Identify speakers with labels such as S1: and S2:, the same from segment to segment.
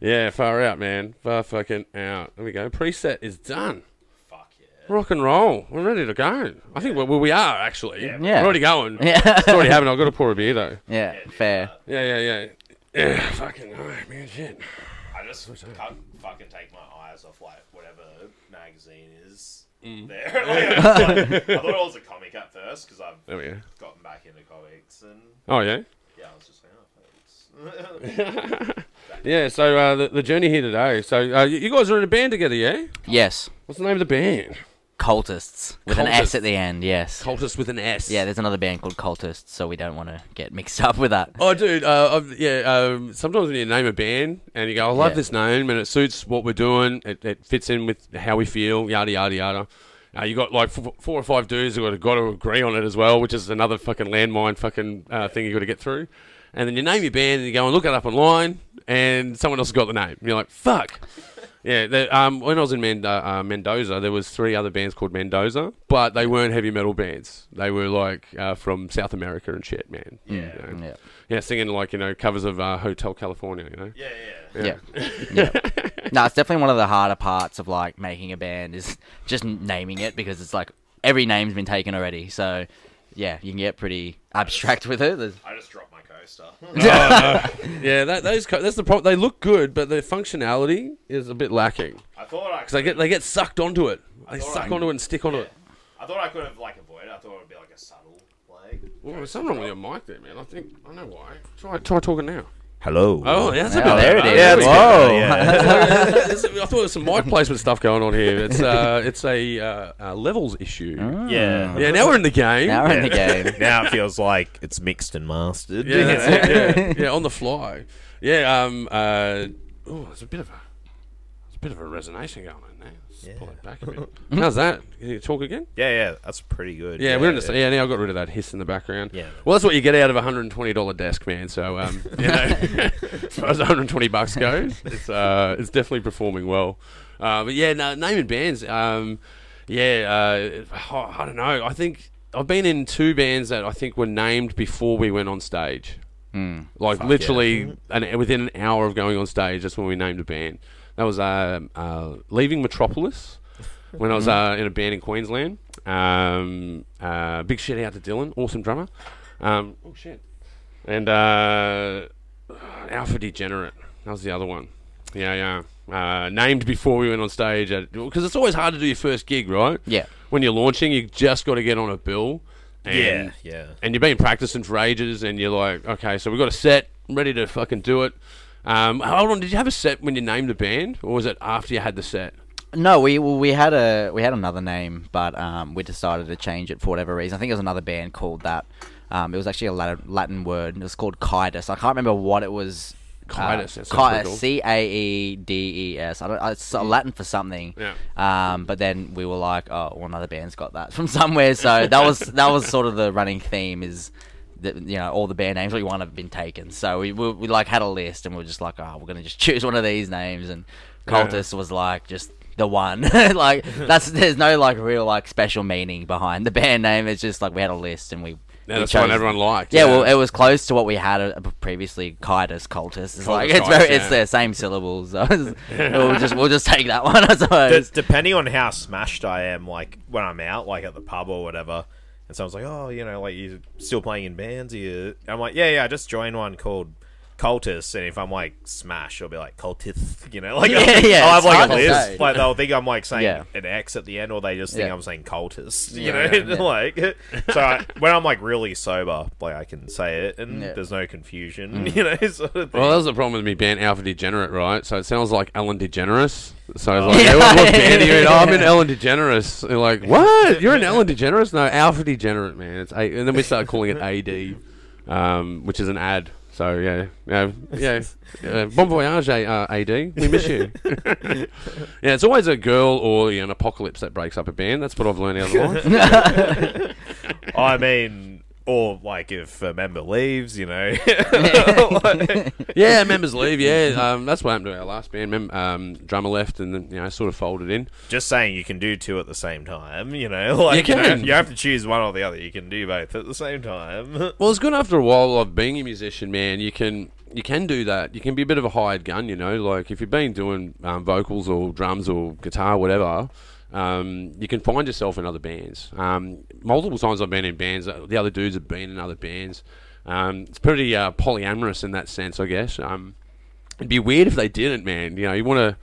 S1: Yeah, far out, man. Far fucking out. There we go. Preset is done.
S2: Fuck yeah.
S1: Rock and roll. We're ready to go. I think we well, we are actually.
S2: Yeah.
S1: We're already going.
S3: Yeah.
S1: It's already happening. I've got to pour a beer though.
S3: Yeah, fair.
S1: Yeah, yeah, yeah. Yeah, fucking no, man, shit.
S2: I just can't fucking take my eyes off like whatever magazine is
S1: Mm.
S2: there. Like, I, was like- I thought it was a comic at first because I've
S1: There we go.
S2: gotten back into comics and
S1: Oh yeah.
S2: yeah, I was just like, oh, thanks.
S1: Yeah. So uh, the the journey here today. So uh, you you guys are in a band together, yeah?
S3: Yes.
S1: What's the name of the band?
S3: Cultists. With an
S1: Cultists.
S3: S at the end, yes.
S1: Cultists with an S.
S3: yeah, there's another band called Cultists, so we don't want to get mixed up with that.
S1: Oh, dude. Uh, I've- yeah. Um, sometimes when you name a band and you go, "I love
S3: Yeah.
S1: this name," and it suits what we're doing, it, it fits in with how we feel. Yada yada yada. Uh, you got like f- four or five dudes who got to agree on it as well, which is another fucking landmine fucking uh, thing you got to get through. And then you name your band and you go and look it up online, and someone else has got the name. And you're like, "Fuck." Yeah, the, um, when I was in Mend- uh, uh, Mendoza, there was three other bands called Mendoza, but they weren't heavy metal bands. They were like uh, from South America and shit, man. Yeah,
S3: Yeah.
S1: yeah, singing like you know covers of uh, Hotel California. You know,
S2: yeah, yeah.
S3: Yeah. yeah. no, it's definitely one of the harder parts of like making a band is just n- naming it because it's like every name's been taken already. So yeah, you can get pretty abstract with it. There's-
S2: I just dropped my coaster.
S1: yeah, that, those co- that's the problem. They look good, but their functionality is a bit lacking
S2: I thought I
S1: because they
S2: could.
S1: get they get sucked onto it. They
S2: thought
S1: suck
S2: I-
S1: onto it and stick onto it.
S2: I thought I could have like avoided. it. I thought it would be like a subtle like.
S1: Well, there's something wrong with your mic there, man. I think I know why. Try try talking now.
S4: Hello.
S1: Oh, yeah, that's a bit
S3: Oh, there it
S1: better.
S3: is.
S4: Yeah, it's
S3: Whoa.
S4: good. Yeah.
S1: It's- I thought there was some mic placement stuff going on here. It's uh, it's a uh, uh, levels issue.
S4: yeah.
S1: Yeah, now we're in the game.
S3: Oh. Now we're in the game.
S4: Hmm. Now it feels like it's mixed and mastered.
S1: yeah, that's it, yeah, yeah, on the fly. Yeah, um, uh, oh, there's a bit of a, there's a bit of a resonation going on there. Let's pull it back a bit. How's that? Can you talk again?
S4: Yeah, yeah, that's pretty good.
S1: Yeah, we're in the same. Yeah, now I got rid of that hiss in the background.
S4: Yeah.
S1: Well, that's what you get out of a hundred and twenty dollar desk, man. So, um, you know, as far as one hundred and twenty bucks goes, it's uh, it's definitely performing well. Uh, but yeah, no, naming bands. Um, yeah, uh, I I don't know. I think I've been in two bands that I think were named before we went on stage. Like literally, an, within an hour of going on stage, that's when we named a band. That was um uh, leaving Metropolis when I was uh, in a band in Queensland. Um, uh, big shout out to Dylan, awesome drummer. Um, oh shit! And uh, Alpha Degenerate, that was the other one. Yeah, yeah. Uh, named before we went on stage because it's always hard to do your first gig, right?
S3: Yeah.
S1: When you're launching, you just got to get on a bill. And
S4: Yeah, yeah.
S1: and you've been practicing for ages, and you're like, okay, so we've got a set ready to fucking do it. Um, hold on, did you have a set when you named the band, or was it after you had the set?
S3: No, we well, we had a we had another name, but um, we decided to change it for whatever reason. I think it was another band called that. Um, it was actually a Latin, Latin word. and It was called Kitus. I can't remember what it was. uh,
S1: Caetus, that sounds pretty cool.
S3: Kitus. C A E D E S. I don't. It's Latin for something.
S1: Yeah.
S3: Um, but then we were like, oh, well, another band's got that from somewhere. So that was that was sort of the running theme is. That, you know all the band names we want have been taken, so we, we, we like had a list, and we are just like, oh, we're gonna just choose one of these names, and Cultus was like just the one. like that's there's no like real like special meaning behind the band name. It's just like we had a list, and we
S1: Yeah,
S3: we
S1: that's one
S3: chose-
S1: everyone liked.
S3: Yeah, well, it was close to what we had uh, previously. Kitus, cultus. It's like it's
S1: Cultus,
S3: very,
S1: yeah.
S3: it's the same syllables. So it's- we'll just we'll just take that one, I suppose.
S4: D- depending on how smashed I am, like when I'm out, like at the pub or whatever, and someone's like, "Oh, you know, like you still playing in bands?" Are you, I'm like, "Yeah, yeah, I just joined one called Cultus," and if I'm like smash, it'll be like Cultith, you know, like
S3: Yeah,
S4: I'll,
S3: yeah,
S4: I'll have
S3: it's
S4: like
S3: hard
S4: a
S3: to
S4: list,
S3: say.
S4: like they'll think I'm like saying
S3: Yeah.
S4: an X at the end, or they just think
S3: Yeah.
S4: I'm saying Cultus, you
S3: Yeah,
S4: know,
S3: yeah, yeah.
S4: like so I, when I'm like really sober, like I can say it and
S3: Yeah. Mm.
S4: there's no confusion, you know, sort of thing.
S1: Well, that was the problem with me being Alpha Degenerate, right? So it sounds like Ellen DeGeneres. So I was like, hey, what, what band are you in? Oh, I'm in Ellen DeGeneres. And They're like, what? You're in Ellen DeGeneres? No, Alpha Degenerate, man. It's a- and then we started calling it AD, um, which is an ad. So yeah, yeah, yeah. Uh, bon voyage, A- uh, AD. We miss you. yeah, it's always a girl or you know, an apocalypse that breaks up a band. That's what I've learned out of life.
S4: I mean, or like if a member leaves, you know.
S1: yeah, members leave. Yeah, um, that's what happened to our last band. Mem- um, drummer left, and then you know, sort of folded in.
S4: Just saying you can do two at the same time, you know. Like
S1: You
S4: you, know,
S1: can.
S4: you have to choose one or the other. You can do both at the same time.
S1: Well, it's good after a while of being a musician, man. You can you can do that. You can be a bit of a hired gun, you know. Like if you've been doing um, vocals or drums or guitar, whatever, um, you can find yourself in other bands. Um, multiple times I've been in bands. uh, The other dudes have been in other bands. Um, it's pretty uh, polyamorous in that sense, I guess. Um, it'd be weird if they didn't, man. You know, you want to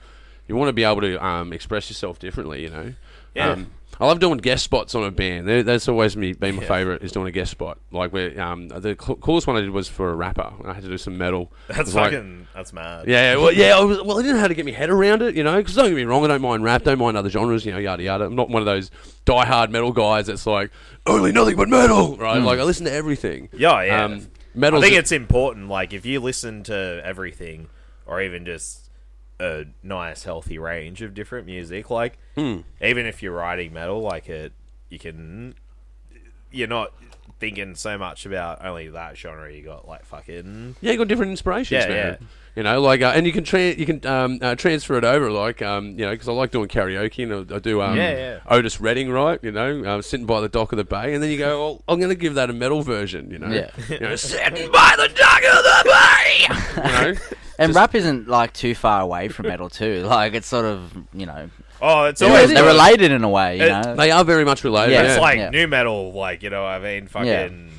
S1: you want to be able to um, express yourself differently. You know.
S4: Yeah.
S1: Um, I love doing guest spots on a band. They- That's always me been my favorite is doing a guest spot. Like where um, the cl- coolest one I did was for a rapper. I had to do some metal. It
S4: That's
S1: was like-
S4: fucking. that's mad.
S1: yeah, yeah, well, yeah. I was, well, I didn't know how to get my head around it, you know. Because don't get me wrong, I don't mind rap, don't mind other genres, you know, yada yada. I'm not one of those die-hard metal guys that's like only nothing but metal, right? Like I listen to everything. Um,
S4: Yeah, Hmm. yeah. I
S1: metal.
S4: think it's important. Like, if you listen to everything, or even just a nice, healthy range of different music, like
S1: Hmm.
S4: even if you're writing metal, like it, you can, you're not thinking so much about only that genre. You got like fucking
S1: Yeah, you got different inspirations,
S4: Yeah,
S1: man.
S4: yeah.
S1: You know, like, uh, and you can tra- you can um, uh, transfer it over, like, um, you know, because I like doing karaoke and I, I do um,
S4: Yeah, yeah.
S1: Otis Redding, right? You know, um, sitting by the dock of the bay, and then you go, well, I'm going to give that a metal version, you know,
S3: Yeah.
S1: you know sitting by the dock of the bay, you know.
S3: And rap isn't like too far away from metal too. Like it's sort of you know
S4: oh, it's
S3: they're,
S4: always
S3: they're related in a way. You
S4: It-
S3: know,
S1: They are very much related.
S3: Yeah,
S1: Yeah,
S4: It's like
S3: yeah.
S4: new metal, like you know, what I mean, fucking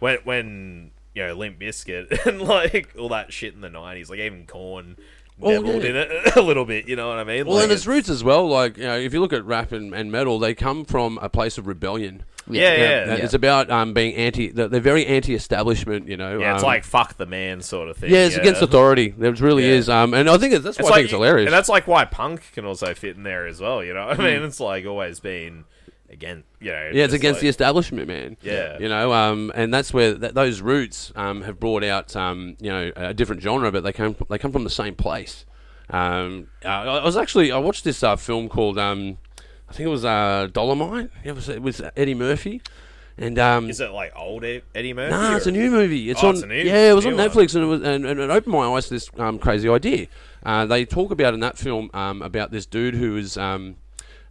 S4: when when you know Limp Biscuit and like all that shit in the nineties, like even Corn
S1: Oh,
S4: dabbled
S1: yeah.
S4: in it a little bit. You know what I mean?
S1: well,
S4: like,
S1: and its roots as well. Like you know, if you look at rap and, and metal, they come from a place of rebellion.
S4: yeah, yeah, yeah.
S1: And It's about um, being anti. They're they're very anti-establishment. You know.
S4: Yeah, it's
S1: um,
S4: like fuck the man sort of thing.
S1: Yeah, it's against authority. There really
S4: Yeah.
S1: is. Um, and I think it- that's why I think it's hilarious. Hmm.
S4: and that's like why punk can also fit in there as well. You know, what I mean, it's like always been against. You know,
S1: yeah, it's
S4: just
S1: against the
S4: like,
S1: establishment, man.
S4: Yeah.
S1: you know, um, and that's where th- those roots um, have brought out, um, you know, a different genre, but they come they come from the same place. Um, uh, I I was actually I watched this uh, film called um, I think it was uh, Dolomite. It was, it was Eddie Murphy, and um,
S4: Is it like old Ed- Eddie Murphy?
S1: Nah, it's
S4: or-
S1: a new movie. It's
S4: Oh,
S1: on.
S4: it's a new-
S1: yeah, it was
S4: new
S1: on
S4: one.
S1: Netflix, and it was and, and it opened my eyes to this um, crazy idea. Uh, they talk about in that film um, about this dude who was um,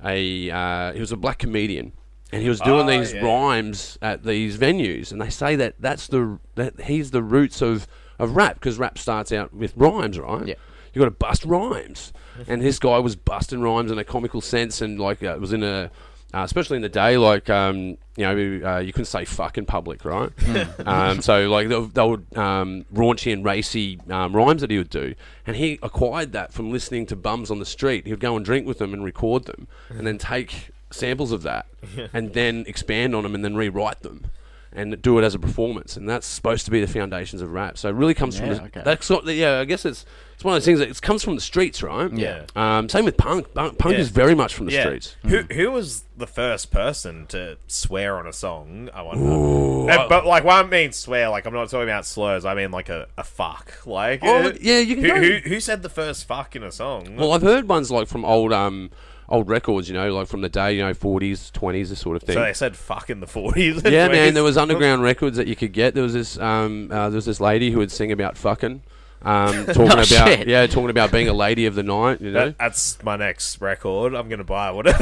S1: a uh, he was a black comedian, and he was doing
S4: Oh,
S1: these
S4: yeah.
S1: rhymes at these venues, and they say that that's the that he's the roots of of rap because rap starts out with rhymes, right?
S3: Yeah.
S1: You got to bust rhymes, and this guy was busting rhymes in a comical sense, and like uh, it was in a, uh, especially in the day, like um, you know, uh, you couldn't say fuck in public, right?
S3: Hmm.
S1: um, so like they, they would um, raunchy and racy um, rhymes that he would do, and he acquired that from listening to bums on the street. He would go and drink with them and record them, and then take samples of that, and then expand on them, and then rewrite them. And do it as a performance, and that's supposed to be the foundations of rap. So it really comes from
S3: Yeah,
S1: the,
S3: okay.
S1: that that's sort of- yeah, I guess it's it's one of those things that it comes from the streets, right?
S4: Yeah.
S1: Um, same with punk. Punk, punk
S4: Yeah.
S1: is very much from the streets. Hmm.
S4: Who who was the first person to swear on a song? I wonder. Uh, but like, when I mean swear, like I'm not talking about slurs. I mean like a, a fuck. Like,
S1: Oh,
S4: uh,
S1: yeah, you can
S4: Who,
S1: go-
S4: who who said the first fuck in a song?
S1: Well, I've heard ones like from old um old records, you know, like from the day, you know, forties, twenties, this sort of thing.
S4: so they said fuck in the 40s.
S1: yeah, man. There was underground records that you could get. There was this um, uh, there was this lady who would sing about fucking, um, talking about
S3: shit.
S1: yeah, talking about being a lady of the night. You know,
S4: Oh, That- that's my next record. I'm gonna buy whatever.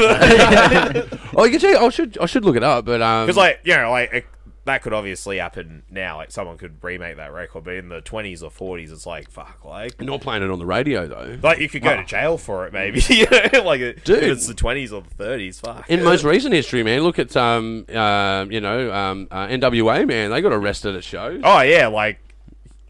S1: oh, you can check. I should I should look it up, but um,
S4: Because like you know like. It, that could obviously happen now. Like someone could remake that record, but in the twenties or forties, it's like fuck. Like,
S1: not playing it on the radio though.
S4: like you could go to jail for it, maybe. you know, like, if
S1: Dude.
S4: it's the twenties or the thirties. Fuck.
S1: in most recent history, man. Look at um, uh, you know, um, uh, NWA, man. They got arrested at shows.
S4: Oh yeah, like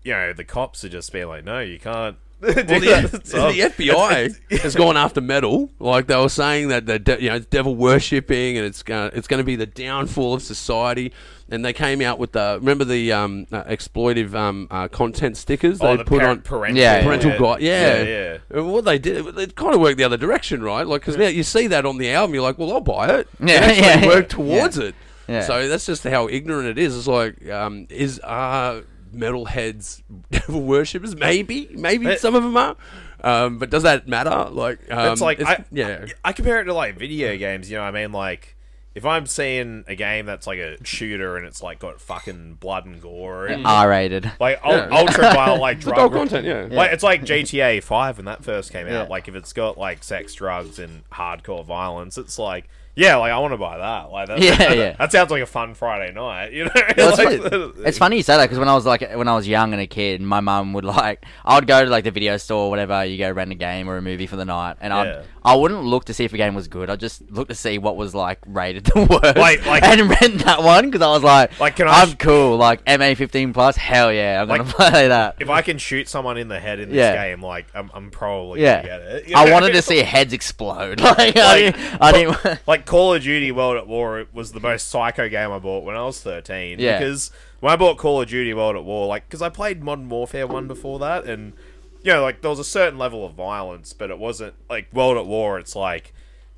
S4: you know, the cops are just being like, no, you can't. do
S1: Well,
S4: that
S1: the,
S4: stuff."
S1: the FBI has gone after metal. Like they were saying that the de- you know it's devil worshipping and it's gonna it's going to be the downfall of society. And they came out with the remember the um, uh, exploitive um, uh, content stickers
S4: Oh,
S1: they
S4: the
S1: put
S4: parent-
S1: on
S4: parental,
S3: Yeah, yeah,
S1: parental guide. Yeah.
S4: yeah.
S1: And what they did, it kind of worked the other direction, right? Like because now you see that on the album, you're like, well, I'll buy it.
S3: Yeah,
S1: it actually
S3: yeah,
S1: worked
S3: yeah.
S1: towards it.
S3: Yeah.
S1: So that's just how ignorant it is. It's like, um, is are metalheads devil worshippers? Maybe, maybe
S4: It-
S1: some of them are. Um, but does that matter? Like, um,
S4: It's like I,
S1: yeah,
S4: I compare it to like video games. You know, what I mean, like if I'm seeing a game that's like a shooter and it's like got fucking blood and gore and
S3: Mm. R-rated.
S4: like ul-
S1: Yeah.
S4: ultra violent, like drug
S1: adult content, yeah.
S4: Like it's like GTA Five when that first came out.
S3: Yeah.
S4: Like if it's got like sex, drugs, and hardcore violence, it's like yeah, like I want to buy that. Like that,
S3: Yeah,
S4: that,
S3: yeah.
S4: sounds like a fun Friday night, you know?
S3: Well, it's,
S4: Like,
S3: funny, it's funny you say that because when I was like when I was young and a kid, my mum would like I would go to like the video store or whatever. You go rent a game or a movie for the night, and
S4: Yeah.
S3: I'd, I wouldn't look to see if a game was good. I would just look to see what was like rated the worst,
S4: Like- like-
S3: and rent that one because I was like,
S4: Like, can I
S3: I'm
S4: sh-
S3: cool, like MA fifteen plus, hell yeah, I'm gonna
S4: Like-
S3: play that.
S4: If I can shoot someone in the head in this
S3: Yeah.
S4: game, like I'm, I'm probably
S3: Yeah.
S4: gonna get it. you
S3: I
S4: know?
S3: wanted to see heads explode. Like, I
S4: Like,
S3: didn't. I didn't
S4: like Call of Duty World at War was the most psycho game I bought when I was 13.
S3: Yeah.
S4: Because when I bought Call of Duty World at War, like, because I played Modern Warfare 1 before that, and, you know, like, there was a certain level of violence, but it wasn't, like, World at War, it's like,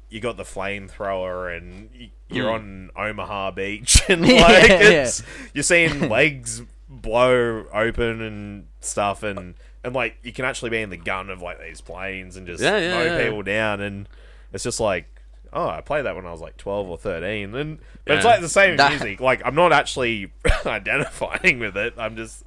S4: you got the flamethrower and y- you're on Omaha Beach, and, like,
S3: Yeah, yeah.
S4: it's, you're seeing legs blow open and stuff, and, and, like, you can actually be in the gun of, like, these planes and just
S1: Yeah, yeah,
S4: mow
S1: yeah.
S4: people down and it's just like oh i played that when i was like 12 or 13 and but it's
S1: Yeah.
S4: like the same
S3: That-
S4: music like i'm not actually identifying with it i'm just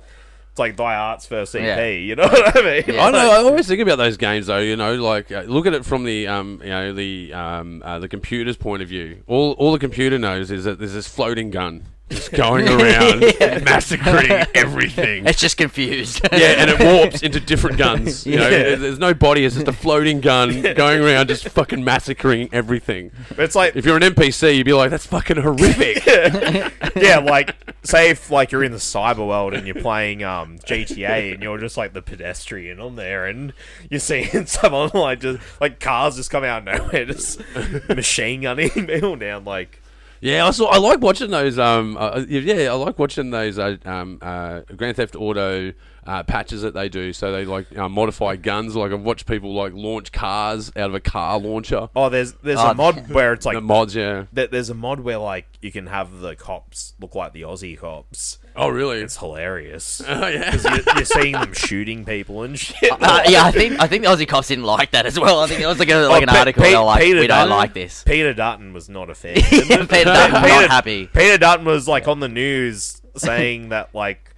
S4: it's like thy art's first ep
S3: Yeah.
S4: you know what i mean
S1: I
S3: Yeah.
S1: know. I always think about those games, though. You know, like uh, look at it from the um, you know, the um, uh, the computer's point of view. All all the computer knows is that there's this floating gun just going around massacring everything.
S3: it's just confused.
S1: Yeah, and it warps into different guns. You know,
S4: Yeah.
S1: There- there's no body. It's just a floating gun going around, just fucking massacring everything.
S4: But it's like
S1: If you're an NPC, you'd be like, "That's fucking horrific."
S4: yeah like say if like you're in the cyber world and you're playing um gta and you're just like the pedestrian on there and you're seeing someone like just like cars just come out of nowhere just machine gunning people down like
S1: Yeah, I saw. I like watching those. Um, uh, yeah, I like watching those. Uh, um, uh, Grand Theft Auto uh, patches that they do. So they like uh, modify guns. Like I've watched people like launch cars out of a car launcher.
S4: oh there's there's
S3: Oh,
S4: a mod where it's like
S1: The mods, yeah.
S4: There- there's a mod where like you can have the cops look like the Aussie cops.
S1: Oh, really?
S4: It's hilarious.
S1: Oh, yeah.
S4: You're, you're seeing them shooting people and shit.
S3: Uh, yeah, I think I think the Aussie cops didn't like that as well. I think it was like, a, like an
S4: Oh, Pe-
S3: article.
S4: Pe-
S3: they were like,
S4: Peter
S3: we don't
S4: Dutton-
S3: like this.
S4: Peter Dutton was not a fan.
S3: Peter Dutton not happy.
S4: Peter Dutton was like on the news saying that like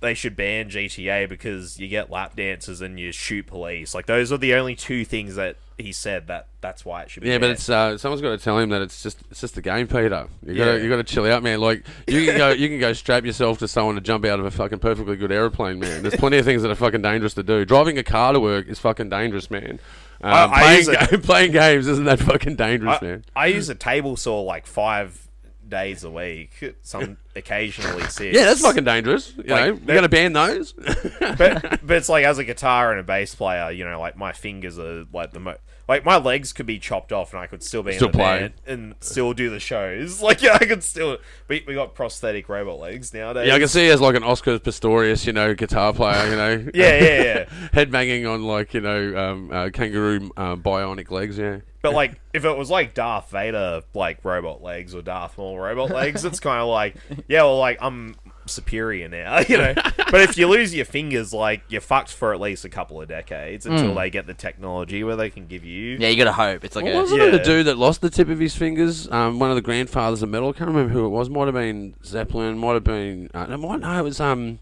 S4: they should ban GTA because you get lap dances and you shoot police. Like those are the only two things that he said that that's why it should be.
S1: Yeah, but
S4: banned.
S1: it's uh, someone's got to tell him that it's just it's just the game, Peter. You got
S4: Yeah.
S1: to you got to chill out, man. Like you can go you can go strap yourself to someone to jump out of a fucking perfectly good airplane, man. There's plenty of things that are fucking dangerous to do. Driving a car to work is fucking dangerous, man. Um,
S4: I
S1: playing,
S4: use it-
S1: ga- playing games isn't that fucking dangerous,
S4: I,
S1: man?
S4: I use a table saw like five days a week, some occasionally six.
S1: Yeah, that's fucking dangerous. You know,
S4: that-
S1: we're gonna ban those.
S4: But, but it's like as a guitar and a bass player, you know, like my fingers are like the mo- like my legs could be chopped off and I could still be
S1: Still
S4: in the
S1: play.
S4: band and still do the shows. Like yeah, I could still. We we got prosthetic robot legs nowadays.
S1: yeah, I can see as like an Oscar Pistorius, you know, guitar player, you know.
S4: Yeah, yeah, yeah.
S1: Head banging on like you know um, uh, kangaroo um, bionic legs, yeah.
S4: But like, if it was like Darth Vader, like robot legs or Darth Maul robot legs, it's kind of like, yeah, well, like I'm superior now, you know. but if you lose your fingers, like you're fucked for at least a couple of decades until they get the technology where they can give you.
S3: Hmm. Yeah, you gotta hope. It's like
S1: Well,
S3: a,
S1: wasn't it
S4: Yeah.
S1: a dude that lost the tip of his fingers? Um, one of the grandfathers of metal. I can't remember who it was. Might have been Zeppelin. Might have been. Uh, no, might, no, it was um,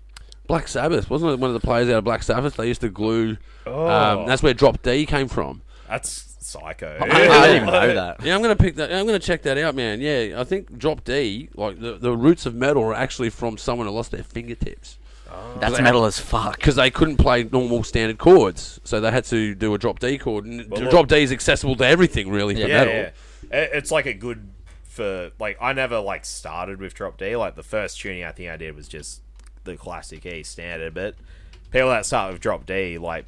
S1: Black Sabbath. Wasn't it one of the players out of Black Sabbath? They used to glue.
S4: Oh.
S1: Um, that's where Drop D came from.
S4: That's psycho.
S3: I, I didn't even know that.
S1: Yeah, I'm gonna pick that. I'm gonna check that out, man. Yeah, I think Drop D, like the, the roots of metal, are actually from someone who lost their fingertips
S3: That's metal as fuck.
S1: because they couldn't play normal standard chords, so they had to do a Drop D chord. And
S4: Well,
S1: Drop D is accessible to everything, really, for
S3: Yeah.
S4: Yeah,
S1: metal.
S4: yeah. It- it's like a good for like I never like started with drop D. Like the first tuning I think I did was just the classic E standard, but people that start with drop D like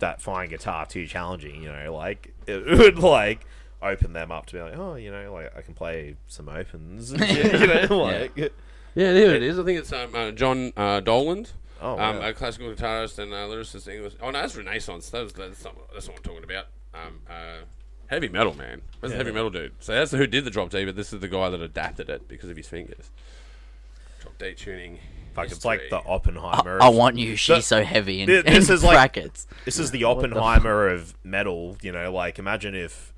S4: that find guitar too challenging, you know, like it would like open them up to be like, oh, you know, like I can play some opens, and shit, you know, like
S1: Yeah, there it is. I think it's um, uh, John uh, Doland.
S4: Oh,
S1: um,
S4: wow.
S1: a classical guitarist and uh, lyricist. English. Oh no, that's Renaissance. That was, that's, not, that's not what I'm talking about. Um, uh, heavy metal, man. That's a heavy metal dude. So that's who did the drop D, but this is the guy that adapted it because of his fingers. Drop D tuning.
S4: fuck, it's like the
S1: history.
S4: Oppenheimer.
S3: I
S4: of-
S3: want you. She's so heavy in,
S4: Thi- this
S3: in
S4: is like-
S3: brackets.
S4: This is the Oppenheimer of metal, you know. Like, imagine if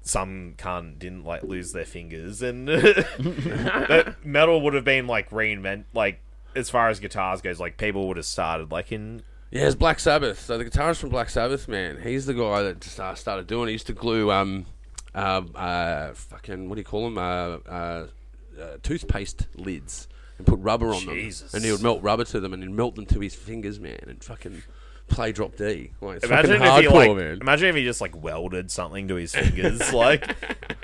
S4: some cunt didn't like lose their fingers, and that metal would have been like reinvent. Like, as far as guitars goes, like people would have started like in
S1: Yeah, it's Black Sabbath. So the guitarist from Black Sabbath, man, he's the guy that just, uh, started doing. it. He used to glue um, um, uh, fucking what do you call them? Uh, uh, uh, toothpaste lids and put rubber on
S4: Jesus.
S1: them, and he would melt rubber to them, and he'd melt them to his fingers, man, and fucking play drop D. Like it's
S4: Imagine
S1: fucking
S4: if
S1: hardcore,
S4: he like,
S1: man.
S4: imagine if he just like welded something to his fingers. like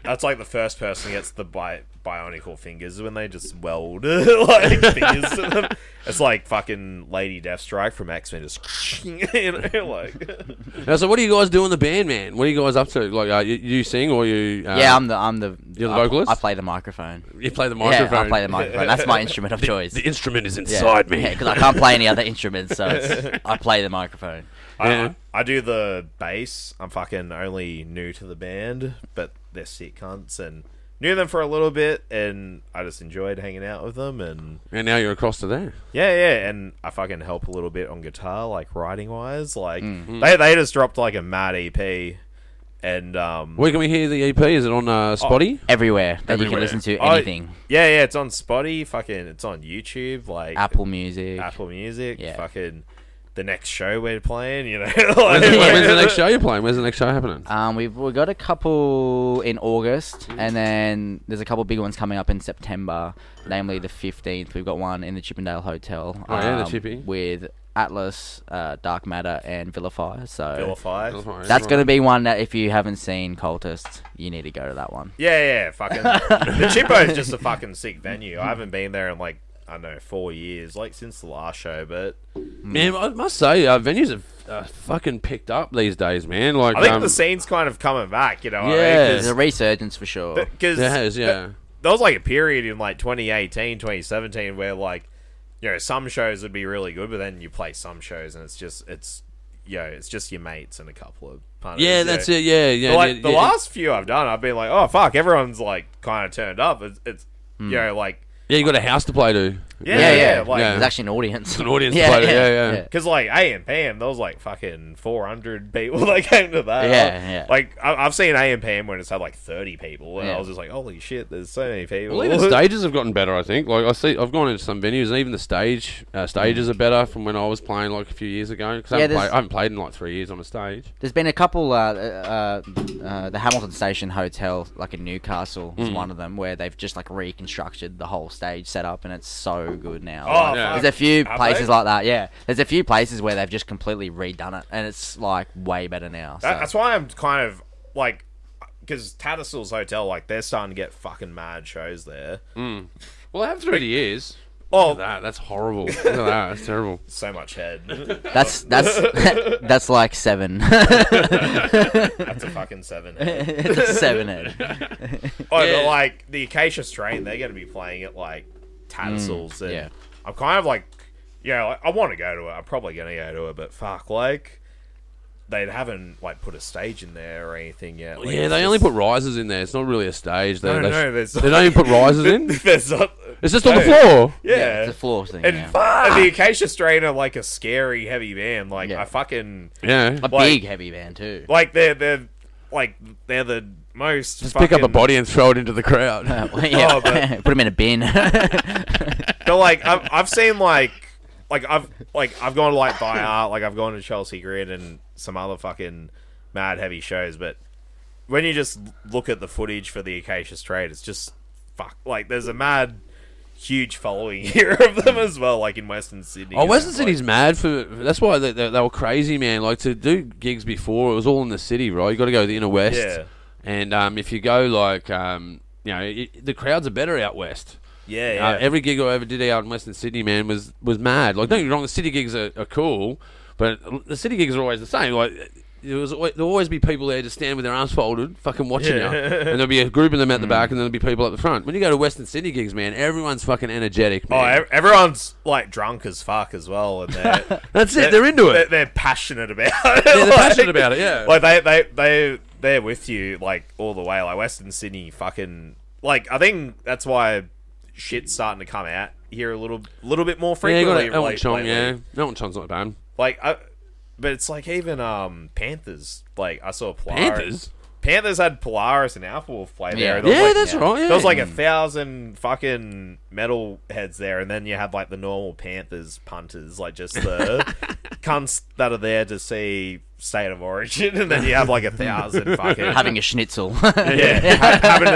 S4: that's like the first person gets the bi- bionicle fingers when they just weld like fingers to them. It's like fucking Lady Deathstrike from X Men, just you know, like
S1: Now, so what do you guys do in the band, man? What are you guys up to? Like, uh, you, you sing or you? Uh,
S3: yeah, I'm the I'm the
S1: You're the
S3: I-
S1: vocalist?
S3: I, play the microphone.
S1: You play the microphone.
S3: microphone. Yeah, I play the microphone. That's my instrument of choice.
S1: The instrument is
S3: yeah,
S1: inside me.
S3: because I can't play any other instruments, so it's, I play the microphone.
S4: I-
S1: Yeah.
S4: I, I do the bass. I'm fucking only new to the band, but they're sick cunts and knew them for a little bit, and I just enjoyed hanging out with them and.
S1: And now you're across to there.
S4: Yeah, yeah, and I fucking help a little bit on guitar, like writing wise. Like
S1: Mm-hmm.
S4: they they just dropped like a mad EP, and um,
S1: Where can we hear the EP? Is it on uh, Spotty?
S3: Everywhere that you
S1: Everywhere.
S3: can listen to
S4: I-
S3: anything,
S4: Oh, yeah, yeah, it's on Spotty, fucking, it's on YouTube, like
S3: Apple Music.
S4: Apple Music,
S3: Yeah.
S4: fucking. The next show we're playing, you know, like,
S1: When's the next show you're playing? Where's the next show happening?
S3: Um, we've we got a couple in August,
S1: Mm.
S3: and then there's a couple big ones coming up in September, namely the 15th. We've got one in the Chippendale Hotel. um,
S1: Oh, yeah, the Chippy.
S3: With Atlas, uh, Dark Matter, and Vilify. So
S4: Vilify.
S3: that's going to be one that if you haven't seen Cultist, you need to go to that one.
S4: Yeah, yeah, fucking. the Chippo is just a fucking sick venue. I haven't been there in like I don't know four years, like since the last show. But
S1: Man, I must say, uh, venues have uh, fucking picked up these days, man. Like,
S4: I think
S1: um,
S4: the scene's kind of coming back. You know, what
S1: Yeah.
S3: There's a resurgence for sure.
S4: because
S1: there has, yeah.
S4: there was like a period in like 2018 2017 where like you know some shows would be really good but then you play some shows and it's just it's you know it's just your mates and a couple of punters
S1: Yeah,
S4: you
S1: that's
S4: know.
S1: it. Yeah, yeah.
S4: But, like
S1: yeah,
S4: the
S1: yeah.
S4: last few i've done i've been like oh fuck everyone's like kind of turned up it's, it's
S1: Hmm.
S4: you know like
S1: Yeah, you got a house to play to.
S4: yeah
S3: Yeah,
S4: yeah,
S3: yeah,
S4: like
S1: yeah.
S3: There's actually an audience.
S1: An audience to play to. Yeah, yeah.
S4: Because like A and Pam, there was like fucking four hundred people that came to that.
S3: Yeah, yeah.
S4: Like I- I've seen A and Pam when it's had like thirty people, and
S3: Yeah.
S4: I was just like, holy shit, there's so many people.
S1: Well, even stages have gotten better. I think. Like I see, I've gone into some venues, and even the stage uh, stages are better from when I was playing like a few years ago. 'cause I,
S3: Yeah,
S1: haven't
S3: there's-
S1: played, I haven't played in like three years on a stage.
S3: There's been a couple, uh, uh, uh, the Hamilton Station Hotel, like in Newcastle, is one of them where they've just like reconstructed the whole stage setup, and it's so good now.
S4: Oh,
S3: Like,
S1: Yeah.
S3: There's a few
S4: Have
S3: places
S4: they?
S3: like that, yeah. There's a few places where they've just completely redone it, and it's like way better now. So.
S4: That- that's why I'm kind of like, because Tattersall's Hotel, like they're starting to get fucking mad shows there.
S1: Well, I have through the years.
S4: Oh,
S1: Mm. Look at that. That's horrible. Look at that. That's terrible.
S4: so much head.
S3: that's that's that's like seven.
S4: that's a fucking seven. Head.
S3: it's a seven head.
S4: Oh,
S1: Yeah.
S4: but like the Acacia Strain, they're going to be playing at like Tattersalls,
S1: Mm,
S4: and
S3: yeah.
S4: I'm kind of like, yeah, like, I want to go to it. I'm probably going to go to it, but fuck, like they haven't like put a stage in there or anything yet. Like,
S1: yeah,
S4: it's
S1: they only
S4: just-
S1: put risers in there. It's not really a stage. They,
S4: No,
S1: they,
S4: no, there's-
S1: they don't even put risers in.
S4: There's not,
S1: It's just on the
S4: no,
S1: floor.
S4: Yeah,
S3: It's a floor thing.
S4: and
S3: yeah.
S4: fuck, the Acacia Strain are like a scary heavy band. Like
S3: Yeah.
S4: I fucking
S1: Yeah.
S3: A
S4: like-
S3: big heavy band too.
S4: like they're they're like they're the most
S1: Just pick up a
S4: fucking-
S1: body and throw it into the crowd.
S3: yeah,
S4: Oh, but-
S3: put him in a bin.
S4: But like I've, I've seen like like I've like I've gone to like Die Art, like I've gone to Chelsea Grid and some other fucking mad heavy shows, but when you just look at the footage for the Acacia's Trade, it's just fuck like there's a mad huge following here of them as well, like in Western Sydney.
S1: Oh,
S4: and
S1: Western
S4: that's,
S1: Sydney's
S4: like,
S1: mad for. That's why they, they, they were crazy, man. Like to do gigs before, it was all in the city, right? You got to go to the inner west,
S4: Yeah.
S1: and um, if you go like, um, you know, it, the crowds are better out west.
S4: Yeah, yeah.
S1: Uh, every gig I ever did out in Western Sydney, man, was was mad. Like, don't get me wrong, the city gigs are, are cool, but the city gigs are always the same. Like, there was al- there'll always be people there just standing with their arms folded, fucking watching
S4: Yeah. Mm.
S1: you, and there'll be a group of them at the back, and there'll be people at the front. When you go to Western Sydney gigs, man, everyone's fucking energetic.
S4: Oh,
S1: Man.
S4: ev- everyone's like drunk as fuck as well, and they're
S1: that's it. They're into
S4: They're,
S1: it.
S4: they're passionate about.
S1: They're,
S4: like-
S1: passionate about it. Yeah.
S4: like they they they they're with you like all the way. Like Western Sydney, fucking like I think that's why shit's starting to come out here a little little bit more
S1: Yeah, you got
S4: frequently.
S1: Elton
S4: like,
S1: Chong,
S4: lately.
S1: yeah. Elton Chong's not bad.
S4: Like, I, but it's like even um Panthers. Like I saw Polaris.
S1: Panthers?
S4: Panthers had Polaris and Alpha play there.
S3: Yeah.
S4: and there was
S1: Yeah,
S4: like-
S1: that's
S3: yeah.
S1: right. Yeah.
S4: there was like a thousand fucking metal heads there, and then you have like the normal Panthers punters, like just the cunts that are there to see state of origin, and then you have like a thousand fucking
S3: having a schnitzel.
S4: yeah, ha- having a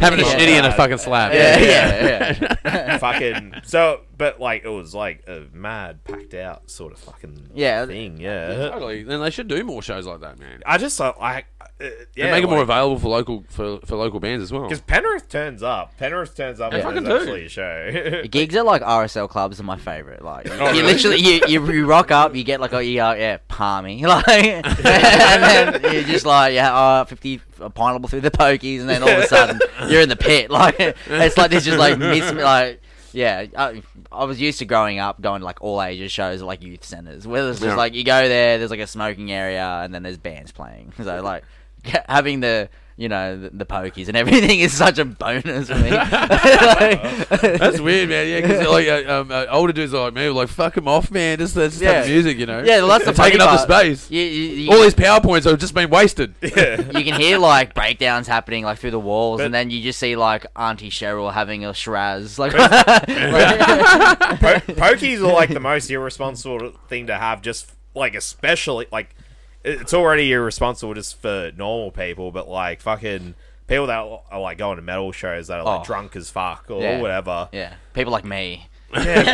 S1: Having a
S4: with,
S1: shitty and a
S4: uh,
S1: fucking slab.
S3: yeah, yeah, yeah.
S4: fucking so. But like it was like a mad packed out sort of fucking
S3: Yeah.
S4: thing. Yeah,
S1: Totally. Then they should do more shows like that, man.
S4: I just uh, I uh, yeah
S1: and make it more
S4: like-
S1: available for local for, for local bands as well.
S4: Because Penrith turns up. Penrith turns up.
S1: They
S4: and
S1: fucking
S4: there's
S1: do.
S4: actually a show.
S3: Gigs at like RSL clubs are my favorite. Like you,
S1: Oh, really?
S3: literally you, you, you rock up, you get like a yeah yeah palmy like, and then you just like yeah uh, fifty a pineapple through the pokies, and then all of a sudden you're in the pit. Like it's like this just like mis- like. Yeah, I, I was used to growing up going to like all ages shows at like youth centers. Where it's just
S1: Yeah.
S3: like you go there, there's like a smoking area, and then there's bands playing. So like having the you know the, the pokies and everything is such a bonus for me.
S1: That's weird, man. Yeah, because like uh, um, uh, older dudes are like me, like fuck them off, man. Just let's just have
S3: Yeah.
S1: music, you know.
S3: Yeah, well, that's the
S1: taking
S3: funny
S1: up the
S3: part.
S1: space.
S3: You, you, you,
S1: All these powerpoints have just been wasted.
S3: you can hear like breakdowns happening like through the walls,
S4: But-
S3: and then you just see like Auntie Cheryl having a Shiraz. Like,
S4: po- pokies are like the most irresponsible thing to have. Just like especially like it's already irresponsible just for normal people, but like fucking people that are like going to metal shows that are like
S3: Oh.
S4: drunk as fuck or
S3: Yeah.
S4: whatever.
S3: yeah, people like me.
S4: Yeah,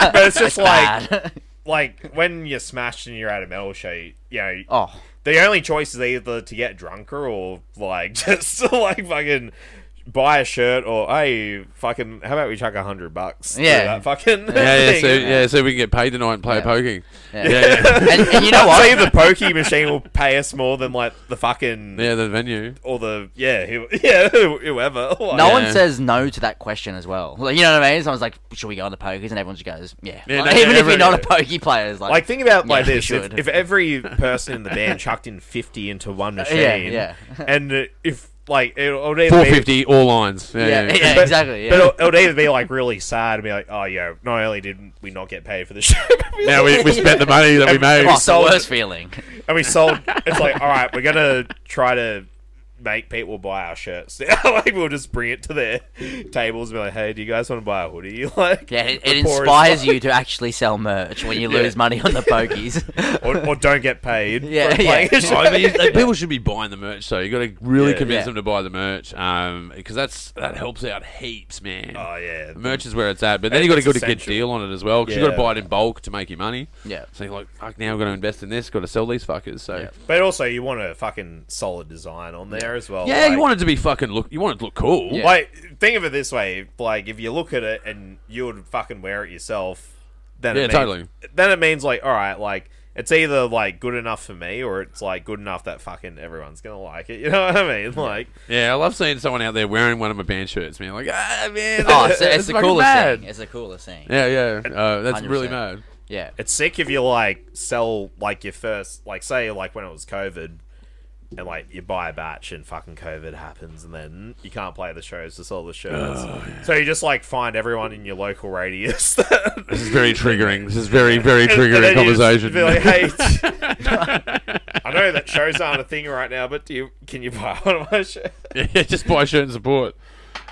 S4: but, but it's just like
S3: Bad.
S4: like when you're smashed and you're at a metal show, you, you know.
S3: oh,
S4: The only choice is either to get drunker or like just like fucking buy a shirt or hey fucking how about we chuck a hundred bucks to
S3: Yeah.
S4: that fucking
S1: Yeah, yeah,
S4: thing?
S1: so yeah, so we can get paid tonight and play
S3: Yeah.
S1: poking.
S3: Yeah.
S1: yeah, yeah.
S3: and, and you know
S4: I'd say
S3: what?
S4: the pokey machine will pay us more than like the fucking
S1: Yeah, the venue.
S4: or the yeah who, yeah who- whoever like,
S3: No
S1: Yeah.
S3: one says no to that question as well. Like, you know what I mean? Someone's like, "Should we go on the pokies?" And everyone just goes, "Yeah."
S1: Yeah,
S3: Like,
S1: no,
S3: even
S1: yeah,
S3: if you're not a
S1: everyone-
S3: pokey player, it's like,
S4: like think about like
S3: Yeah,
S4: this
S3: we
S4: if,
S3: should.
S4: if every person in the band chucked in fifty into one machine
S3: yeah, yeah.
S4: and uh, if like it'll, it'll
S1: Four
S4: either be
S1: fifty, all lines. Yeah,
S3: yeah,
S1: yeah.
S3: yeah,
S4: But-
S3: exactly. Yeah.
S4: But it'll, it'll either be like really sad and be like, oh yeah, not only did we not get paid for the show,
S1: Now we, we spent the money that we made.
S3: oh, it's the
S4: sold-
S3: worst feeling.
S4: and we sold. It's like, all right, we're gonna try to make people buy our shirts. now. like we'll just bring it to their tables and be like, hey, do you guys want to buy a hoodie? Like,
S3: Yeah, it,
S4: we're
S3: it
S4: poor as
S3: inspires
S4: fuck.
S3: you to actually sell merch when you lose money on the pokies.
S4: or, or don't get paid.
S3: Yeah,
S4: for playing
S3: yeah.
S4: a show.
S1: Oh, I mean, like, people should be buying the merch, so you got to really
S4: Yeah.
S1: convince
S3: Yeah.
S1: them to buy the merch, um, because that's that helps out heaps, man.
S4: oh yeah,
S1: Merch is where it's at, but then you got to
S4: It's
S1: get a good
S4: essential.
S1: deal on it as well, because you got
S4: Yeah.
S1: to buy it in bulk to make your money.
S3: yeah.
S1: So you're like, fuck, now I've got to invest in this, got to sell these fuckers. So yeah,
S4: but also you want a fucking solid design on there as well.
S1: you
S4: like-
S1: want it to be fucking look, you want it to look cool.
S3: Yeah.
S4: Like, think of it this way: like, if you look at it and you would fucking wear it yourself, then it
S1: Yeah,
S4: means,
S1: totally.
S4: Then it means like, all right, like it's either like good enough for me or it's like good enough that fucking everyone's gonna like it. You know what I mean? Like,
S1: Yeah, I love seeing someone out there wearing one of my band shirts, man. Like, ah, man,
S3: Oh, it's, it's
S1: that's
S3: the
S1: fucking
S3: coolest
S1: mad.
S3: thing. It's the coolest thing. Yeah.
S1: Yeah, yeah, uh, that's really
S3: 100%.
S1: mad.
S4: it's sick if you like sell like your first, like say like when it was COVID. And like you buy a batch and fucking COVID happens and then you can't play the shows to sell the shirts.
S1: Oh,
S4: So you just like find everyone in your local radius that
S1: This is very triggering. This is very, very
S4: And- and
S1: triggering
S4: then you just
S1: conversation.
S4: be like, hey, I know that shows aren't a thing right now, but do you can you buy one of my shows?
S1: yeah, just buy shirt and support.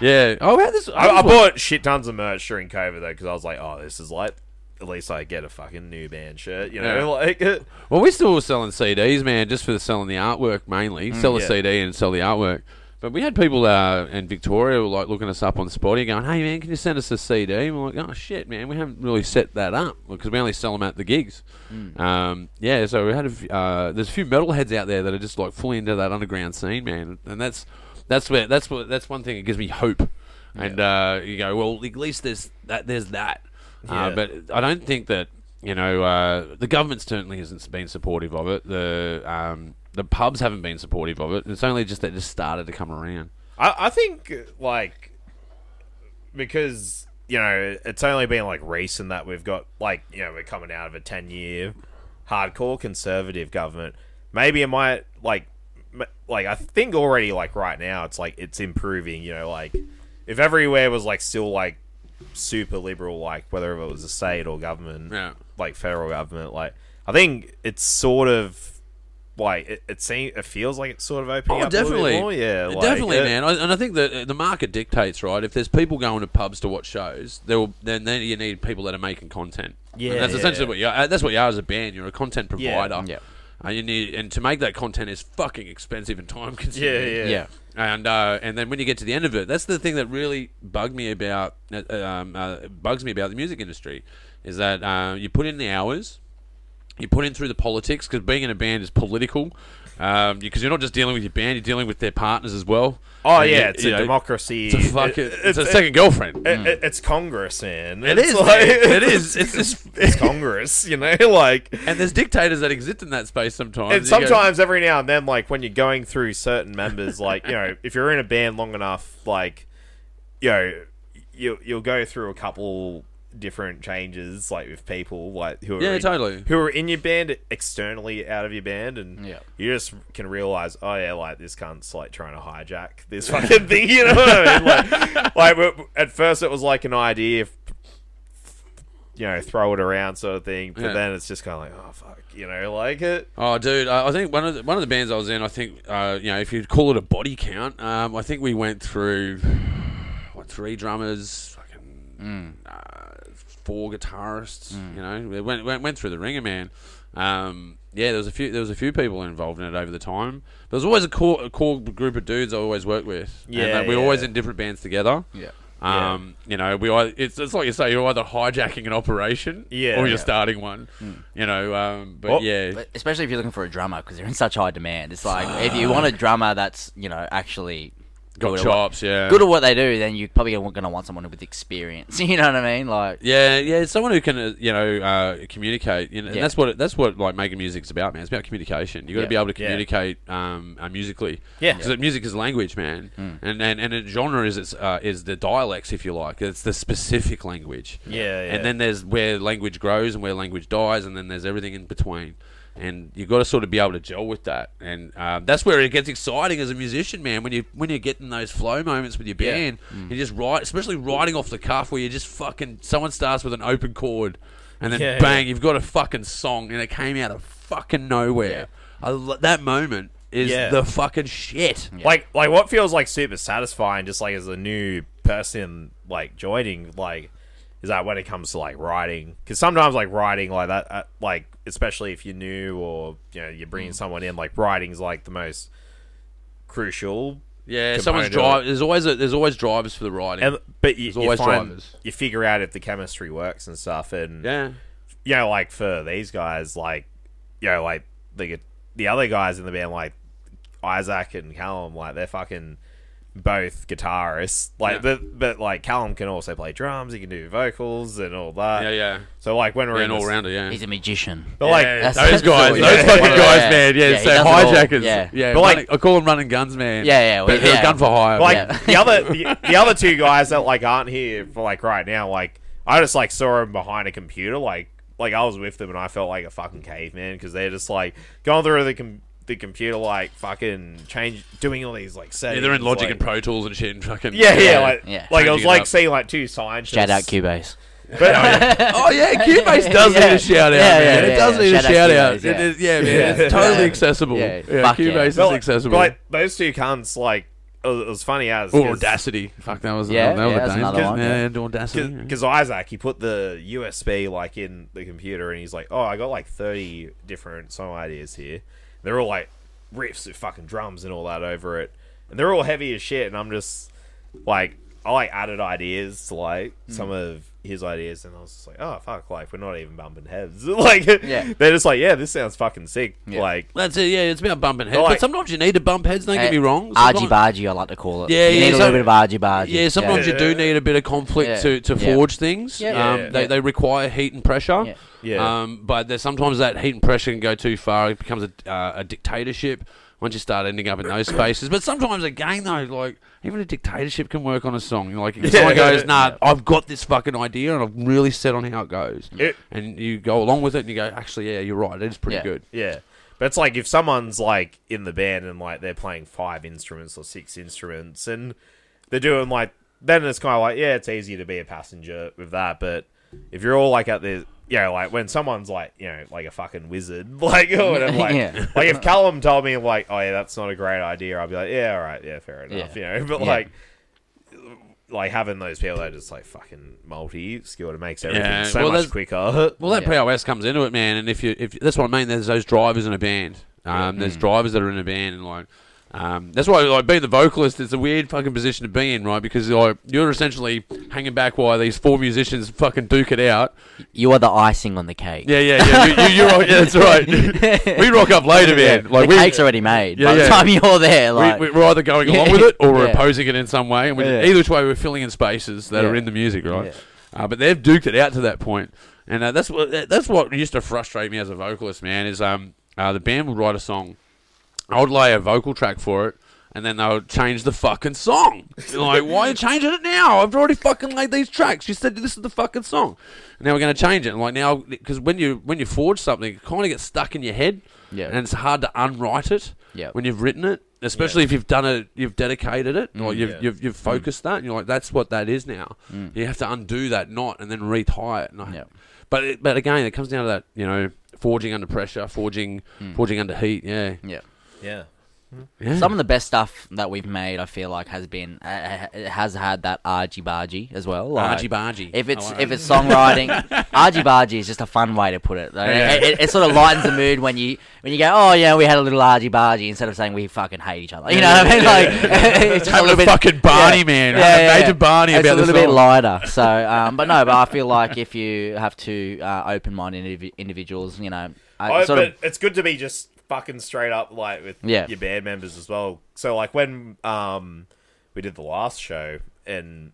S1: Yeah. Oh, how this?
S4: I, I
S1: this one-
S4: bought shit tons of merch during COVID though, because I was like, oh, this is like at least I get a fucking new band shirt, you know?
S1: Yeah.
S4: Like, uh,
S1: Well, we still were selling CDs, man, just for the selling the artwork mainly. sell the
S4: Mm, yeah.
S1: CD and sell the artwork. But we had people uh, in Victoria were like looking us up on Spotty, going, "Hey, man, can you send us a CD?" And we're like, "Oh shit, man, we haven't really set that up because we only sell them at the gigs."
S4: Mm.
S1: Um, yeah, so we had a f- uh, there's a few metalheads out there that are just like fully into that underground scene, man, and that's that's where that's what that's one thing that gives me hope. And uh, you go, well, at least there's that there's that. Uh,
S4: Yeah.
S1: but I don't think that you know uh, the government certainly hasn't been supportive of it. The um, the pubs haven't been supportive of it. It's only just that it just started to come around.
S4: I, I think like because you know it's only been like recent that we've got like you know we're coming out of a ten year hardcore conservative government. Maybe it might like m- like I think already like right now it's like it's improving. You know like if everywhere was like still like super liberal like whether it was a state or government
S1: Yeah.
S4: like federal government like I think it's sort of like it, it seems it feels like it's sort of opening
S1: Oh,
S4: up a little bit
S1: definitely,
S4: more, yeah like,
S1: definitely,
S4: uh,
S1: man. I, and I think that uh, the market dictates, right? If there's people going to pubs to watch shows, there will then then you need people that are making content. And
S4: Yeah.
S1: uh, that's essentially what you are. That's what you are as a band. You're a content provider.
S3: Yeah.
S1: Uh, you need and to make that content is fucking expensive and time consuming.
S4: Yeah, yeah.
S3: Yeah.
S1: And uh, and then when you get to the end of it, that's the thing that really bugged me about uh, um, uh, bugs me about the music industry, is that uh, you put in the hours, you put in through the politics because being in a band is political, because you're not just dealing with your band, you're dealing with their partners as well.
S4: Oh
S1: And
S4: yeah,
S1: you-
S4: it's
S1: you
S4: a
S1: know,
S4: democracy.
S1: It's a fucking,
S4: It-
S1: it's, a second girlfriend.
S4: it- it- it's Congress, man.
S1: mm. It
S4: It's
S1: is.
S4: like-
S1: it is. It's just,
S4: It's Congress, you know, like.
S1: and there's dictators that exist in that space sometimes.
S4: And
S1: You go,
S4: sometimes, every now and then, like when you're going through certain members, like you know, if you're in a band long enough, like you know, you you'll go through a couple different changes, like with people, like who are
S1: Yeah,
S4: in,
S1: totally.
S4: who are in your band externally out of your band, and
S3: Yeah.
S4: you just can realize, oh yeah, like this cunt's like trying to hijack this fucking thing. You know what I mean? Like, like w- at first it was like an idea. If, you know, throw it around, sort of thing. But
S1: Yeah.
S4: then it's just kind of like, oh fuck, you know, like it.
S1: Oh, dude, I I think one of the, one of the bands I was in, I think uh, you know, if you'd call it a body count, um, I think we went through what three drummers,
S4: Mm.
S1: fucking uh, four guitarists. You know, we went, went went through the ringer, man. Um, yeah, there was a few there was a few people involved in it over the time. There was always a core, a core group of dudes I always worked with. And,
S4: Yeah,
S1: like, we were always
S4: yeah.
S1: in different bands together.
S3: Yeah.
S1: Um, you know, we are, it's, it's like you say, you're either hijacking an operation,
S4: Yeah.
S1: or you're
S4: Yeah. Mm.
S1: starting one. You know, um, but
S4: Oh,
S1: yeah,
S3: But especially if you're looking for a drummer because they're in such high demand. It's like if you want a drummer that's you know actually
S1: got
S3: good At what,
S1: chops, yeah.
S3: good at what they do, then you're probably going to want someone with experience. You know what I mean? Like
S1: yeah, yeah, it's someone who can, uh, you know, uh, communicate. You know,
S3: Yeah.
S1: and that's what it- that's what like making music's about, man. It's about communication. You got to
S3: Yeah.
S1: be able to
S4: Yeah.
S1: communicate um, uh, musically,
S4: Yeah.
S1: Because music is language, man, and and and a genre is its, uh, is the dialects, if you like. It's the specific language.
S4: Yeah, yeah.
S1: And then there's where language grows and where language dies, and then there's everything in between. And you've got to sort of be able to gel with that, and um, that's where it gets exciting as a musician, man. When you when you're getting those flow moments with your band,
S4: Mm.
S1: you just write, especially writing off the cuff, where you just fucking someone starts with an open chord, and then
S4: Yeah,
S1: bang, you've got a fucking song, and it came out of fucking nowhere. I lo- that moment is
S4: Yeah.
S1: the fucking shit.
S4: Like like what feels like super satisfying, just like as a new person like joining, like is that when it comes to like writing? Because sometimes like writing like that, uh, like especially if you're new or you know you're
S1: Mm.
S4: bringing someone in, like writing's like the most crucial.
S1: Yeah,
S4: Component
S1: someone's
S4: of
S1: drive.
S4: it.
S1: There's always a, there's always drivers for the riding.
S4: And but you,
S1: There's
S4: you
S1: always
S4: find
S1: drivers.
S4: you figure out if the chemistry works and stuff, and
S1: yeah,
S4: you know, like for these guys, like you know, like the the other guys in the band, like Isaac and Callum, like they're fucking both guitarists. Like,
S1: Yeah.
S4: but but like Callum can also play drums, he can do vocals and all that.
S1: yeah, yeah.
S4: So like when we're
S1: We're
S4: in
S1: an
S4: this-
S1: all rounder. Yeah,
S3: he's a magician.
S4: but like
S1: Yeah,
S3: That's-
S1: those
S3: that's
S1: guys,
S3: all-
S1: those
S4: yeah.
S1: fucking
S4: Yeah.
S1: guys, man. Yeah,
S3: Yeah, he
S1: so
S3: does it all.
S1: hijackers.
S3: Yeah.
S1: Yeah, yeah.
S4: But, like-
S1: running- I call them running guns, man.
S3: Yeah, yeah,
S1: but
S3: yeah.
S1: they're gun for hire.
S4: like
S3: Yeah.
S4: the other the, the other two guys that like aren't here for like right now like i just like saw them behind a computer like like i was with them and i felt like a fucking caveman because they're just like going through the com- the computer like fucking change doing all these like
S1: yeah,
S4: settings
S1: they're in Logic
S4: like-
S1: and Pro Tools and shit, and fucking
S4: yeah, yeah,
S3: Yeah,
S4: like,
S3: yeah.
S4: like I
S1: Changing
S4: was
S1: it
S4: like
S1: up.
S4: seeing like two scientists.
S3: Shout out Cubase.
S4: But,
S1: oh yeah, Cubase does
S3: Yeah.
S1: need a shout out,
S3: Yeah,
S1: man.
S3: yeah,
S1: it does
S3: yeah,
S1: need
S3: yeah. Shout
S1: a shout
S3: out
S1: out.
S3: Cubase, yeah.
S1: It is, yeah, man,
S4: Yeah.
S1: it's totally
S3: Yeah.
S1: accessible.
S3: Yeah,
S1: Yeah,
S3: fuck yeah.
S1: Cubase is
S4: but,
S1: accessible.
S4: but those two cunts, like it was, it was funny as
S1: Or
S4: 'cause-
S1: Audacity. Fuck, that was
S3: Yeah,
S1: that was
S3: yeah,
S1: a
S3: that's
S1: danger.
S3: another one, yeah.
S1: Yeah, and Audacity. yeah.
S4: because Isaac he put the USB like in the computer and he's like, oh, I got like thirty different song ideas here. They're all like riffs with fucking drums and all that over it, and they're all heavy as shit. And I'm just like, I like added ideas to like
S3: Hmm.
S4: some of his ideas, and I was just like, oh fuck, like we're not even bumping heads. like,
S3: Yeah.
S4: they're just like, yeah, this sounds fucking sick.
S3: Yeah.
S4: Like,
S1: That's it. Yeah, it's about bumping heads.
S4: Like-
S1: but sometimes you need to bump heads. Don't get me wrong.
S3: Argy
S1: Sometimes-
S3: bargy, I like to call it.
S1: Yeah,
S3: you
S1: yeah,
S3: need a
S1: so-
S3: little bit of argy bargy.
S1: Yeah, sometimes you do
S4: Yeah.
S1: need a bit of conflict
S3: Yeah.
S1: to, to
S3: Yeah.
S1: forge things.
S3: Yeah.
S1: Um,
S4: Yeah.
S1: They, they require heat and pressure.
S3: Yeah.
S4: Yeah.
S1: Um, but there's sometimes that heat and pressure can go too far. It becomes a, uh, a dictatorship once you start ending up in those spaces. But sometimes, again, though, like even a dictatorship can work on a song. Like if someone goes, "Nah, I've got this fucking idea, and I'm really set on how it goes,"
S4: It-
S1: and you go along with it, and you go, "Actually, yeah, you're right. It is pretty
S3: Yeah.
S1: good."
S4: Yeah. But it's like if someone's like in the band and like they're playing five instruments or six instruments and they're doing like then it's kind of like yeah, it's easy to be a passenger with that. But if you're all like at the you know, like when someone's like you know like a fucking wizard like or whatever, like,
S3: Yeah.
S4: like if Callum told me like oh yeah that's not a great idea, I'd be like yeah all right yeah fair enough
S3: Yeah.
S4: you know. But
S3: Yeah.
S4: like like having those people that are just like fucking multi skilled, it makes everything
S1: Yeah,
S4: so
S1: well,
S4: much
S1: there's-
S4: quicker.
S1: Well, that
S3: Yeah.
S1: prowess comes into it, man. And if you, if that's what I mean, there's those drivers in a band. Um,
S3: Mm.
S1: there's drivers that are in a band, and like, um, that's why like being the vocalist is a weird fucking position to be in, right? Because like you're essentially hanging back while these four musicians fucking duke it out.
S3: You are the icing on the cake.
S1: Yeah, yeah, yeah. You, you, you rock, yeah, that's right. we rock up later, man. Like
S3: the
S1: we,
S3: cake's already made.
S1: Yeah,
S3: By
S1: yeah.
S3: the time you're there, like
S1: we, we're either going along
S3: Yeah.
S1: with it or we're
S3: Yeah.
S1: opposing it in some way. And we,
S3: Yeah.
S1: either which way, we're filling in spaces that
S3: Yeah.
S1: are in the music, right?
S3: Yeah.
S1: Uh, but they've duked it out to that point, and uh, that's what that- that's what used to frustrate me as a vocalist, man. Is um uh, the band would write a song, I would lay a vocal track for it. And then they would change the fucking song. You're like, why are you changing it now? I've already fucking laid these tracks. You said this is the fucking song. Now we're going to change it. And like now, because when you when you forge something, it kind of gets stuck in your head.
S3: Yeah.
S1: And it's hard to unwrite it.
S3: Yeah.
S1: When you've written it, especially if you've done it, you've dedicated it, or you've,
S4: yeah.
S1: you've you've focused that, and you're like, that's what that is now. You have to undo that knot and then retie it. And I-
S3: Yeah.
S1: But it, but again, it comes down to that you know forging under pressure, forging forging under heat. Yeah.
S3: yeah.
S4: Yeah.
S1: yeah.
S3: Mm. Some of the best stuff that we've made, I feel like, has been uh, it has had that argy bargy as well. Like,
S1: Argy-bargy.
S3: If it's
S1: Oh, I like
S3: if it's songwriting, argy bargy is just a fun way to put it. Like,
S1: Yeah.
S3: it, it, it sort of lightens the mood when you when you go, oh yeah, we had a little argy bargy instead of saying we fucking hate each other. You know what I mean? Like it's just a
S1: Having
S3: little
S1: a
S3: bit
S1: fucking Barney, man. I had a major Barney
S3: it's
S1: about
S3: a little
S1: this
S3: bit
S1: song.
S3: lighter. So, um, but no, but I feel like if you have two uh, open-minded indivi- individuals, you know, I
S4: Oh,
S3: sort
S4: but
S3: of
S4: it's good to be just fucking straight up like with
S3: Yeah.
S4: your band members as well. So like when um we did the last show and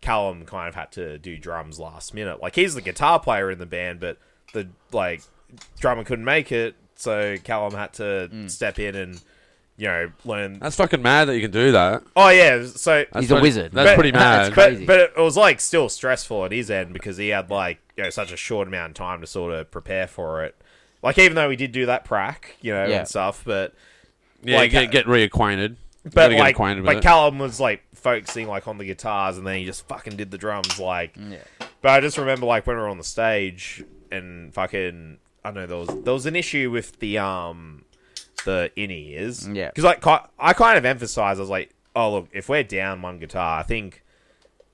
S4: Callum kind of had to do drums last minute. Like he's the guitar player in the band, but the like drummer couldn't make it, so Callum had to
S3: Mm.
S4: step in and you know learn.
S3: Uh,
S1: That's fucking mad that you can do that.
S4: oh yeah, so
S1: That's
S3: He's a
S1: pretty-
S3: wizard.
S1: That's
S4: But-
S1: pretty mad.
S3: It's crazy.
S4: but, but it was like still stressful at his end because he had like you know such a short amount of time to sort of prepare for it. Like even though we did do that prac, you know,
S3: Yeah.
S4: and stuff, but
S1: yeah,
S4: like,
S1: get, get reacquainted. You
S4: but
S1: gotta get
S4: like
S1: acquainted with
S4: but
S1: it.
S4: Callum was like focusing like on the guitars and then he just fucking did the drums like.
S3: Mm,
S4: But I just remember like when we were on the stage and fucking I know there was there was an issue with the um the in ears
S3: Mm, Yeah.
S4: because like ki- I kind of emphasized I was like oh look if we're down one guitar I think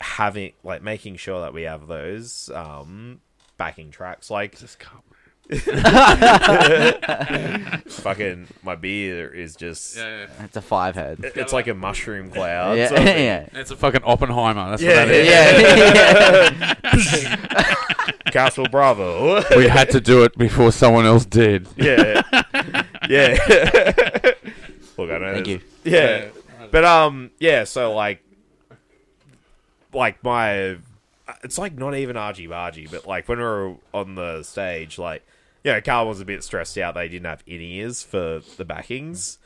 S4: having like making sure that we have those um backing tracks like
S1: This cup, man.
S4: fucking my beer is just
S1: Yeah, yeah.
S3: it's a five head.
S4: it's like a mushroom cloud
S3: Yeah,
S4: sort of thing.
S3: yeah,
S1: It's a fucking Oppenheimer. That's
S4: Yeah,
S1: what that is.
S3: yeah.
S4: Castle Bravo
S1: We had to do it before someone else did.
S4: yeah, yeah. Look, I know. there's-
S3: Thank you.
S4: Yeah, but um, yeah. So like, like my, it's like not even argy bargy, but like when we were on the stage, like, you know, Carl was a bit stressed out. They didn't have in ears for the backings,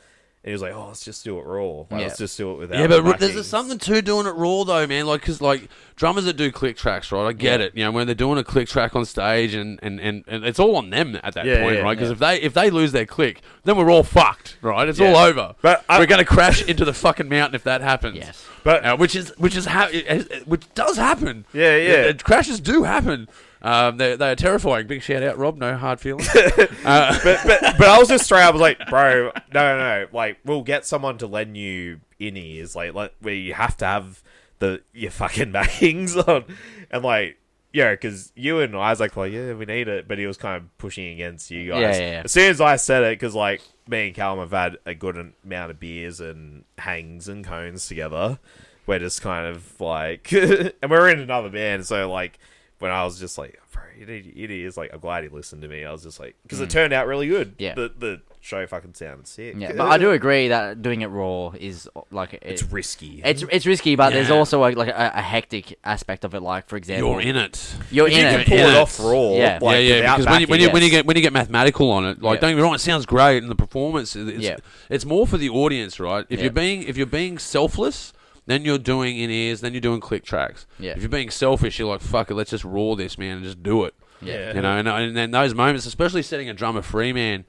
S4: and he was like, "Oh, let's just do it raw. Like,
S3: Yeah.
S4: Let's just do it without."
S1: Yeah, but
S4: the
S1: r- there's
S4: backings."
S1: a something to doing it raw though, man. Like, cause like drummers that do click tracks, right? I get it. You know, when they're doing a click track on stage, and and and, and it's all on them at that
S4: Yeah,
S1: point,
S4: yeah,
S1: right? Because if they if they lose their click, then we're all fucked, right? It's all
S4: Yeah.
S1: over.
S4: But I-
S1: we're gonna crash into the fucking mountain if that happens.
S3: Yes.
S4: But-
S1: Uh, which is which is ha- it- it- which does happen.
S4: Yeah, yeah.
S1: Uh, crashes do happen. Um, they they are terrifying. Big shout out, Rob. No hard feelings.
S4: but but I was just straight. up, I was like, bro, no, no, no. Like, we'll get someone to lend you in ears. Like, like where you have to have the your fucking backings on, and like, yeah, because you and Isaac were like, yeah, we need it. But he was kind of pushing against you guys.
S3: Yeah, yeah, yeah.
S4: As soon as I said it, because like me and Callum have had a good amount of beers and hangs and cones together. We're just kind of like, and we're in another band, so like. When I was just like, bro, you need your ears. Like, I'm glad he listened to me. I was just like, because it turned out really good
S3: Mm. Yeah.
S4: the the show fucking sounded sick.
S3: yeah. But I do agree that doing it raw is like it-
S4: It's risky.
S3: It's it's risky, but there's
S1: Yeah.
S3: also a, like a, a hectic aspect of it. Like for example,
S1: You're in it.
S3: You're
S4: you
S3: in
S4: can
S3: it.
S4: pull it
S1: Yeah.
S4: off raw.
S3: Yeah.
S4: like,
S1: yeah, yeah.
S4: without
S1: Because when you, when, you,
S4: backing.
S1: when you get when you get mathematical on it, like
S3: Yeah.
S1: don't get me wrong, it sounds great in the performance. It's,
S3: Yeah.
S1: it's more for the audience, right? If
S3: Yeah.
S1: you're being if you're being selfless, then you're doing in ears, then you're doing click tracks.
S3: Yeah.
S1: If you're being selfish, you're like fuck it, let's just raw this man and just do it.
S4: Yeah.
S1: You know, and, and then those moments, especially setting a drummer free, man.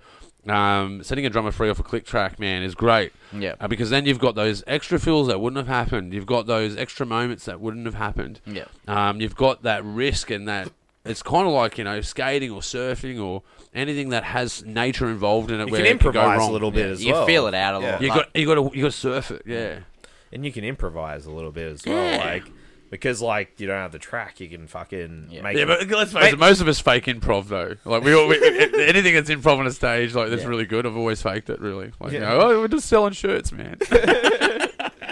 S1: Um, setting a drummer free off a click track, man, is great.
S3: Yeah.
S1: Uh, because then you've got those extra fills that wouldn't have happened. You've got those extra moments that wouldn't have happened.
S3: Yeah.
S1: Um, you've got that risk and that it's kind of like you know skating or surfing or anything that has nature involved in it.
S4: You
S1: where
S4: can
S1: it could go
S4: improvise a
S1: wrong.
S4: little bit as
S3: you
S4: well.
S3: feel it out a
S4: Yeah.
S3: lot.
S1: You
S3: like-
S1: got you got to you got to surf it. Yeah.
S4: and you can improvise a little bit as well.
S1: Yeah.
S4: Like because like you don't have the track, you can fucking
S3: Yeah.
S4: make
S1: Yeah,
S4: it-
S1: but let's face it, most of us fake improv though. Like we, all, we anything that's improv on a stage, like that's
S3: Yeah.
S1: really good. I've always faked it. Really, like you
S4: Yeah.
S1: know, oh, we're just selling shirts, man.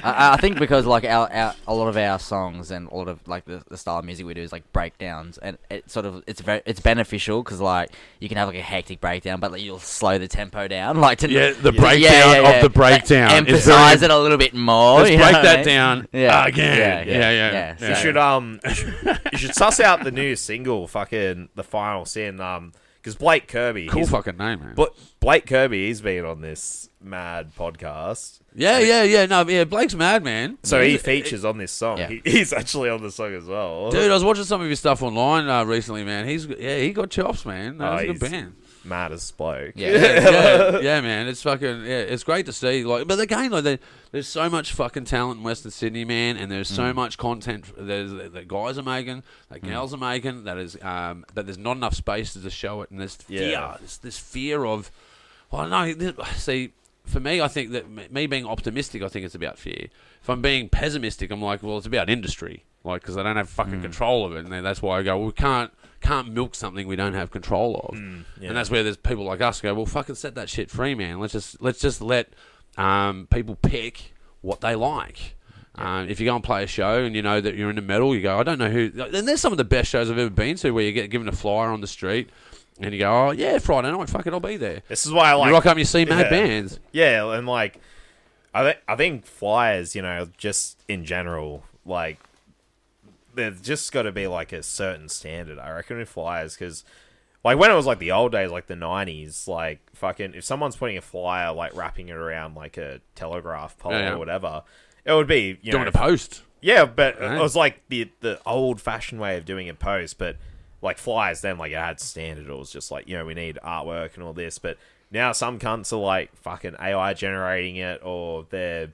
S3: I, I think because like our, our a lot of our songs and a lot of like the, the style of music we do is like breakdowns and it sort of it's very it's beneficial because like you can have like a hectic breakdown but like, you'll slow the tempo down like to
S1: yeah, the
S3: Yeah,
S1: breakdown
S3: yeah, yeah.
S1: of the breakdown. is very-
S3: emphasize it a little bit more
S1: Let's
S3: you know
S1: break
S3: what I
S1: that
S3: mean?
S1: down
S3: Yeah.
S1: again.
S3: Yeah,
S1: Yeah,
S3: yeah,
S1: yeah, yeah.
S3: yeah. So-
S4: You should um, you should- you should suss out the new single, fucking the final sin, um, because Blake Kirby,
S1: cool
S4: he's-
S1: fucking name, man.
S4: Bla- Blake Kirby, he's been on this mad podcast,
S1: yeah, yeah, yeah. No, yeah. Blake's mad, man.
S4: so he
S1: He's-
S4: features on this song.
S3: Yeah.
S4: He, he's actually on the song as well.
S1: Dude, I was watching some of his stuff online uh, recently, man. He's yeah, he got chops, man. That
S4: Oh,
S1: was a good
S4: he's-
S1: band.
S4: Mad as spoke.
S3: Yeah.
S1: yeah, yeah, man. It's fucking yeah. It's great to see. Like, but again, like, there, there's so much fucking talent in Western Sydney, man, and there's so much content. There's the guys are making, the gals are making. That is, um, that there's not enough spaces to show it, and there's fear.
S4: Yeah.
S1: There's this fear of, well, no. This, see, for me, I think that m- me being optimistic, I think it's about fear. If I'm being pessimistic, I'm like, well, it's about industry, like because I don't have fucking
S4: Mm.
S1: control of it, and then that's why I go, well, we can't can't milk something we don't have control of.
S4: Mm, yeah.
S1: And that's where there's people like us go, well, fucking set that shit free, man. Let's just let's just let um, people pick what they like. Um, if you go and play a show and you know that you're into metal, you go, I don't know who. And there's some of the best shows I've ever been to where you get given a flyer on the street and you go, oh yeah, Friday night, fuck it, I'll be there.
S4: This is why I like
S1: you rock up, and you see mad
S4: yeah.
S1: bands.
S4: Yeah, and like, I think I think flyers, you know, just in general, like, there's just got to be like a certain standard. I reckon with flyers because, like, when it was like the old days, like the '90s, like fucking, if someone's putting a flyer, like wrapping it around like a telegraph pole
S1: Yeah, yeah.
S4: or whatever, it would be you
S1: Doing
S4: know,
S1: a post.
S4: yeah, but
S1: Right.
S4: it was like the the old fashioned way of doing a post, but like flyers then like it had standard. It was just like, you know, we need artwork and all this, but now some cunts are like fucking AI generating it or they're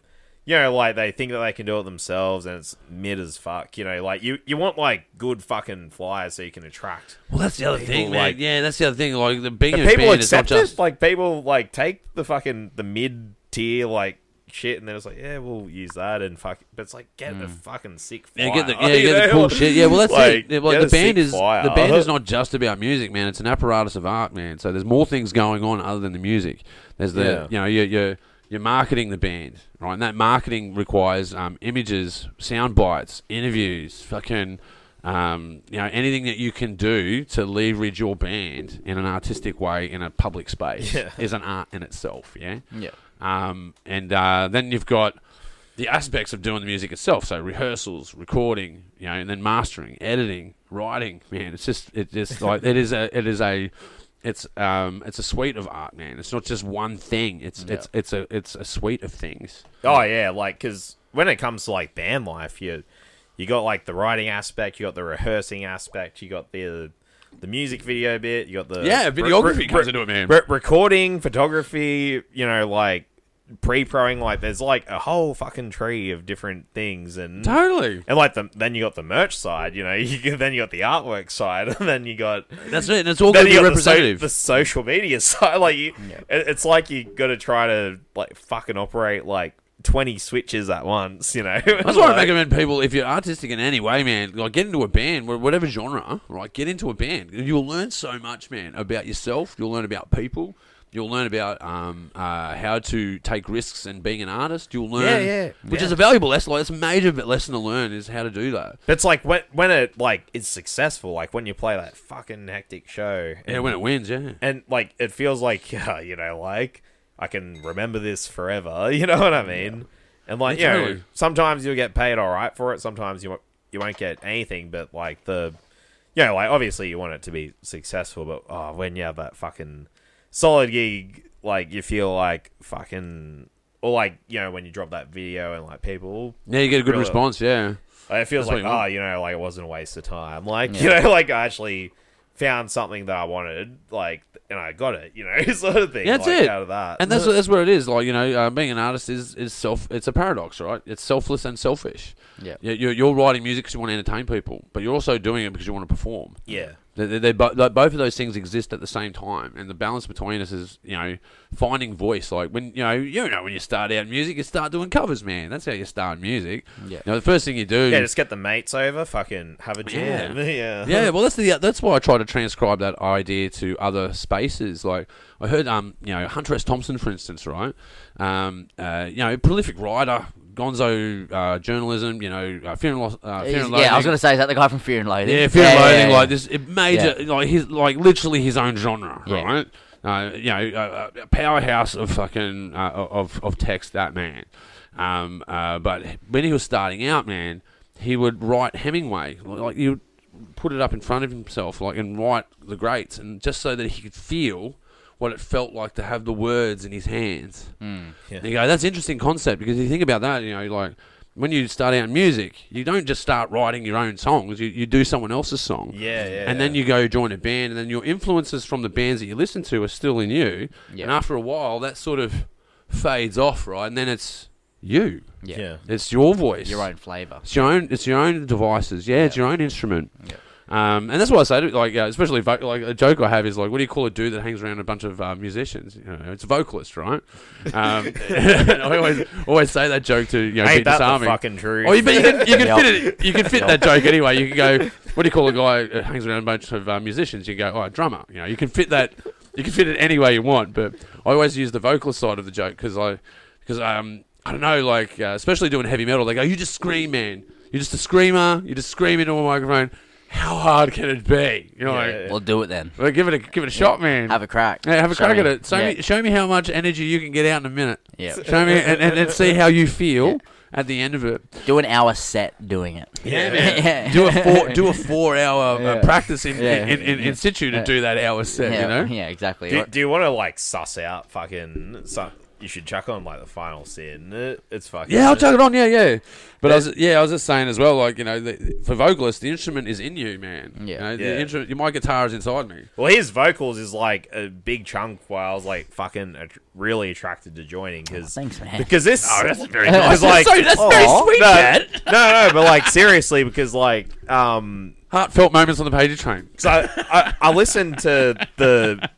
S4: you know, like they think that they can do it themselves and it's mid as fuck, you know, like you, you want like good fucking flyers so you can attract
S1: Well, that's the other
S4: People
S1: thing, man.
S4: like-
S1: yeah, that's the other thing. Like the being
S4: and
S1: a
S4: people
S1: band is not
S4: accept
S1: just
S4: it. Like people like take the fucking the mid tier like shit, and then it's like, yeah, we'll use that and fuck. But it's like get the fucking sick.
S1: Hmm.
S4: Fire,
S1: Yeah, get the, yeah, get the
S4: know?
S1: cool shit. Yeah, well, that's it. Yeah,
S4: get
S1: Like,
S4: a
S1: the band
S4: sick
S1: is
S4: fire.
S1: the band is not just about music, man. It's an apparatus of art, man. So there's more things going on other than the music. There's the
S4: Yeah.
S1: you know you're, you're you're marketing the band, right? And that marketing requires um, images, sound bites, interviews, fucking. Um, you know anything that you can do to leverage your band in an artistic way in a public space
S4: Yeah.
S1: is an art in itself. Yeah.
S3: Yeah.
S1: Um, and uh, then you've got the aspects of doing the music itself. So rehearsals, recording, you know, and then mastering, editing, writing. Man, it's just it just like it is a it is a it's um it's a suite of art, man. It's not just one thing. It's it's it's a it's a suite of things.
S4: Oh yeah, like because when it comes to like band life, you you got like the writing aspect, you got the rehearsing aspect, you got the the music video bit, you got the
S1: Yeah, videography comes into it, man.
S4: Re- recording, photography, you know, like pre-proing, like there's like a whole fucking tree of different things and.
S1: Totally.
S4: And like the, then you got the merch side, you know. You, then you got the artwork side, and then you got
S1: That's it. And it's all
S4: then
S1: going to be
S4: you got the, so-
S1: representative.
S4: the social media side. Like you, it, it's like you got to try to like fucking operate like twenty switches at once, you know.
S1: That's why I recommend people, if you're artistic in any way, man, like get into a band, wh- whatever genre, right? Get into a band. You'll learn so much, man, about yourself. You'll learn about people. You'll learn about um, uh, how to take risks and being an artist. You'll learn,
S4: Yeah, yeah.
S1: which
S4: Yeah.
S1: is a valuable lesson. Like, it's a major lesson to learn is how to do that.
S4: But it's like when when it like is successful, like when you play that fucking hectic show, and,
S1: Yeah, when it wins, yeah.
S4: and like it feels like yeah, you know, like I can remember this forever. You know what I mean? And like
S1: Yeah,
S4: you know,
S1: totally.
S4: sometimes you'll get paid all right for it. Sometimes you won't, you won't get anything. But like the, you know, like obviously you want it to be successful, but oh, when you have that fucking solid gig, like you feel like fucking. Or like you know when you drop that video and like people
S1: Yeah, you get a good
S4: Really?
S1: response, yeah.
S4: like, it feels
S1: That's what
S4: like,
S1: you
S4: oh,
S1: want.
S4: you know, like it wasn't a waste of time. Like, you know, like I actually found something that I wanted, like, and I got it, you know, sort of thing.
S1: Yeah, that's
S4: like,
S1: it.
S4: Out of that.
S1: And that's what, that's what it is. Like you know, uh, being an artist is is self. It's a paradox, right? It's selfless and selfish.
S3: Yeah.
S1: You- You're, you're writing music because you want to entertain people, but you're also doing it because you want to perform.
S4: yeah.
S1: They, they, they bo- like, both of those things exist at the same time, and the balance between us is, you know, finding voice. Like when you know, you know, when you start out in music, you start doing covers, man. That's how you start in music.
S3: Yeah.
S1: You know, the first thing you do,
S4: Yeah, just get the mates over, fucking have a jam.
S1: Oh, Yeah.
S4: Yeah.
S1: yeah, well, that's the that's why I try to transcribe that idea to other spaces. Like I heard, um, you know, Hunter S. Thompson, for instance, right? Um, uh, you know, prolific writer, Gonzo uh, journalism. You know, uh, Fear and, Lo- uh, Fear and
S3: He's- yeah, I was
S1: Loathing.
S3: gonna say is that the guy from Fear and Loathing?
S1: Yeah, Fear and
S3: yeah,
S1: Loathing,
S3: yeah.
S1: like this it major, like his, like literally his own genre,
S3: Yeah.
S1: right? Uh, you know, uh, a powerhouse of fucking uh, of of text that man. Um, uh, but when he was starting out, man, he would write Hemingway, like he would put it up in front of himself, like and write the greats, and just so that he could feel what it felt like to have the words in his hands.
S3: Hmm.
S1: And you go, that's an interesting concept because if you think about that, you know, like when you start out in music, you don't just start writing your own songs, you, you do someone else's song.
S4: Yeah, yeah,
S1: And then
S4: yeah.
S1: you go join a band, and then your influences from the bands that you listen to are still in you.
S3: Yeah.
S1: And after a while, that sort of fades off, right? And then it's you.
S3: Yeah.
S4: Yeah.
S1: It's your voice.
S3: your own flavor.
S1: It's your own. It's your own devices. Yeah, it's your own instrument. Um, and that's why I say, to, like, uh, especially voc like a joke I have is like, what do you call a dude that hangs around a bunch of uh, musicians? You know, it's a vocalist, right? Um, and I always always say that joke to you know,
S4: Ain't
S1: Pete
S4: that
S1: Disarming.
S4: the fucking truth?
S1: Oh, you, but you can, you can
S3: Yep.
S1: fit it. You can fit that joke anyway. You can go. What do you call a guy that hangs around a bunch of uh, musicians? You can go, oh, a drummer. You know, you can fit that. You can fit it any way you want. But I always use the vocal side of the joke because I, because um, I don't know, like uh, especially doing heavy metal, they go, you just scream, man. You're just a screamer. You just scream into a microphone. How hard can it be? You know, like,
S4: Yeah.
S3: We'll do it then.
S1: well, give it a give it a shot, man.
S3: Have a crack.
S1: Yeah, have a
S3: Show
S1: crack at
S3: me.
S1: it. Show
S3: yeah.
S1: me, show me how much energy you can get out in a minute.
S3: Yeah.
S1: Show me and, and, and see how you feel at the end of it.
S3: Do an hour set doing it.
S4: Yeah,
S3: Yeah.
S1: do a four do a four hour uh,
S3: Yeah.
S1: practice in,
S3: Yeah.
S1: in, in, in
S3: Yeah.
S1: situ to
S3: Yeah.
S1: do that hour set.
S3: yeah,
S1: You know,
S3: yeah, exactly.
S4: Do, do you want to like suss out fucking? Su- you should chuck on like the final sin. It- It's fucking.
S1: yeah, I'll chuck it on. Yeah, yeah. But I was yeah, I was just saying as well, like you know, the, for vocalists, the instrument is in you, man.
S3: Yeah.
S1: you know, the
S4: Yeah.
S1: instru- my guitar is inside me.
S4: Well, his vocals is like a big chunk. Why I was like fucking att- really attracted to joining because
S3: Thanks, man.
S4: because this oh that's very
S1: nice.
S4: like
S1: That's so- that's
S4: "Aw."
S1: very sweet,
S4: no,
S1: Dad.
S4: no no but like seriously because like um
S1: Heartfelt moments on the pager train.
S4: So I, I, I listened to the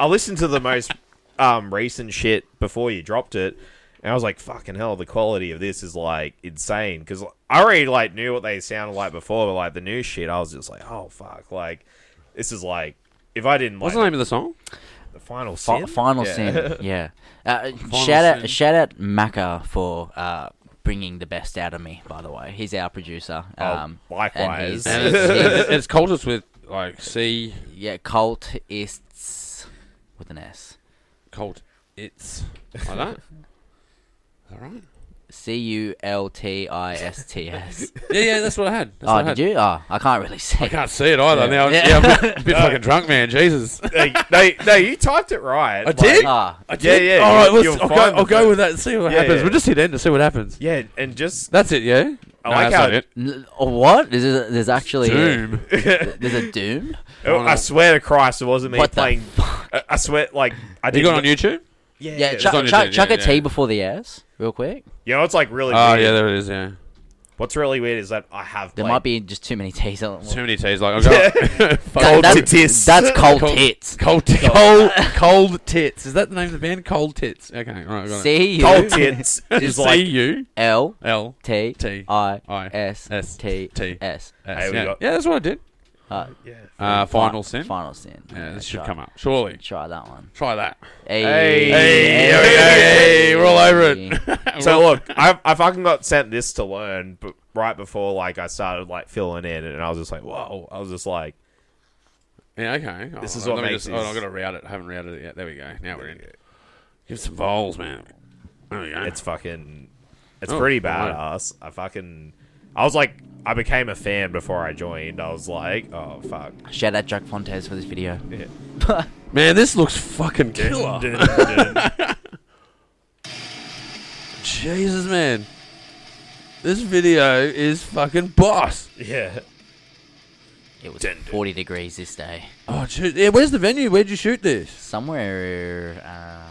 S4: I listened to the most um, recent shit before you dropped it, and I was like, "Fucking hell, the quality of this is like insane." Because I already like knew what they sounded like before, but like the new shit, I was just like, "Oh fuck!" Like this is like if I didn't like
S1: What's the name of the song?
S4: the final
S3: Fi-
S4: sin,
S3: Final
S4: Yeah.
S3: Sin. Yeah. Uh, shout
S1: Sin.
S3: out, shout out Macca for uh, bringing the best out of me. By the way, he's our producer.
S4: Oh,
S3: Um,
S4: likewise.
S3: And
S1: And
S3: he's,
S1: it's,
S3: he's-
S1: it's cultists with like C
S3: yeah, cult ists with an S.
S1: cult. It's like that. All right.
S3: C U L T I S T S.
S1: Yeah, yeah, that's what I had. That's what
S3: Oh,
S1: I had.
S3: did you? Oh, I can't really see.
S1: I can't see it either
S3: Yeah.
S1: now. Yeah,
S3: Yeah.
S1: I'm a bit, bit fucking drunk, man. Jesus.
S4: Hey, no, no, you typed it right.
S1: I did?
S3: Ah,
S4: Yeah, yeah.
S1: All right,
S4: you-
S1: let's,
S4: you'll
S1: I'll, go,
S4: find
S1: I'll
S4: the
S1: go
S4: thing.
S1: with that and see what
S4: Yeah,
S1: happens.
S4: yeah.
S1: We'll just hit end and see what happens.
S4: Yeah, and just
S1: That's it, yeah?
S4: I like
S1: that's
S4: how-
S1: not it.
S3: n- oh, what? There's, a, there's actually a-
S1: Doom.
S3: there's a Doom.
S4: oh, I swear to Christ, it wasn't me
S3: What the
S4: playing. I, I swear, like I
S1: you
S4: didn't.
S1: got on YouTube?
S4: yeah,
S3: Yeah,
S4: yeah.
S3: chuck,
S1: on your
S3: chuck,
S1: chin,
S3: chuck
S1: yeah,
S3: a T
S1: yeah.
S3: before the S, real quick.
S4: you know, it's like really.
S1: Oh,
S4: weird.
S1: yeah, there it is, yeah.
S4: What's really weird is that I have
S3: There
S4: played-
S3: might be just too many T's. on-
S1: Too many T's. Like, I've got
S3: That-
S1: cold,
S3: that's-
S4: tits.
S3: That's cold
S1: Cold-
S3: tits.
S1: cold, cold, cold Tits. Is that the name of the band? Cold Tits. Okay, all right, I got it.
S3: C
S4: cold
S3: U
S4: tits is
S1: C
S4: like
S1: U
S3: L
S1: L
S3: T
S1: T
S3: I
S1: I
S3: S
S1: S
S3: T
S1: T
S3: S.
S1: S.
S4: Hey, we
S1: Yeah,
S4: got-
S1: Yeah, that's what I did.
S3: Uh,
S1: Uh,
S3: fi-
S1: Final Sin.
S3: Final sin.
S1: Yeah, this should
S3: try-
S1: come up. Surely.
S3: Try that one.
S1: Try that.
S3: Hey,
S4: Hey,
S1: Hey, hey, we're all over it.
S4: so. Look, I I fucking got sent this to learn, but right before like I started like filling in, and I was just like, whoa, I was just like,
S1: Yeah, okay.
S4: This
S1: Oh,
S4: is what
S1: let me
S4: makes
S1: just, oh,
S4: this-
S1: I've got to route it. I haven't routed it yet. There we go. Now we're in. Give some bowls, man. There we go.
S4: it's fucking, it's
S1: Oh,
S4: pretty
S1: alright.
S4: badass. I fucking, I was like, I became a fan before I joined. I was like, oh fuck,
S3: Shout out Jack Fontes for this video.
S4: Yeah.
S1: man, this looks fucking killer. Jesus, man. This video is fucking boss.
S4: yeah.
S3: It was
S4: Dun, dun.
S3: 40 degrees this day.
S1: Oh, shoot. Yeah, where's the venue? Where'd you shoot this?
S3: Somewhere,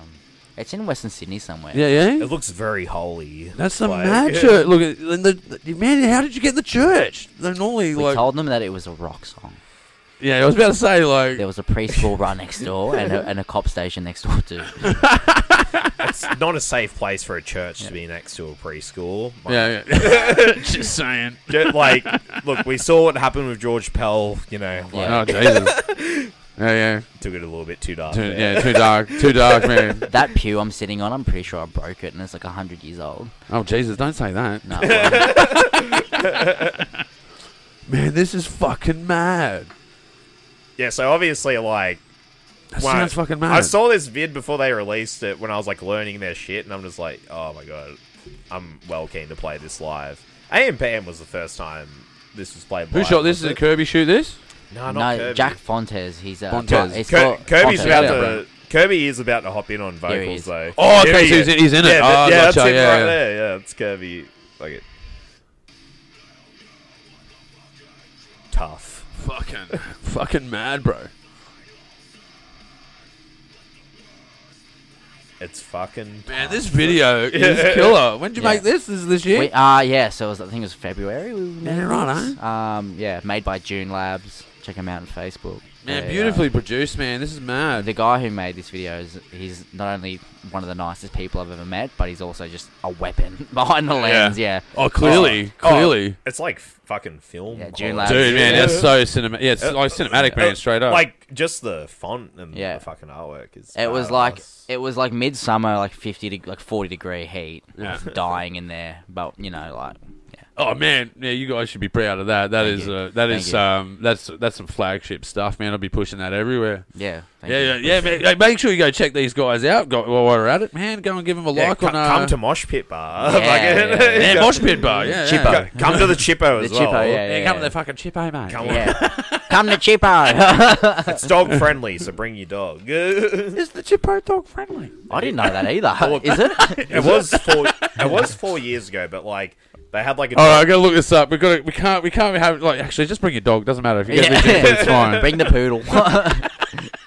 S3: um, it's in Western Sydney somewhere.
S1: Yeah, yeah.
S4: It looks very holy.
S1: That's the
S4: Like-
S1: mad church. Look, at- and the, the- man, how did you get in the church? They're normally
S3: We
S1: like.
S3: told them that it was a rock song.
S1: Yeah, I was about to say like
S3: There was a preschool right next door and a, and a cop station next door too.
S4: It's not a safe place for a church to be next to a preschool. Like,
S1: Yeah, yeah. just saying.
S4: get- like, look, we saw what happened with George Pell. You know, like,
S3: Yeah.
S1: Oh Jesus. Yeah, yeah,
S4: took it a little bit too dark.
S1: too,
S4: there.
S1: yeah, too dark, too dark, man.
S3: That pew I'm sitting on, I'm pretty sure I broke it, and it's like hundred years old.
S1: Oh Jesus, don't say that,
S3: No, well,
S1: man. This is fucking mad.
S4: Yeah, so obviously, like,
S1: That
S4: when I-
S1: sounds fucking mad.
S4: I saw this vid before they released it when I was like learning their shit, and I'm just like, oh my god, I'm well keen to play this live. AMPM was the first time this was played.
S1: Who
S4: live,
S1: shot this?
S4: was
S1: Did
S4: it?
S1: Kirby shoot this?
S4: No, not
S3: no,
S4: Kirby.
S3: Jack Fontes. He's uh,
S1: Fontes.
S3: it's
S4: Kir-
S3: called-
S4: Kirby's
S3: Fontes,
S4: about
S1: yeah,
S4: to.
S1: bro.
S4: Kirby is about to hop in on
S3: he
S4: vocals
S3: is.
S4: though.
S1: Oh,
S4: Here
S1: okay,
S4: he
S1: so
S4: is.
S1: he's in- he's in it.
S4: Yeah,
S1: Oh, gotcha,
S4: yeah, that's him
S1: yeah,
S4: right
S1: yeah.
S4: there. Yeah, it's Kirby. Like it. Tough.
S1: Fucking, fucking mad, bro.
S4: It's fucking.
S1: Man, this video is killer. When did you
S3: Yeah.
S1: make this? This is this year?
S3: We, uh, yeah, so it was, I think it was February. We made
S1: Yeah, right, eh?
S3: this. Um, yeah, made by June Labs. Check him out on Facebook.
S1: Man,
S3: They, uh,
S1: beautifully produced, man. This is
S3: the
S1: mad.
S3: guy who made this video is he's not only one of the nicest people I've ever met, but he's also just a weapon behind the lens. Yeah.
S1: Oh, clearly,
S4: Oh,
S1: clearly.
S4: It's like fucking film.
S3: Yeah,
S4: quality.
S3: June Labs.
S1: Dude, man,
S4: Yeah.
S1: that's so cinematic. Yeah, it's like cinematic, man, straight up.
S4: Uh, Like just the font and
S3: Yeah.
S4: the fucking artwork is.
S3: It was
S4: badass.
S3: like it was like midsummer, like fifty, de- like forty degree heat,
S1: Yeah.
S3: dying in there. But you know, like yeah,
S1: Oh man, yeah, you guys should be proud of that. That
S3: Thank
S1: is
S3: you.
S1: uh, that
S3: Thank
S1: is
S3: you.
S1: um that's that's some flagship stuff, man. I'll be pushing that everywhere.
S3: yeah, thank
S1: Yeah,
S3: you.
S1: yeah, yeah, man. Hey, Make sure you go check these guys out. Go, while we're at it, man, go and give them a
S4: Yeah,
S1: like
S4: co-
S1: on. Uh,
S4: come to Mosh Pit Bar. Like,
S3: Yeah, yeah,
S1: yeah, Mosh Pit Bar. Yeah, yeah.
S3: Chippo.
S4: Go- Come to the Chippo
S3: The
S4: as well.
S3: Chippo, yeah,
S1: Yeah, come to the fucking Chippo, mate.
S4: Come on.
S3: Yeah. Come to Cheapo.
S4: It's dog friendly, so bring your dog. it
S1: Is the Chippo dog friendly?
S3: I didn't know that either. Is it?
S4: was four. It was four years ago, but like they had like a.
S1: All right, I gotta look this up. We got to we can't we can't have like actually just bring your dog. Doesn't matter if you get
S3: Yeah.
S1: yeah. it's fine.
S3: Bring the poodle.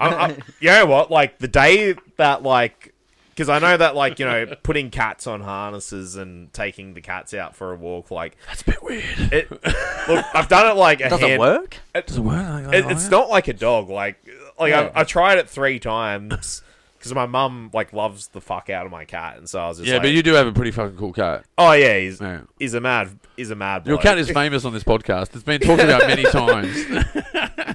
S4: I, I, you know what? Like the day that like, because I know that like you know putting cats on harnesses and taking the cats out for a walk, like
S1: That's a bit weird.
S4: it. Look, I've done it like a
S3: Does it
S4: hand-
S3: work?
S1: Does it work? Like,
S4: It, it's not like a dog. Like, like
S3: Yeah.
S4: I, I tried it three times because my mum like loves the fuck out of my cat, and so I was just
S1: Yeah,
S4: like,
S1: but you do have a pretty fucking cool cat.
S4: oh yeah, he's
S1: Yeah.
S4: he's a mad he's a mad.
S1: Your
S4: bloke.
S1: cat is famous on this podcast. It's been talked about many times.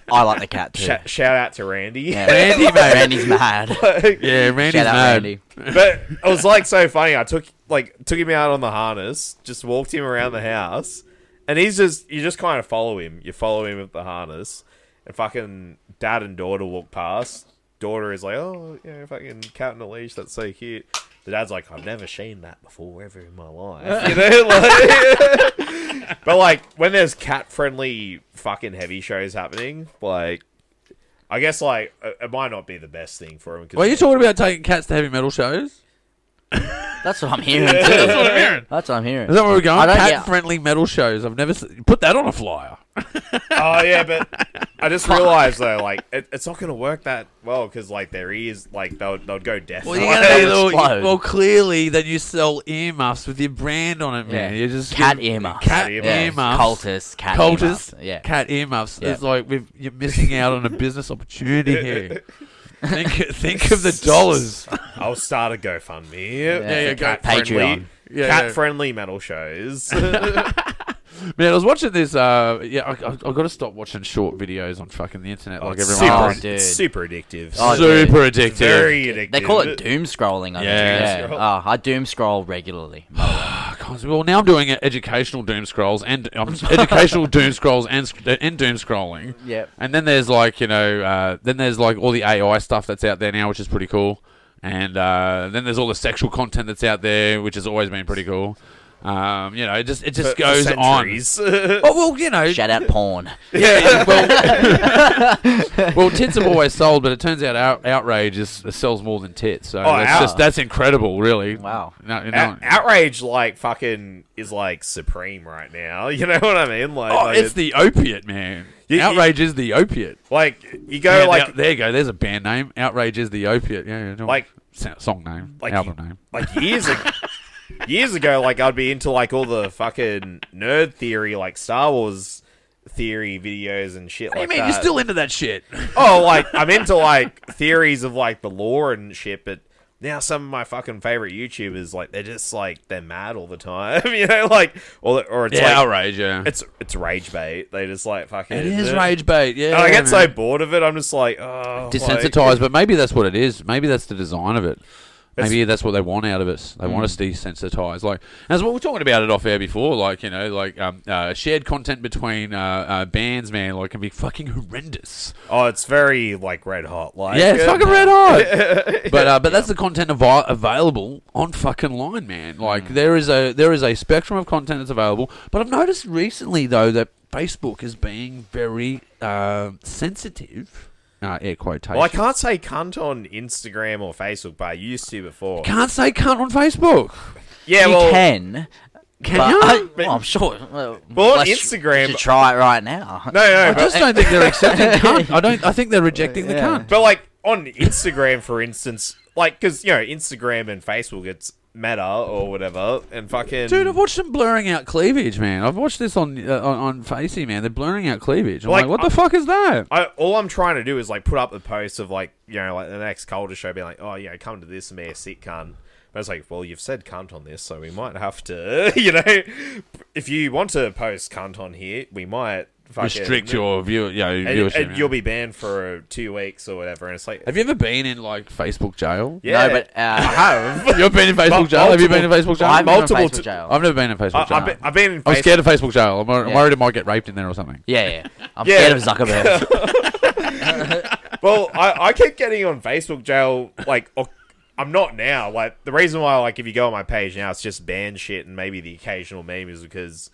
S3: I like the cat too.
S4: Sh- shout out to Randy.
S3: Yeah.
S1: Randy, mate.
S3: Randy's mad.
S1: Yeah, Randy's
S3: Shout out
S1: mad.
S3: Randy.
S4: but it was like so funny. I took like took him out on the harness, just walked him around the house, and he's just you just kind of follow him. You follow him with the harness, and fucking dad and daughter walk past. Daughter is like, oh, you know, fucking cat in a leash. That's so cute. The dad's like, I've never seen that before ever in my life. You know, like- but like when there's cat friendly fucking heavy shows happening, like. I guess like it it might not be the best thing for him. 'cause-
S1: Well, you talking about taking cats to heavy metal shows?
S3: That's what I'm hearing too. That's what I'm hearing.
S1: Is that where we're
S3: I
S1: going?
S3: don't-
S1: Cat
S3: yeah.
S1: friendly metal shows. I've never se- put that on a flyer.
S4: Oh yeah, but I just realized though, like it, it's not gonna work that well because like their ears, like they'll they'll go deaf.
S1: Well,
S4: Like,
S1: you're gonna be
S3: They'll
S1: little,
S3: explode.
S1: well, clearly then you sell earmuffs with your brand on it, man.
S3: Yeah.
S1: You're just
S3: Cat
S1: giving-
S3: earmuffs.
S1: cat
S4: Yeah.
S3: yeah.
S1: earmuffs,
S3: Cultists. Cat
S1: cultists,
S3: earmuffs. Yeah.
S1: cat earmuffs.
S3: Yeah.
S1: It's like we've, you're missing out on a business opportunity here. think, think of the dollars.
S4: I'll start a GoFundMe.
S3: Yeah,
S1: yeah,
S4: cat
S3: Patreon.
S4: friendly,
S1: Yeah,
S4: cat
S1: yeah.
S4: friendly metal shows.
S1: Man, I was watching this. Uh, yeah, I, I, I've got to stop watching short videos on fucking the internet, like
S4: It's
S1: everyone else.
S3: Oh,
S4: super, it's
S3: dude.
S4: super addictive.
S3: Oh, dude.
S1: Super addictive.
S4: very addictive.
S3: They call it doom scrolling. I
S1: Yeah.
S3: yeah.
S4: Doom
S3: yeah.
S4: scroll.
S3: Oh, I doom scroll regularly.
S1: Cons- Well, now I'm doing uh, educational doom scrolls and um, educational doom scrolls and sc- uh, and doom scrolling.
S3: Yep.
S1: And then there's like you know, uh, then there's like all the AI stuff that's out there now, which is pretty cool. And uh, then there's all the sexual content that's out there, which has always been pretty cool. Um, you know, it just it just goes on.
S4: on.
S1: Oh well, you know,
S3: Shout out porn.
S1: yeah. Well, well, tits have always sold, but it turns out out- outrage is, sells more than tits. So that's
S4: out-
S1: just that's incredible, really.
S3: Wow.
S1: No, no-
S4: outrage like fucking is like supreme right now. You know what I mean? Like,
S1: Oh,
S4: like,
S1: it's the opiate, man.
S4: You- you-
S1: Outrage is the opiate.
S4: like you go
S1: Yeah,
S4: like
S1: there, there you go. There's a band name. Outrage is the opiate. Yeah, yeah no,
S4: Like-
S1: sa- song name,
S4: like
S1: album
S4: y-
S1: name.
S4: like years ago, years ago, like I'd be into like all the fucking nerd theory, like Star Wars theory videos and shit
S1: What do you
S4: like
S1: mean?
S4: that.
S1: You're still into that shit?
S4: oh, like I'm into like theories of like the lore and shit, but now some of my fucking favorite YouTubers like they're just like they're mad all the time, you know, like or or it's
S1: Yeah,
S4: like
S1: outrage. Yeah,
S4: it's it's rage bait. They just like fucking
S1: it is rage bait. Yeah,
S4: And I get so
S1: man.
S4: bored of it. I'm just like oh, like-
S1: desensitized, but maybe that's what it is. Maybe that's the design of it. Maybe that's what they want out of us. They want us desensitized. Like as what we were talking about it off air before. Like you know, like um, uh, shared content between uh, uh, bands, man, like can be fucking horrendous.
S4: oh, it's very like red hot. Like
S1: Yeah, it's fucking red hot. but uh, but that's the content avi- available on fucking line, man. Like there is a there is a spectrum of content that's available. But I've noticed recently though that Facebook is being very um sensitive. Uh, air quotation.
S4: Well, I can't say cunt on Instagram or Facebook, but I used to before.
S1: can't say cunt on Facebook.
S4: Yeah,
S3: you
S4: well,
S3: can.
S1: Can
S3: but
S1: you?
S3: I, well, I'm sure. Well,
S4: Well, on
S3: let's-
S4: Instagram-
S3: we should try it right now.
S4: no, no,
S1: I
S4: but,
S1: just don't think they're accepting cunt. I don't. I think they're rejecting the cunt.
S4: But like on Instagram, for instance, like because you know Instagram and Facebook, it's Meta or whatever, and fucking
S1: Dude, I've watched them blurring out cleavage, man. I've watched this on uh, on, on Facey, man. They're blurring out cleavage. I'm like, what
S4: Like,
S1: the
S4: I-
S1: fuck is that?
S4: I, all I'm trying to do is like put up the posts of like you know like the next culture show, being like, oh you know come to this and be a sick cunt. But it's like, well, you've said cunt on this, so we might have to, you know, if you want to post cunt on here, we might fucking
S1: Restrict your view. Yeah, your
S4: and,
S1: viewership,
S4: and
S1: man.
S4: you'll be banned for two weeks or whatever. And it's like,
S1: Have you ever been in like Facebook jail?
S4: yeah,
S3: No, but
S4: I
S3: uh,
S4: have.
S1: You've been in Facebook
S4: Mul-
S1: jail. Have you been in
S4: multiple-
S1: Facebook jail?
S3: I've
S1: Mul-
S4: multiple
S3: multiple been on
S4: t-
S3: Facebook jail.
S1: I've never been in Facebook
S4: I,
S1: jail.
S4: I've, been, I've been in.
S1: I'm
S4: Facebook-
S1: scared of Facebook jail. I'm, wor- I'm
S3: Yeah.
S1: worried I might get raped in there or something.
S3: yeah, yeah. I'm
S4: Yeah.
S3: scared of Zuckerberg.
S4: well, I, I keep getting on Facebook jail. Like, o- I'm not now. Like, the reason why, like, if you go on my page now, it's just banned shit and maybe the occasional meme is because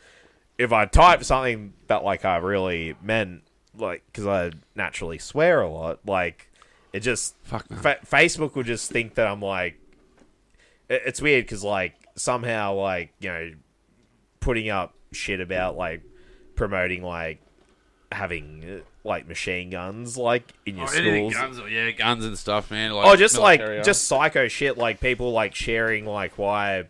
S4: if I type something that, like, I really meant, like, because I naturally swear a lot, like, it just.
S1: Fuck no.
S4: Fa- Facebook will just think that I'm, like. it- it's weird because, like, somehow, like, you know, putting up shit about, like, promoting, like, having. uh, Like machine guns, like in your schools,
S1: or, yeah, Oh, guns and stuff, man.
S4: Oh, just like just psycho shit, like people like sharing like why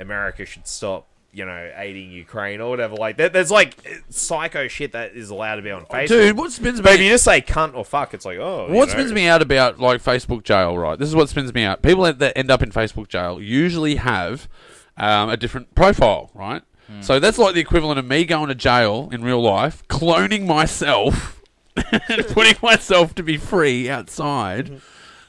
S4: America should stop, you know, aiding Ukraine or whatever. Like there, there's like uh, psycho shit that is allowed to be on Facebook.
S1: Oh, dude, what spins me?
S4: but if you just say cunt or fuck, it's like oh, you
S1: What
S4: know.
S1: spins me out about like Facebook jail, right? This is what spins me out. People that that end up in Facebook jail usually have um, a different profile, right? So that's like the equivalent of me going to jail in real life, cloning myself, and putting myself to be free outside.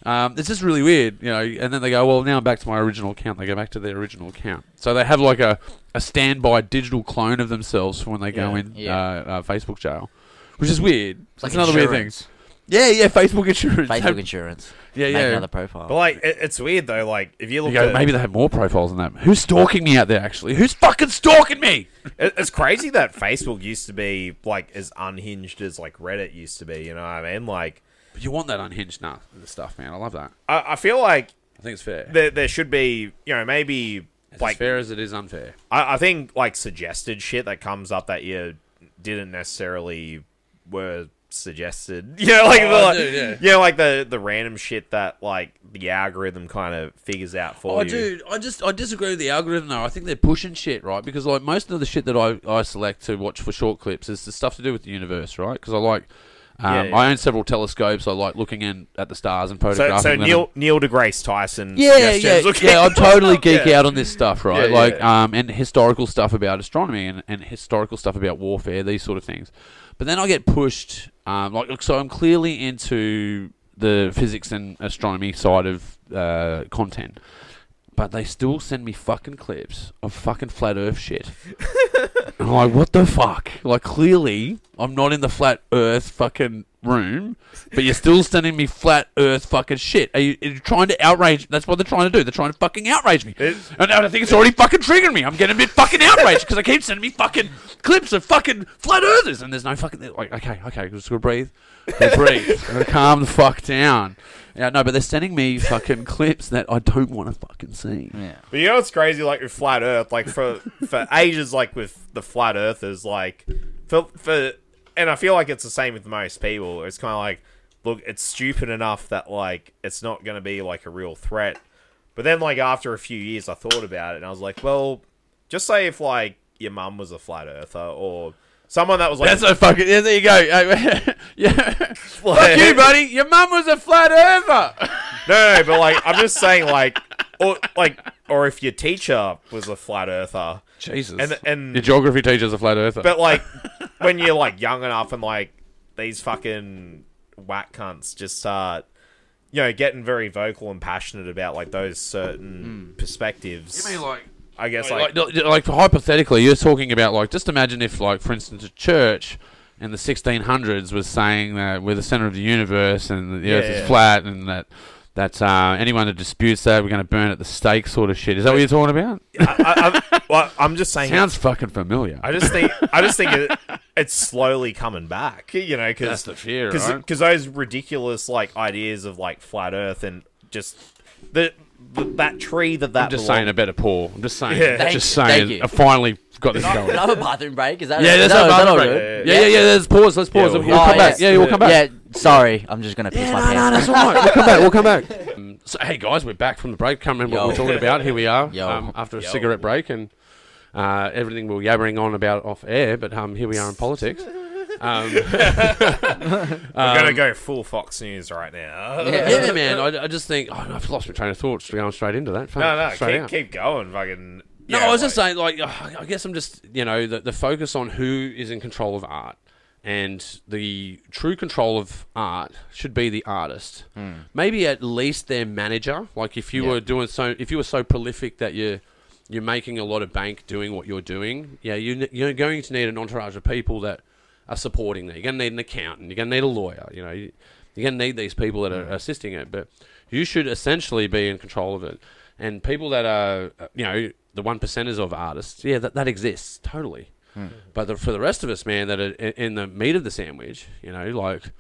S1: Um, it's just really weird, you know. And then they go, well, now I'm back to my original account. They go back to their original account. So they have like a, a standby digital clone of themselves for when they go
S4: Yeah.
S1: in
S3: Yeah.
S1: Uh, uh, Facebook jail, which is weird. It's
S3: like
S1: another weird thing.
S3: insurance.
S1: Yeah, yeah, Facebook insurance.
S3: Facebook insurance.
S1: Yeah,
S3: Make
S1: yeah.
S3: another profile.
S4: But like it, it's weird though. Like if you
S1: You
S4: look,
S1: go,
S4: at,
S1: maybe they have more profiles than that. Who's stalking me out there, actually? Who's fucking stalking me?
S4: it, it's crazy that Facebook used to be like as unhinged as like Reddit used to be. You know what I mean? Like
S1: But you want that unhinged nah, the stuff, man. I love that.
S4: I, I feel like
S1: I think it's fair.
S4: there there should be you know maybe
S1: It's
S4: like
S1: as fair as it is unfair.
S4: I, I think like suggested shit that comes up that you didn't necessarily were suggested. You know, like, the,
S1: Oh,
S4: like
S1: dude, yeah.
S4: you know, like the the random shit that like the algorithm kind of figures out for
S1: Oh,
S4: you.
S1: dude, I just I disagree with the algorithm though. I think they're pushing shit, right? Because like most of the shit that I, I select to watch for short clips is the stuff to do with the universe, right? Because I like, um,
S4: Yeah, yeah.
S1: I own several telescopes. I like looking in at the stars and
S4: So,
S1: photographing
S4: so
S1: them.
S4: Neil Neil deGrace Tyson.
S1: Yeah, yeah,
S4: suggestions, okay.
S1: yeah. I'm totally geek out on this stuff, right?
S4: Yeah, yeah,
S1: like,
S4: yeah.
S1: um, and historical stuff about astronomy and, and historical stuff about warfare, these sort of things. But then I get pushed, um, like, look, so I'm clearly into the physics and astronomy side of uh, content, but they still send me fucking clips of fucking flat Earth shit. And I'm like, what the fuck? Like, clearly, I'm not in the flat Earth fucking room, but you're still sending me flat Earth fucking shit. Are you, are you trying to outrage? That's what they're trying to do. They're trying to fucking outrage me. and I think it's already fucking triggering me. I'm getting a bit fucking outraged because they keep sending me fucking clips of fucking flat Earthers, and there's no fucking they're like, okay, okay, I'm just gonna breathe, I'm gonna breathe, I'm gonna calm the fuck down. Yeah, no, but they're sending me fucking clips that I don't want to fucking see.
S3: yeah.
S4: But you know what's crazy? Like with flat Earth, like for for ages, like with the flat Earthers, like for for, and I feel like it's the same with most people. It's kind of like, look, it's stupid enough that like it's not going to be like a real threat. But then like after a few years, I thought about it and I was like, well, just say if like your mum was a flat earther or Someone that was like,
S1: That's a fucking. Yeah, there you go. Uh, yeah.
S4: Like-
S1: Fuck you, buddy. Your mum was a flat earther.
S4: no, no, but like, I'm just saying, like, or like, or if your teacher was a flat earther,
S1: Jesus.
S4: and and
S1: Your geography teacher's a flat earther.
S4: But like when you're like young enough and like these fucking whack cunts just start you know, getting very vocal and passionate about like those certain
S1: Hmm.
S4: perspectives.
S1: like.
S4: I guess like,
S1: Like, like, hypothetically, you're talking about like just imagine if like for instance a church in the 1600s was saying that we're the center of the universe and that the Earth
S4: yeah.
S1: is flat and that that's uh, anyone that disputes that we're going to burn at the stake sort of shit. Is that what you're talking about?
S4: I, I, I'm, well, I'm just saying.
S1: Sounds fucking familiar.
S4: I just think I just think it, it's slowly coming back. You know, because
S1: That's the fear,
S4: because
S1: right?
S4: those ridiculous like ideas of like flat Earth and just the, the that tree that that
S1: I'm just
S4: belonged-
S1: saying a better Paul. I'm just saying.
S4: Yeah.
S3: Thank
S1: just
S3: you,
S1: saying.
S3: thank you.
S1: I finally got this going. yeah,
S3: Another bathroom break? Is that
S1: there's
S3: is
S1: no
S3: that- is that
S1: bathroom
S3: all
S1: break.
S3: good?
S1: Yeah, yeah, yeah. There's pause. Let's pause.
S4: we'll-
S1: we'll, come
S3: Oh,
S1: back. Yeah, we'll come back.
S3: Yeah, sorry, I'm just gonna piss my pants.
S1: We'll come back. We'll come back. Um, so, hey guys, we're back from the break. Can't remember what
S3: Yo.
S1: we we're talking about. Here we are
S3: Yo.
S1: um, after a
S4: Yo.
S1: cigarette break and uh, everything we we're yabbering on about off air. But um, here we are in politics. Um,
S4: We're gonna go full Fox News right now.
S1: yeah, man. I, I just think oh, I've lost my train of thought. Going straight into that.
S4: No, no,
S1: Straight
S4: keep,
S1: out.
S4: keep going, fucking.
S1: No, I was just saying, like, ugh, I guess I'm just, you know, the, the focus on who is in control of art and the true control of art should be the artist. Maybe at least their manager. Like, if you were doing so, if you were so prolific that you're, you're making a lot of bank doing what you're doing, yeah, you, ne- you're going to need an entourage of people that are supporting that. You're going to need an accountant. You're going to need a lawyer. You know, you, you're going to need these people that are assisting it. But you should essentially be in control of it. And people that are, uh, you know, the one percenters of artists, yeah, that, that exists totally. But the, for the rest of us, man, that are i- in the meat of the sandwich, you know, like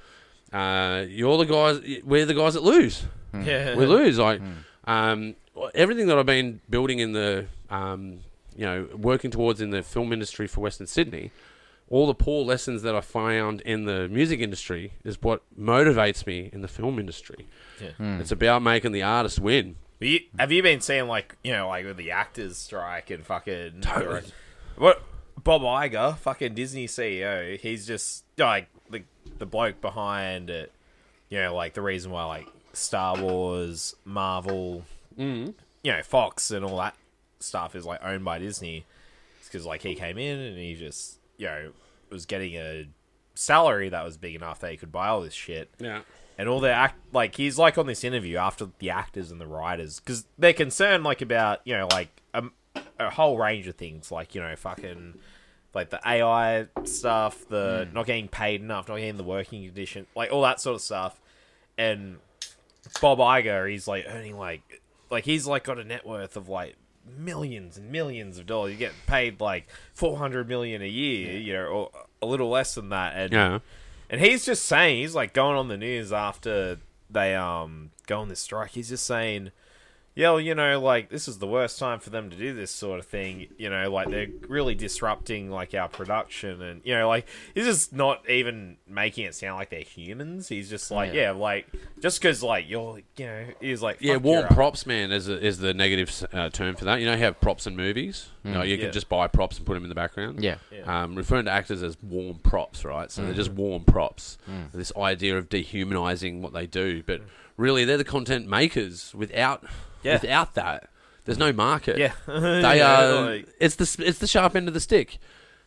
S1: uh, you're the guys, y- we're the guys that lose
S4: yeah.
S1: we lose. Like um, everything that I've been building in the, um, you know, working towards in the film industry for Western Sydney, all the poor lessons that I found in the music industry is what motivates me in the film industry.
S4: Yeah.
S1: It's about making the artist win.
S4: Mm. But you- have you been seeing like you know like with the actors strike and fucking
S1: Totally.
S4: what Bob Iger, fucking Disney CEO, he's just like the the bloke behind it. You know, like the reason why like Star Wars, Marvel,
S1: Mm-hmm.
S4: you know, Fox and all that stuff is like owned by Disney. It's because like he came in and he just you know was getting a salary that was big enough that he could buy all this shit
S1: Yeah.
S4: and all their act like he's like on this interview after the actors and the writers because they're concerned like about you know like a, a whole range of things like you know fucking like the AI stuff, the not getting paid enough, not getting the working condition, like all that sort of stuff. And Bob Iger, he's like earning like like he's like got a net worth of like millions and millions of dollars. You get paid like four hundred million a year, you know, or a little less than that. And
S1: Yeah.
S4: and he's just saying, he's like going on the news after they um go on this strike. He's just saying, yeah, well, you know, like this is the worst time for them to do this sort of thing. You know, like they're really disrupting like our production, and you know, like he's just not even making it sound like they're humans. He's just like, yeah,
S3: Yeah.
S4: like just because like you're, you know, he's like,
S1: Yeah,
S4: fuck,
S1: warm
S4: you're up.
S1: props, man, is, a, is the negative uh, term for that. You know, you have props in movies. You, know, you
S4: Yeah.
S1: can just buy props and put them in the background.
S3: Yeah.
S1: Um, referring to actors as warm props, right? So they're just warm props. This idea of dehumanizing what they do, but really they're the content makers. Without
S4: Yeah.
S1: without that, there's no market.
S4: Yeah.
S1: they
S4: Yeah,
S1: are.
S4: like-
S1: it's the s- it's the sharp end of the stick,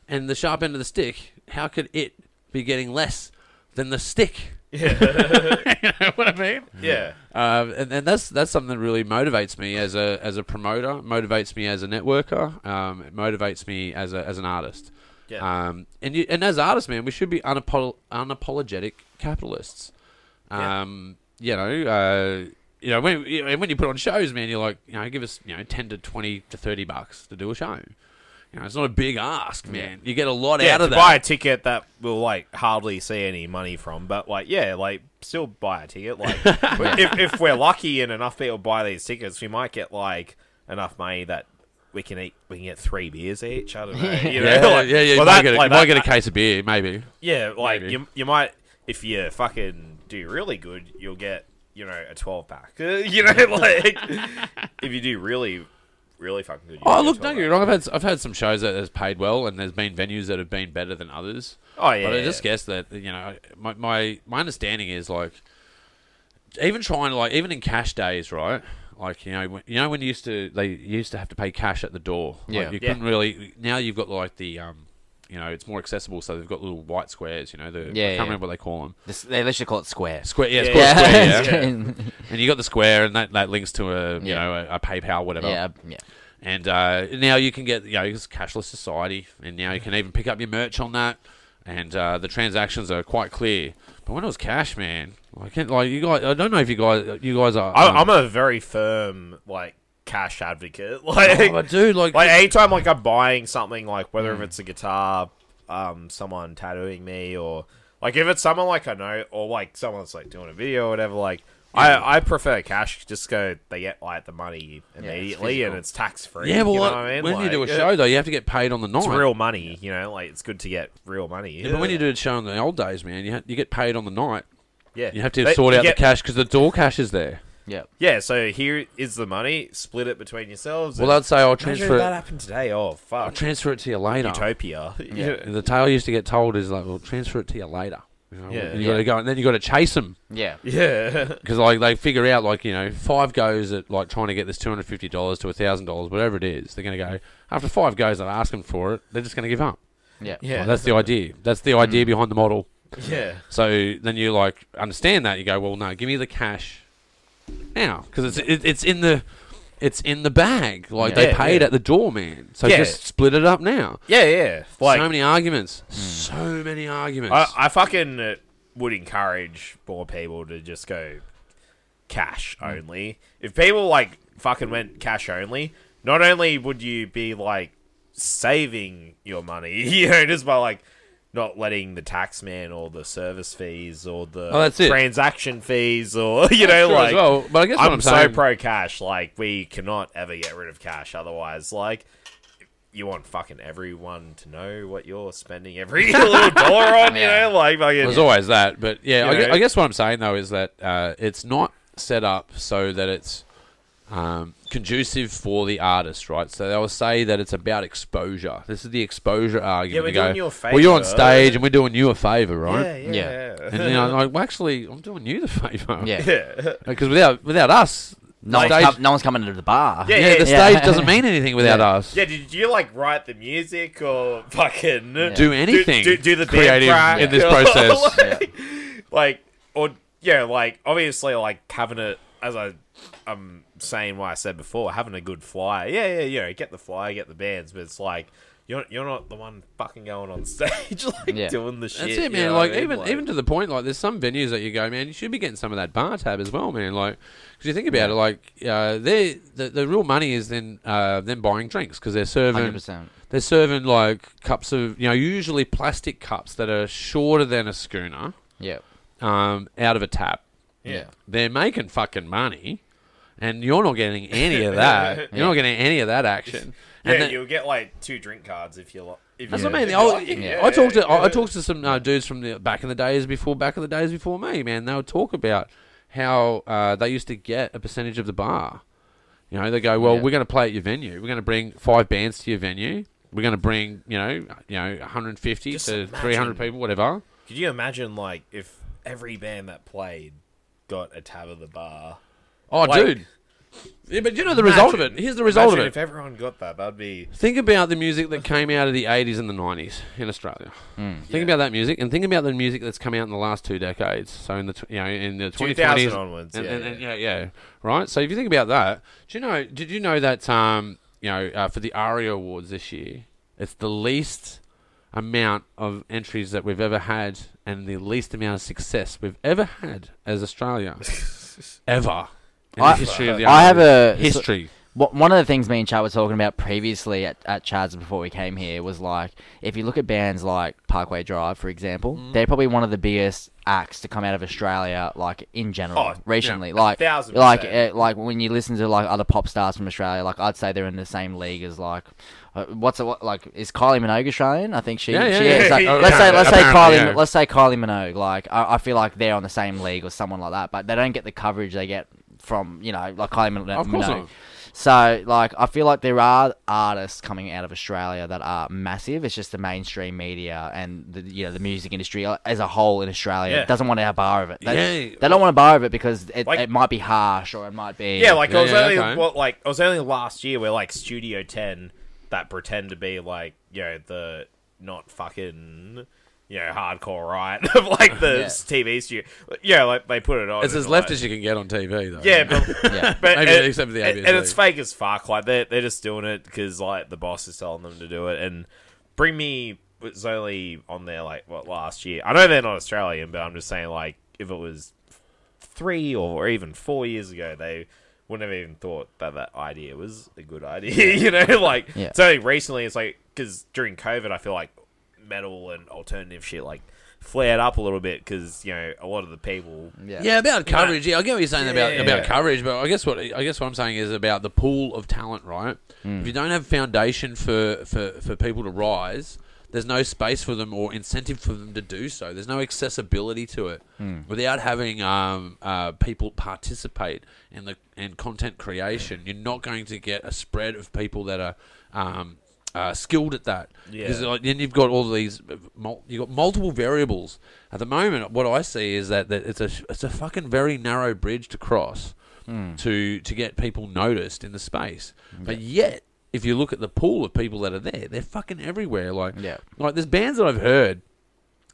S1: and the sharp end of the stick. How could it be getting less than the stick? Yeah. you know what I mean?
S4: Yeah,
S1: Um, and, and that's that's something that really motivates me as a as a promoter, motivates me as a networker, um, it motivates me as a, as an artist.
S4: Yeah.
S1: Um, and you, and as artists, man, we should be unapo- unapologetic capitalists.
S4: Yeah.
S1: Um, You know, uh, you know when you know, when you put on shows, man, you're like, you know, give us you know ten to twenty to thirty bucks to do a show. You know, it's not a big ask, man. You get a lot
S4: yeah.
S1: out of
S4: to
S1: that.
S4: buy a ticket that we'll like hardly see any money from, but like yeah, like still buy a ticket. Like if, if we're lucky and enough people buy these tickets, we might get like enough money that we can eat. We can get three beers each. I don't know. You know?
S1: yeah,
S4: like,
S1: yeah, yeah. You,
S4: well,
S1: might,
S4: that-
S1: get a,
S4: like
S1: you might
S4: that-
S1: get a case of beer, maybe.
S4: yeah, like
S1: Maybe.
S4: you, you might if you fucking do really good, you'll get you know a twelve pack. Uh, You know, like if you do really really fucking good.
S1: Oh,
S4: You
S1: look,
S4: can
S1: don't
S4: tell
S1: get me
S4: that.
S1: wrong. I've had I've had some shows that has paid well, and there's been venues that have been better than others.
S4: Oh, yeah,
S1: But I
S4: yeah,
S1: just
S4: yeah.
S1: guess that you know my my, my understanding is like even trying to like even in cash days, right? Like you know when, you know when you used to they you used to have to pay cash at the door. Like,
S3: Yeah.
S1: you
S4: Yeah.
S1: couldn't really. Now you've got like the um. You know, it's more accessible, so they've got little white squares. You know, the, I can't
S3: Yeah, yeah.
S1: remember what they call them.
S3: This- They literally call it square.
S1: Square, yeah, it's
S4: Yeah,
S1: called
S4: yeah.
S1: square,
S4: Yeah.
S1: yeah. And you got the square, and that, that links to a you
S3: Yeah.
S1: know a, a PayPal, whatever.
S3: yeah, yeah.
S1: And uh, now you can get, you know, it's cashless society, and now you can even pick up your merch on that, and uh, the transactions are quite clear. But when it was cash, man, I can't, like you guys, I don't know if you guys, you guys are.
S4: I,
S1: um,
S4: I'm a very firm like cash advocate. Like,
S1: oh, but dude, like,
S4: like anytime like I'm buying something, like whether
S1: Hmm.
S4: if it's a guitar, um, someone tattooing me, or like if it's someone like I know, or like someone's like doing a video or whatever, like. I, I prefer cash. Just go. They get like the money immediately,
S3: physical.
S4: and it's tax free.
S1: yeah, but
S4: you know
S1: like,
S4: what I mean?
S1: when you
S4: Like,
S1: do a
S4: yeah,
S1: show though, you have to get paid on the night.
S4: it's real money. You know, like it's good to get real money.
S1: Yeah, but when you do a show in the old days, man, you ha- you get paid on the night.
S4: yeah,
S1: You have to
S4: They-
S1: sort
S4: you
S1: out
S4: get-
S1: the cash because the door cash is there.
S3: yeah.
S4: Yeah, so here is the money. Split it between yourselves.
S1: Well,
S4: and-
S1: I'd say I'll
S4: Imagine if
S1: transfer
S4: that
S1: it.
S4: happened today. Oh
S1: I'll
S4: fuck,
S1: transfer it to you later.
S4: utopia.
S1: Yeah, The tale I used to get told is like, "We'll transfer it to you later." You know,
S4: Yeah.
S1: and you
S3: Yeah.
S1: got to go, and then you got to chase them.
S3: Yeah.
S4: Yeah.
S1: because like they figure out like you know five goes at like trying to get this two hundred fifty dollars to thousand dollars whatever it is they're gonna go after five goes and ask them for it they're just gonna give up.
S3: Yeah.
S1: Like, that's the idea. That's the
S4: Mm.
S1: idea behind the model.
S4: yeah.
S1: So then you like understand that you go well no give me the cash now because it's it, it's in the it's in the bag like they
S4: Yeah,
S1: paid
S4: yeah.
S1: at the door man so
S4: Yeah.
S1: just split it up now.
S4: Yeah, yeah. Like Hmm.
S1: so many arguments. So many arguments.
S4: I, I fucking uh, would encourage more people to just go cash
S1: Mm.
S4: only. If people like fucking went cash only, not only would you be like saving your money, you know, just by like not letting the tax man or the service fees or the
S1: Oh, that's it.
S4: transaction fees or you know
S1: Sure as
S4: like
S1: well, but I guess what
S4: I'm,
S1: I'm
S4: so
S1: saying-
S4: pro cash. Like we cannot ever get rid of cash. Otherwise, like you want fucking everyone to know what you're spending every little dollar on.
S3: Yeah.
S4: You know, like fucking.
S1: There's always that, but yeah, I,
S4: You
S1: gue-
S4: know?
S1: I guess what I'm saying though is that uh, it's not set up so that it's um, conducive for the artist, right? So they'll say that it's about exposure. This is the exposure argument.
S4: we're
S1: They go,
S4: doing you a
S1: Well, you're on
S4: favour."
S1: stage, and we're doing you a favor, right?
S4: yeah, yeah,
S3: Yeah.
S4: yeah.
S1: And then I'm like, well, actually, I'm doing you the favor.
S3: Yeah.
S4: yeah.
S1: Because without without us,
S3: No,
S1: the
S3: one's
S1: stage,
S3: com- no one's coming into the bar.
S4: Yeah.
S1: yeah, the
S3: yeah.
S1: stage doesn't mean anything without
S3: Yeah.
S1: us.
S4: Yeah, did you like write the music or fucking
S1: Do anything
S4: Do, do, the band
S1: creative
S4: crack
S1: in this
S4: or,
S1: process.
S4: like, like, or yeah, like obviously, like having a as I, I'm saying what I said before, having a good fly. Yeah, yeah, you know, get the fly, get the bands, but it's like you're you're not the one fucking going on stage like
S3: Yeah.
S4: doing the shit.
S1: That's
S4: you
S1: it, man.
S4: know what
S1: like
S4: I mean?
S1: even even to the point, like there's some venues that you go, man. You should be getting some of that bar tab as well, man. Like because you think about it, like uh, they the, the real money is then uh, them buying drinks because they're serving
S3: 100%.
S1: they're serving like cups of you know usually plastic cups that are shorter than a schooner
S3: Yeah.
S1: um, out of a tap.
S4: yeah.
S1: They're making fucking money, and you're not getting any of that. You're not getting any of that action.
S4: Yeah,
S1: And the-
S4: you'll get like two drink cards if you like. If
S1: that's
S4: you,
S1: what I mean.
S4: if
S1: I,
S4: you
S1: was-
S4: like it.
S1: I talked to I, I talked to some uh, dudes from the back in the days before back in the days before me, man. They would talk about how uh, they used to get a percentage of the bar. You know, they go, well,
S3: Yeah.
S1: we're going to play at your venue. We're going to bring five bands to your venue. We're going to bring you know you know 150
S4: Just
S1: to
S4: imagine.
S1: 300 people, whatever.
S4: Could you imagine like if every band that played got a tab of the bar?
S1: Oh,
S4: Like-
S1: dude. Yeah, but you know the result of it.
S4: Imagine-
S1: Here's the result
S4: imagine
S1: of it.
S4: If everyone got that, that'd be
S1: Think about the music that came out of the 80s and the 90s in Australia.
S3: Hmm.
S1: Think about that music, and think about the music that's come out in the last two decades. So in the tw- you know in the
S4: 2000
S1: 2020s
S4: onwards,
S1: and,
S4: yeah,
S1: and- and- yeah, yeah, right. So if you think about that, do you know? Did you know that um, you know uh, for the ARIA Awards this year, it's the least amount of entries that we've ever had, and the least amount of success we've ever had as Australia, ever in
S3: I-
S1: the history of the.
S3: I have
S1: ARIA.
S3: a
S1: history.
S3: Wha- one of the things me and Chad were talking about previously at, at Chad's before we came here was like if you look at bands like Parkway Drive, for example,
S4: Mm.
S3: they're probably one of the biggest acts to come out of Australia, like in general,
S4: Oh,
S3: recently. Like,
S4: thousand
S3: like, uh,
S4: percent.
S3: like when you listen to like other pop stars from Australia, like I'd say they're in the same league as like. Uh, what's it, what, like? Is Kylie Minogue Australian? I think she.
S1: Yeah, yeah,
S3: she
S1: yeah.
S3: is. Like,
S4: Yeah,
S3: let's say let's say Kylie
S1: apparently, yeah.
S3: let's say Kylie Minogue. Like I, I feel like they're on the same league or someone like that, but they don't get the coverage they get from you know like Kylie Minogue.
S1: Of course
S3: Minogue.
S1: not.
S3: So like I feel like there are artists coming out of Australia that are massive. It's just the mainstream media and the you know the music industry as a whole in Australia
S4: Yeah.
S3: doesn't want to have a bar of it. They,
S1: Yeah.
S3: they don't want a bar of it because it,
S4: Like-
S3: it might be harsh or it might be
S4: Yeah, like it
S1: Yeah,
S4: was
S1: yeah,
S4: only
S1: okay.
S4: what like it was only last year where like Studio Ten that pretend to be like you know the not fucking you know hardcore right of like the
S3: Yeah.
S4: TV studio. Yeah, like they put it on.
S1: It's as
S4: and,
S1: left
S4: like-
S1: as you can get on TV, though.
S4: Yeah, but,
S3: Yeah.
S4: but
S1: Maybe
S4: and-
S1: except for the
S4: and-
S1: ABC.
S4: and it's fake as fuck. Like they're they're just doing it because like the boss is telling them to do it. And Bring Me was only on there like what last year. I know they're not Australian, but I'm just saying like if it was three or even four years ago, they wouldn't have even thought that that idea was a good idea. you know, like
S3: Yeah.
S4: it's only recently. It's like because during COVID, I feel like metal and alternative shit like flared up a little bit because you know a lot of the people
S3: yeah.
S1: Yeah, about coverage. Yeah, I get what you're saying about
S4: yeah,
S1: about
S4: yeah.
S1: coverage, but I guess what I guess what I'm saying is about the pool of talent, right?
S4: Mm.
S1: If you don't have foundation for, for, for people to rise, there's no space for them or incentive for them to do so. There's no accessibility to it
S4: Mm.
S1: without having um, uh, people participate in the in content creation. You're not going to get a spread of people that are. Um, uh, skilled at that,
S4: Yeah.
S1: 'Cause, like, uh, then you've got all these uh, mul- you've got multiple variables at the moment what i see is that, that it's a it's a fucking very narrow bridge to cross to to get people noticed in the space but yet if you look at the pool of people that are there they're fucking everywhere like
S3: Yeah.
S1: like there's bands that i've heard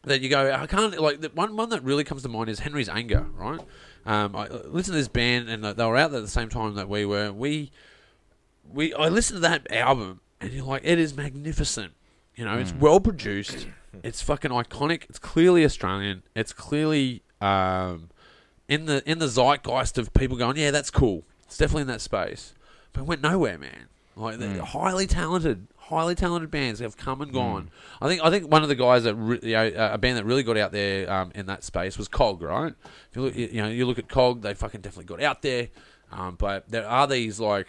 S1: that you go, I can't like the one one that really comes to mind is Henry's Anger, right? Um, I listened to this band and they were out there at the same time that we were. We we I listened to that album and you're like, it is magnificent. You know, it's well produced. It's fucking iconic. It's clearly Australian. It's clearly um, in the in the zeitgeist of people going, yeah, that's cool. It's definitely in that space, but it went nowhere, man. Like they're highly talented, highly talented bands have come and gone. I think I think one of the guys that re- you know, uh, a band that really got out there um, in that space was Cog, right? If you look, you know, you look at Cog, they fucking definitely got out there. Um, but there are these like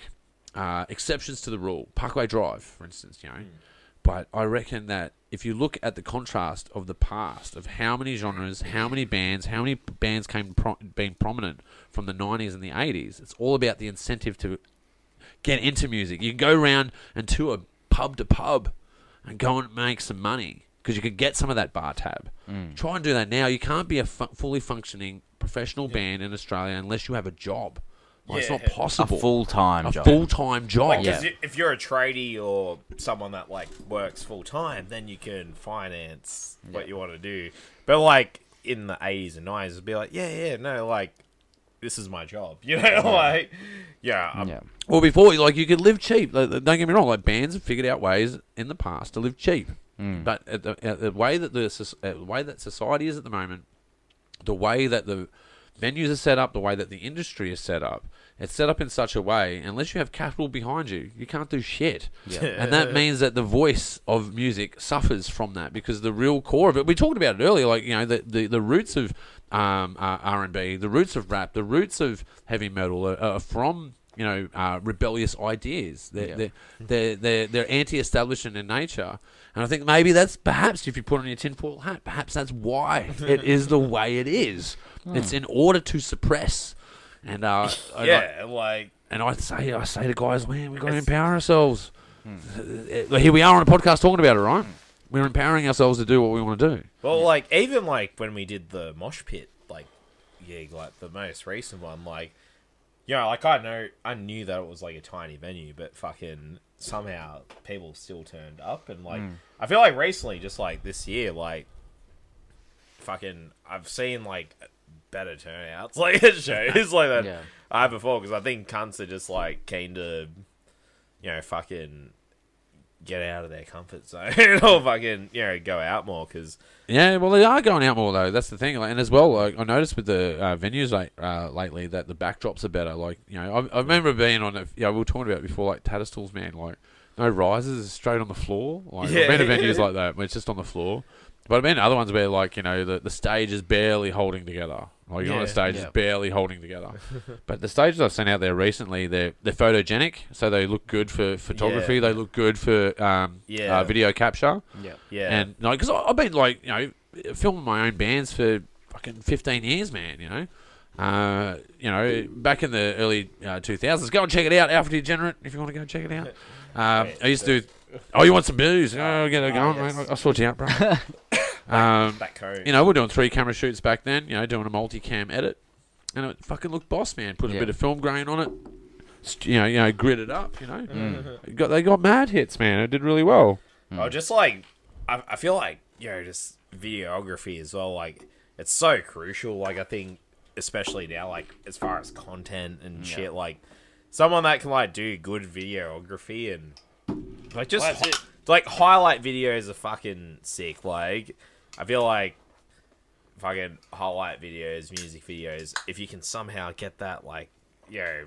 S1: uh, exceptions to the rule. Parkway Drive, for instance, you know. But I reckon that if you look at the contrast of the past, of how many genres, how many bands, how many p- bands came pro- being prominent from the 90s and the 80s, it's all about the incentive to get into music. You go round and tour pub to pub and go and make some money because you could get some of that bar tab.
S3: Mm.
S1: Try and do that now. You can't be a fu- fully functioning professional band in Australia unless you have a job. Like, It's not
S4: Yeah. A
S3: a
S1: possible
S3: full time
S1: a
S3: job.
S1: full time job.
S4: Like, 'cause
S3: Yeah.
S4: i- if you're a tradie or someone that like works full time, then you can finance what you want to do. But like in the eighties and nineties, it'd be like, yeah, yeah, no, like this is my job, you know, like yeah, I'm,
S3: Yeah.
S1: Well, before, like you could live cheap. Like, Don't get me wrong. Like bands have figured out ways in the past to live cheap, but at the, at the way that the soc- uh, the way that society is at the moment, the way that the venues are set up, the way that the industry is set up, it's set up in such a way. Unless you have capital behind you, you can't do shit. and that means that the voice of music suffers from that because the real core of it. We talked about it earlier. Like you know, the the, the roots of um, uh, R and B, the roots of rap, the roots of heavy metal are, are from you know, uh, rebellious ideas. They're,
S3: Yeah.
S1: they're, they're, they're, they're anti-establishment in nature. And I think maybe that's perhaps, if you put on your tinfoil hat, perhaps that's why it is the way it is. It's in order to suppress. And, uh, and I-
S4: yeah, like
S1: and I say, I say to guys, man, we've got to empower ourselves. Uh, Here we are on a podcast talking about it, right? We're empowering ourselves to do what we want to do.
S4: well, like even like when we did the mosh pit, like yeah, like the most recent one, like yeah, like I know I knew that it was like a tiny venue, but fucking somehow people still turned up, and like I feel like recently, just like this year, like fucking I've seen like better turnouts like at shows like that
S3: Yeah.
S4: I had before because I think cunts are just like keen to you know fucking get out of their comfort zone or fucking you know go out more because
S1: Yeah, well, they are going out more though. That's the thing, like, and as well, like, I noticed with the uh, venues like, uh, lately that the backdrops are better. Like, you know, I, I remember being on, a, yeah, we were talking about it before, like Tatterstall's man, like no rises, it's straight on the floor. Like,
S4: Yeah.
S1: I've been to venues like that where it's just on the floor, but I've been to other ones where like you know the, the stage is barely holding together. Like you're on
S4: Yeah.
S1: a stage
S3: Yeah.
S1: is barely holding together. but the stages I've seen out there recently, they're they're photogenic, so they look good for photography.
S4: Yeah.
S1: They look good for um,
S4: Yeah.
S1: uh, video capture.
S3: Yeah.
S4: yeah
S1: And no, because I've been like you know filming my own bands for fucking fifteen years, man. You know, Uh, you know, back in the early uh, 2000s, go and check it out, Alpha Degenerate, if you want to go and check it out. Um, I used to do. Oh, you want some booze? Oh, get it going,
S2: yes.
S1: mate. I'll sort you out, bro. um,
S4: That code.
S1: you know, we're doing three camera shoots back then, you know, doing a multicam edit. And it fucking looked boss, man. Put a
S3: Yeah.
S1: bit of film grain on it. st- You know, you know, grit it up. You know, It got they got mad hits, man. It did really well.
S2: Mm.
S4: Oh, just like I, I feel like you know, just videography as well. Like it's so crucial. Like I think, especially now, like as far as content and shit. Like someone that can like do good videography and like just
S2: Well, that's
S4: hi-
S2: it.
S4: like highlight videos are fucking sick. Like I feel like fucking highlight videos, music videos. If you can somehow get that, like you know,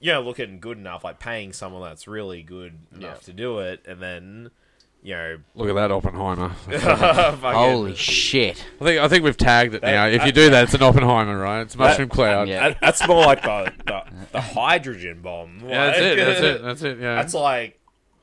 S4: you know, looking good enough, like paying someone that's really good enough to do it, and then you know,
S1: Look at that Oppenheimer.
S4: fucking-
S3: Holy shit!
S1: I think I think we've tagged it now. If you do that, it's an Oppenheimer, right? It's mushroom cloud.
S3: Yeah.
S4: That- that's more like the, the, the hydrogen bomb.
S1: Yeah, that's
S4: like-
S1: it. That's it. That's it. Yeah.
S4: That's like,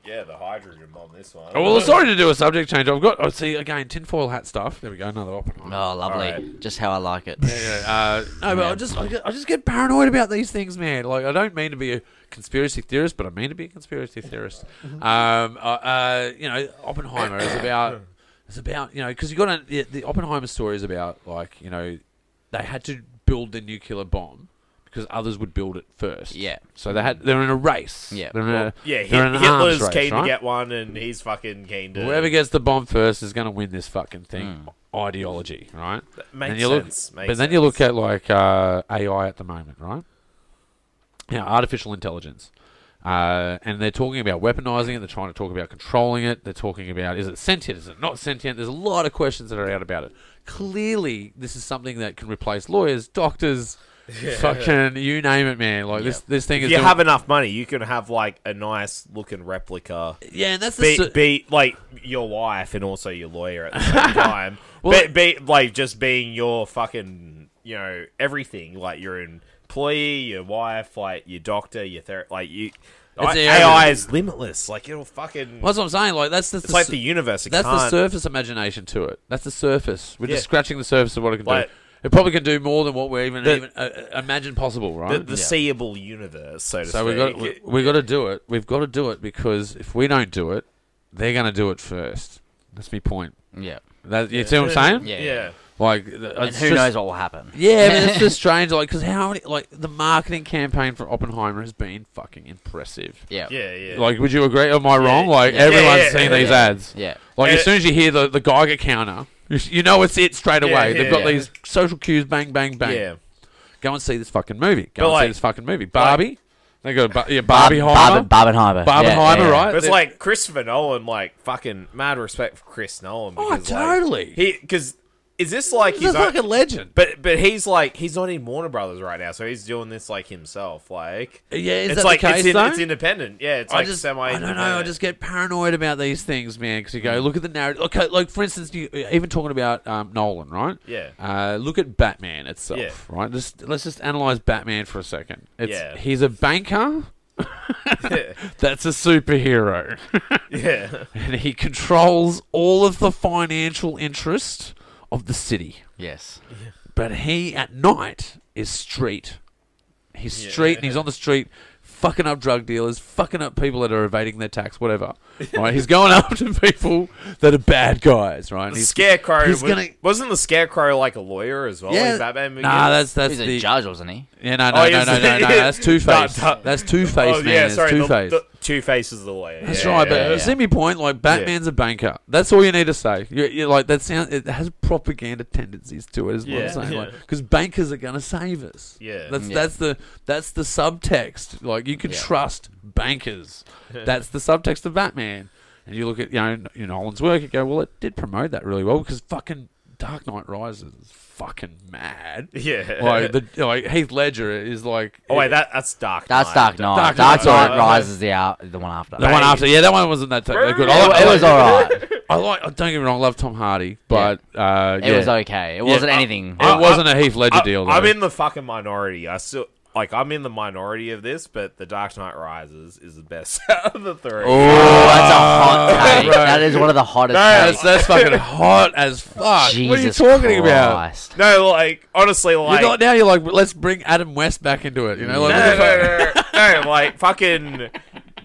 S4: yeah, the hydrogen bomb. This one.
S1: Oh, well, sorry to do a subject change. I've got. Oh, see again, tinfoil hat stuff. There we go. Another Oppenheimer.
S3: Oh, lovely.
S4: Alright.
S3: Just how I like it.
S1: Uh, no, but I just I, get- I just get paranoid about these things, man. Like I don't mean to be a conspiracy theorist, but I mean to be a conspiracy theorist.
S3: Mm-hmm.
S1: Um, uh, uh, you know, Oppenheimer is about it's about you know because you got to, the, the Oppenheimer story is about like you know they had to build the nuclear bomb because others would build it first.
S3: Yeah.
S1: So they had they're in a race.
S3: Yeah.
S1: They're in a,
S4: Yeah,
S1: they're in
S4: Hit-
S1: an arms
S4: Hitler's
S1: race,
S4: keen
S1: right?
S4: to get one, and he's fucking keen to.
S1: Whoever gets the bomb first is going to win this fucking thing. Ideology, right?
S4: makes
S1: And you look-
S4: sense.
S1: but
S4: makes
S1: then you look
S4: sense.
S1: at like uh, AI at the moment, right? Now, artificial intelligence. Uh, and they're talking about weaponizing it. They're trying to talk about controlling it. They're talking about is it sentient? Is it not sentient? There's a lot of questions that are out about it. Clearly, this is something that can replace lawyers, doctors, fucking you name it, man. Like this, this thing
S4: If
S1: is.
S4: you
S1: doing-
S4: have enough money, you can have like a nice looking replica.
S1: yeah, and that's the.
S4: Be,
S1: s-
S4: be like your wife and also your lawyer at the same time.
S1: Well-
S4: be, be like just being your fucking, you know, everything. Like your employee, your wife, like your doctor, your therapist. Like you, I,
S1: the
S4: AI is limitless. Like it'll fucking.
S1: Well, that's what I'm saying. Like that's the.
S4: it's like the universe. It
S1: That's the
S4: can't-
S1: surface imagination to it. That's the surface. We're
S4: Yeah.
S1: just scratching the surface of what it can
S4: Like-
S1: do. It probably can do more than what we even
S4: The-
S1: even uh, uh, imagine possible,
S4: the,
S1: right?
S4: the seeable universe, so to
S1: so we
S4: speak.
S1: got we, we got to do it. We've got to do it because if we don't do it, they're going to do it first. That's my point.
S3: Yeah.
S1: That, you see what I'm saying?
S3: Yeah.
S4: yeah.
S1: Like, th- it's
S3: And who
S1: just-
S3: knows what will happen?
S1: Yeah, but it's just strange. Like, because how many, like the marketing campaign for Oppenheimer has been fucking impressive.
S3: Yeah.
S4: Yeah, yeah.
S1: Like, would you agree? Am I wrong? Like,
S4: Yeah,
S1: everyone's
S4: yeah,
S1: seen
S4: yeah.
S1: these ads.
S3: Yeah.
S1: Like
S4: Uh,
S1: as soon as you hear the, the Geiger counter, you, s- you know it's it straight away.
S4: Yeah, yeah,
S1: They've got
S4: yeah.
S1: these social cues, bang, bang, bang.
S4: yeah.
S1: Go and see this fucking movie. Go
S4: But
S1: and see
S4: like-
S1: this fucking movie. Barbie. they got a ba- yeah,
S3: Barb-
S1: Barbie
S3: Barb- Barbenheimer. Yeah,
S1: Barbenheimer,
S3: yeah, yeah.
S1: right?
S4: But it's
S1: They're-
S4: like Christopher Nolan, like fucking mad respect for Chris Nolan.
S1: Oh,
S4: because, like,
S1: totally.
S4: he because is this like
S1: he's
S4: his
S1: a
S4: own,
S1: fucking legend.
S4: But but he's like he's not in Warner Brothers right now, so he's doing this like himself. Like
S1: Yeah, is
S4: it's
S1: that the
S4: like
S1: case,
S4: it's, in,
S1: though?
S4: it's independent. Yeah, it's
S1: I
S4: like
S1: just,
S4: semi.
S1: I don't know. I just get paranoid about these things, man. Because you
S4: Mm.
S1: go, look at the narrative. Okay, like for instance, you, uh, even talking about um, Nolan, right?
S4: Yeah.
S1: Uh, look at Batman itself,
S4: Yeah.
S1: right? Just let's just analyze Batman for a second. It's,
S4: Yeah.
S1: He's a banker.
S4: yeah,
S1: That's a superhero.
S4: yeah,
S1: and he controls all of the financial interest of the city.
S3: Yes.
S1: But he at night is street. He's street and he's on the street fucking up drug dealers, fucking up people that are evading their tax, whatever. Right? He's going after people that are bad guys, right? And
S4: The
S1: he's-
S4: Scarecrow.
S1: he's
S4: was,
S1: gonna-
S4: wasn't the Scarecrow like a lawyer as
S3: Oh,
S4: well?
S1: yeah,
S4: in Batman. Begins?
S1: nah, that's that's
S3: He's
S1: the
S3: a judge, wasn't he?
S1: yeah, no, no,
S4: Oh,
S1: no,
S4: yes,
S1: no, no, no,
S4: yeah.
S1: that's Two Face.
S4: No, no.
S1: That's Two Face,
S4: oh
S1: man.
S4: yeah,
S1: it's
S4: sorry,
S1: Two
S4: the,
S1: Face.
S4: the Two Face is the lawyer.
S1: That's
S4: yeah,
S1: right, but
S4: yeah,
S1: you see my point. Like Batman's a banker. That's all you need to say. You, you like that sound. It has propaganda tendencies to it. Is what
S4: Yeah,
S1: I'm saying.
S4: yeah.
S1: because bankers are gonna save us.
S4: Yeah.
S1: that's
S3: Yeah.
S1: that's the that's the subtext. Like you can trust bankers. that's the subtext of Batman. And you look at you know, you know Nolan's work. You go, well, it did promote that really well because fucking Dark Knight Rises is fucking mad.
S4: yeah.
S1: Like the like Heath Ledger is like
S4: oh wait, that that's Dark.
S3: That's
S4: Knight.
S3: Dark Knight.
S1: Dark
S3: Dark,
S1: Knight.
S3: Knight
S4: Dark Knight.
S3: Rises the out, the one after.
S1: the one
S4: Bane.
S1: after. Yeah, that one wasn't that t- that good. I like-
S3: it,
S1: I like-
S3: wa- it was alright.
S1: I like. I don't get me wrong. I love Tom Hardy, but uh, yeah. Uh,
S3: It was okay. It wasn't
S4: I-
S3: anything.
S1: It wasn't a Heath Ledger
S4: I,
S1: deal. Though.
S4: I'm in the fucking minority. I still like I'm in the minority of this, but The Dark Knight Rises is the best out of the three.
S1: uh,
S3: oh, that's a hot mate.
S1: Bro.
S3: That is one of the hottest.
S1: that's,
S3: takes.
S1: that's fucking hot as fuck. what are you
S3: Jesus
S1: talking about?
S3: Christ.
S4: No, like honestly, like
S1: You're not now. You're like, let's bring Adam West back into it. You know, like,
S4: no,
S1: what the fuck?
S4: no, no, no, no, like fucking.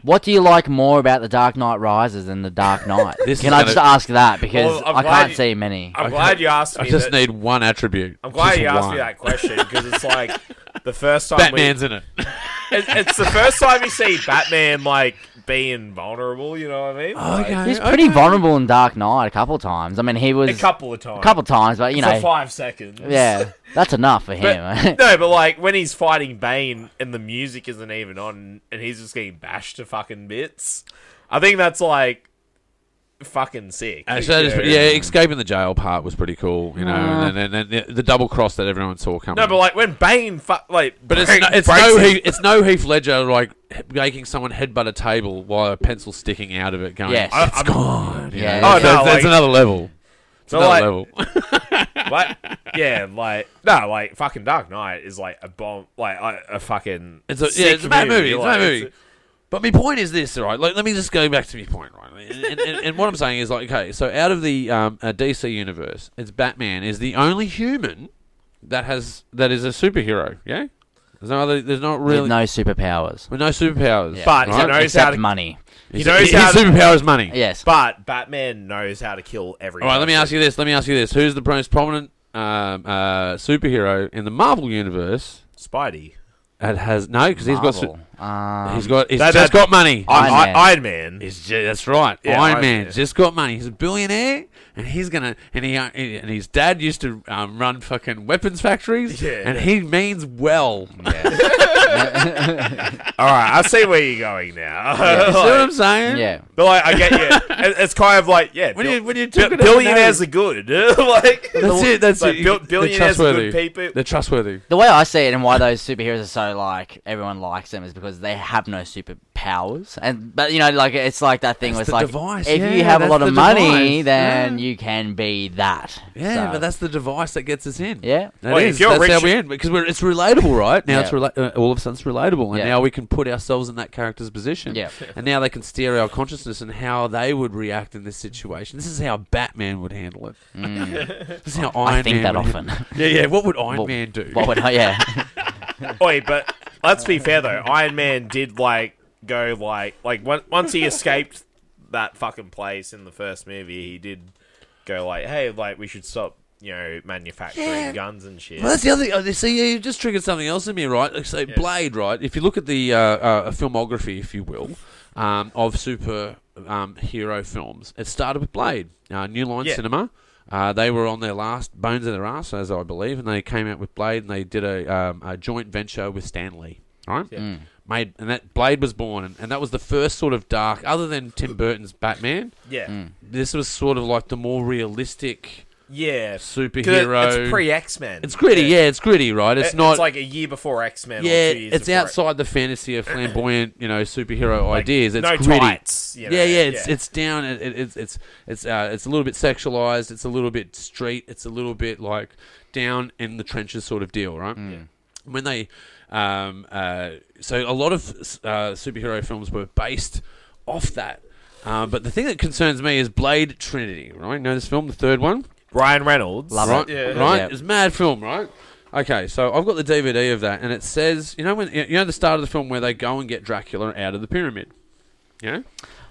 S3: What do you like more about The Dark Knight Rises than The Dark Knight?
S1: This is
S3: Can I
S1: gonna-
S3: just ask that because
S4: Well, I'm
S3: I
S4: glad
S3: can't
S4: you-
S3: see many.
S4: I'm glad you asked
S1: I
S4: me.
S1: just
S4: that-
S1: need one attribute.
S4: I'm glad
S1: Just
S4: you asked
S1: one.
S4: me that question because it's like the first time
S1: Batman's in it.
S4: we, it's, it's the first time you see Batman like being vulnerable. You know what I mean? Like,
S1: Okay,
S3: He's pretty
S1: okay.
S3: vulnerable in Dark Knight a couple times. I mean, he was
S4: a couple of times.
S3: a couple times, but you
S4: for
S3: know,
S4: five seconds.
S3: yeah, that's enough for him.
S4: But, no, but like when he's fighting Bane and the music isn't even on and he's just getting bashed to fucking bits. I think that's like fucking sick.
S1: Actually, that is pretty- yeah, escaping the jail part was pretty cool, you know, and then and then the, the double cross that everyone saw coming.
S4: No, but like when Bane fu- like
S1: But it's
S4: break-
S1: no, it's
S4: breaks
S1: no
S4: his-
S1: Heath, it's no Heath Ledger like he- making someone headbutt a table while a pencil sticking out of it going.
S3: Yes.
S1: It's
S4: I'm-
S1: gone. you
S3: Yeah.
S1: know?
S3: Oh,
S1: It's-
S4: no,
S1: it's-
S4: like-
S1: it's another level. It's
S4: So,
S1: another
S4: like-
S1: level.
S4: like yeah, like no, like fucking Dark Knight is like a bomb, like a, a fucking.
S1: It's a, yeah,
S4: sick
S1: it's a bad movie.
S4: You're
S1: It's a bad
S4: like,
S1: movie. But my point is this, all right? Like, let me just go back to my point, right? And, and, and what I'm saying is, like, okay, so out of the um, uh, DC universe, it's Batman is the only human that has that is a superhero. Yeah, there's no other. There's not really
S3: With no superpowers.
S1: with no superpowers.
S4: But he
S1: Right.
S4: knows how
S3: Except
S4: to.
S3: money.
S1: His-
S4: knows
S1: his,
S4: how to-
S1: superpower is money.
S3: Yes.
S4: But Batman knows how to kill everyone.
S1: All right, let me ask you this. Let me ask you this. Who's the most prominent um, uh, superhero in the Marvel universe?
S4: Spidey.
S1: That has no, because he's got su-
S3: Marvel. Um,
S1: he's got he's
S4: That-
S1: just
S4: that-
S1: got money.
S4: Iron,
S3: Iron Man.
S4: I, Iron Man.
S1: He's ju- that's right.
S4: Yeah,
S1: Iron
S4: Iron
S1: Man's
S4: Man.
S1: just got money. He's a billionaire, and he's gonna and he and his dad used to um, run fucking weapons factories,
S4: Yeah.
S1: and he means well.
S4: All right, I see where you're going now.
S1: You see what
S4: Like,
S1: I'm saying?
S3: yeah.
S4: but like, I get you. It- It's kind of like yeah,
S1: When
S4: bill-
S1: you when you
S4: bi-
S1: took it as an
S4: billionaires
S1: ad-
S4: are good. like
S1: that's it. That's
S4: like,
S1: it.
S4: bill-
S1: You- they're
S4: billionaires are
S1: trustworthy.
S4: good people.
S1: They're trustworthy.
S3: The way I see it and why those superheroes are so like everyone likes them is because they have no superpowers. And but you know, like it's like that thing
S1: That's
S3: where
S1: the
S3: it's like
S1: device.
S3: if
S1: Yeah,
S3: you have a
S1: that's
S3: lot of
S1: the
S3: money,
S1: device.
S3: then
S1: Yeah.
S3: you can be that.
S1: Yeah,
S3: So,
S1: but that's the device that gets us in.
S3: yeah.
S1: That
S4: Well, if
S1: is.
S4: you're
S1: That's
S4: rich-
S1: how we end because we're, it's relatable, right? Now it's
S3: Yeah.
S1: rela- uh, all of a sudden it's relatable, and
S3: Yeah.
S1: now we can put ourselves in that character's position.
S3: Yeah.
S1: and now they can steer our consciousness and how they would react in this situation. This is how Batman would handle it. this is how Iron
S3: I think
S1: Man
S3: that
S1: would
S3: often.
S1: handle- Yeah, yeah. What would Iron
S3: Well,
S1: Man do?
S3: what would I, yeah.
S4: Oi, but let's be fair though. Iron Man did like go like like on- once he escaped that fucking place in the first movie, he did go like, hey, like we should stop, you know, manufacturing
S1: Yeah.
S4: guns and shit.
S1: Well, that's the other thing. Oh, See, you just triggered something else in me, right? Like, So, Blade, right? If you look at the uh, uh, filmography, if you will, um, of super um, hero films, it started with Blade, uh, New Line
S4: Yeah.
S1: Cinema. Uh, they were on their last bones of their ass, as I believe, and they came out with Blade, and they did a, um, a joint venture with Stanley, right? Made and that Blade was born, and, and that was the first sort of dark, other than Tim Burton's Batman.
S4: yeah,
S1: Hmm. This was sort of like the more realistic
S4: yeah, 'Cause it-
S1: superhero.
S4: It's pre X Men.
S1: It's gritty, yeah. it's gritty, right? It's not
S4: It's like a year before X Men.
S1: yeah,
S4: or two years
S1: it's
S4: before it.
S1: outside the fantasy of flamboyant, you know, superhero ideas. It's
S4: no
S1: gritty.
S4: tights. you know,
S1: yeah, yeah, it's it's down. It, it, it's it's it's uh, it's a little bit sexualized. It's a little bit street. It's a little bit like down in the trenches sort of deal, right?
S4: Mm.
S1: When they, um, uh, so a lot of uh, superhero films were based off that. Uh, but the thing that concerns me is Blade Trinity, right? You know this film, the third one
S4: Ryan Reynolds.
S3: Love
S1: right?
S4: Yeah.
S1: Right?
S3: Yeah.
S1: It's a mad film, right? Okay, so I've got the DVD of that, and it says, you know, when you know the start of the film where they go and get Dracula out of the pyramid. Yeah,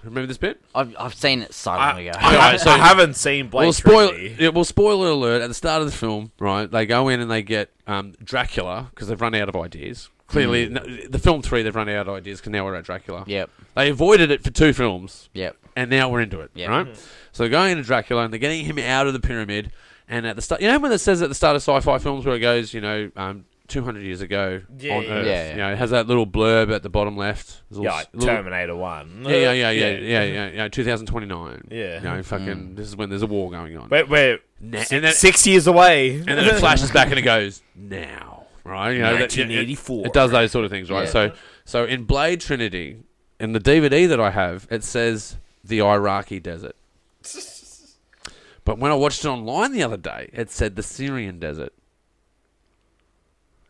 S1: remember this bit?
S3: I've, I've seen it so
S1: Oh
S3: long
S4: I,
S3: ago.
S4: I-
S1: Alright, so-
S4: I haven't seen Blade
S1: well, spoil.
S4: Trinity.
S1: Yeah, well, spoiler alert. At the start of the film, right? They go in and they get um, Dracula because they've run out of ideas. Clearly, no, the film three, they've run out of ideas because now we're at Dracula.
S3: Hmm. Yep.
S1: They avoided it for two films.
S3: Yep.
S1: and now we're into it,
S3: Yeah.
S1: right?
S4: Mm-hmm.
S1: So they're going into Dracula and they're getting him out of the pyramid. And at the start, you know when it says at the start of sci-fi films where it goes, you know, um, 200 years ago
S4: Yeah,
S1: on
S4: yeah,
S1: Earth,
S3: yeah.
S1: you know, it has that little blurb at the bottom left. There's a
S4: Yeah,
S1: little s-
S4: like
S1: little-
S4: Terminator One.
S1: yeah, yeah, yeah, yeah, yeah, yeah, yeah, yeah, 2029.
S4: Yeah. Mm.
S1: you know, fucking, this is when there's a war going on.
S4: We're, we're
S1: Na-
S4: six,
S1: and then-
S4: six years away.
S1: and then it flashes back and it goes now, right? You know, that- it-
S4: 1984.
S1: It, does those sort of things, right?
S3: Yeah.
S1: So, so in Blade Trinity, in the DVD that I have, it says the Iraqi desert. But when I watched it online the other day, it said the Syrian desert.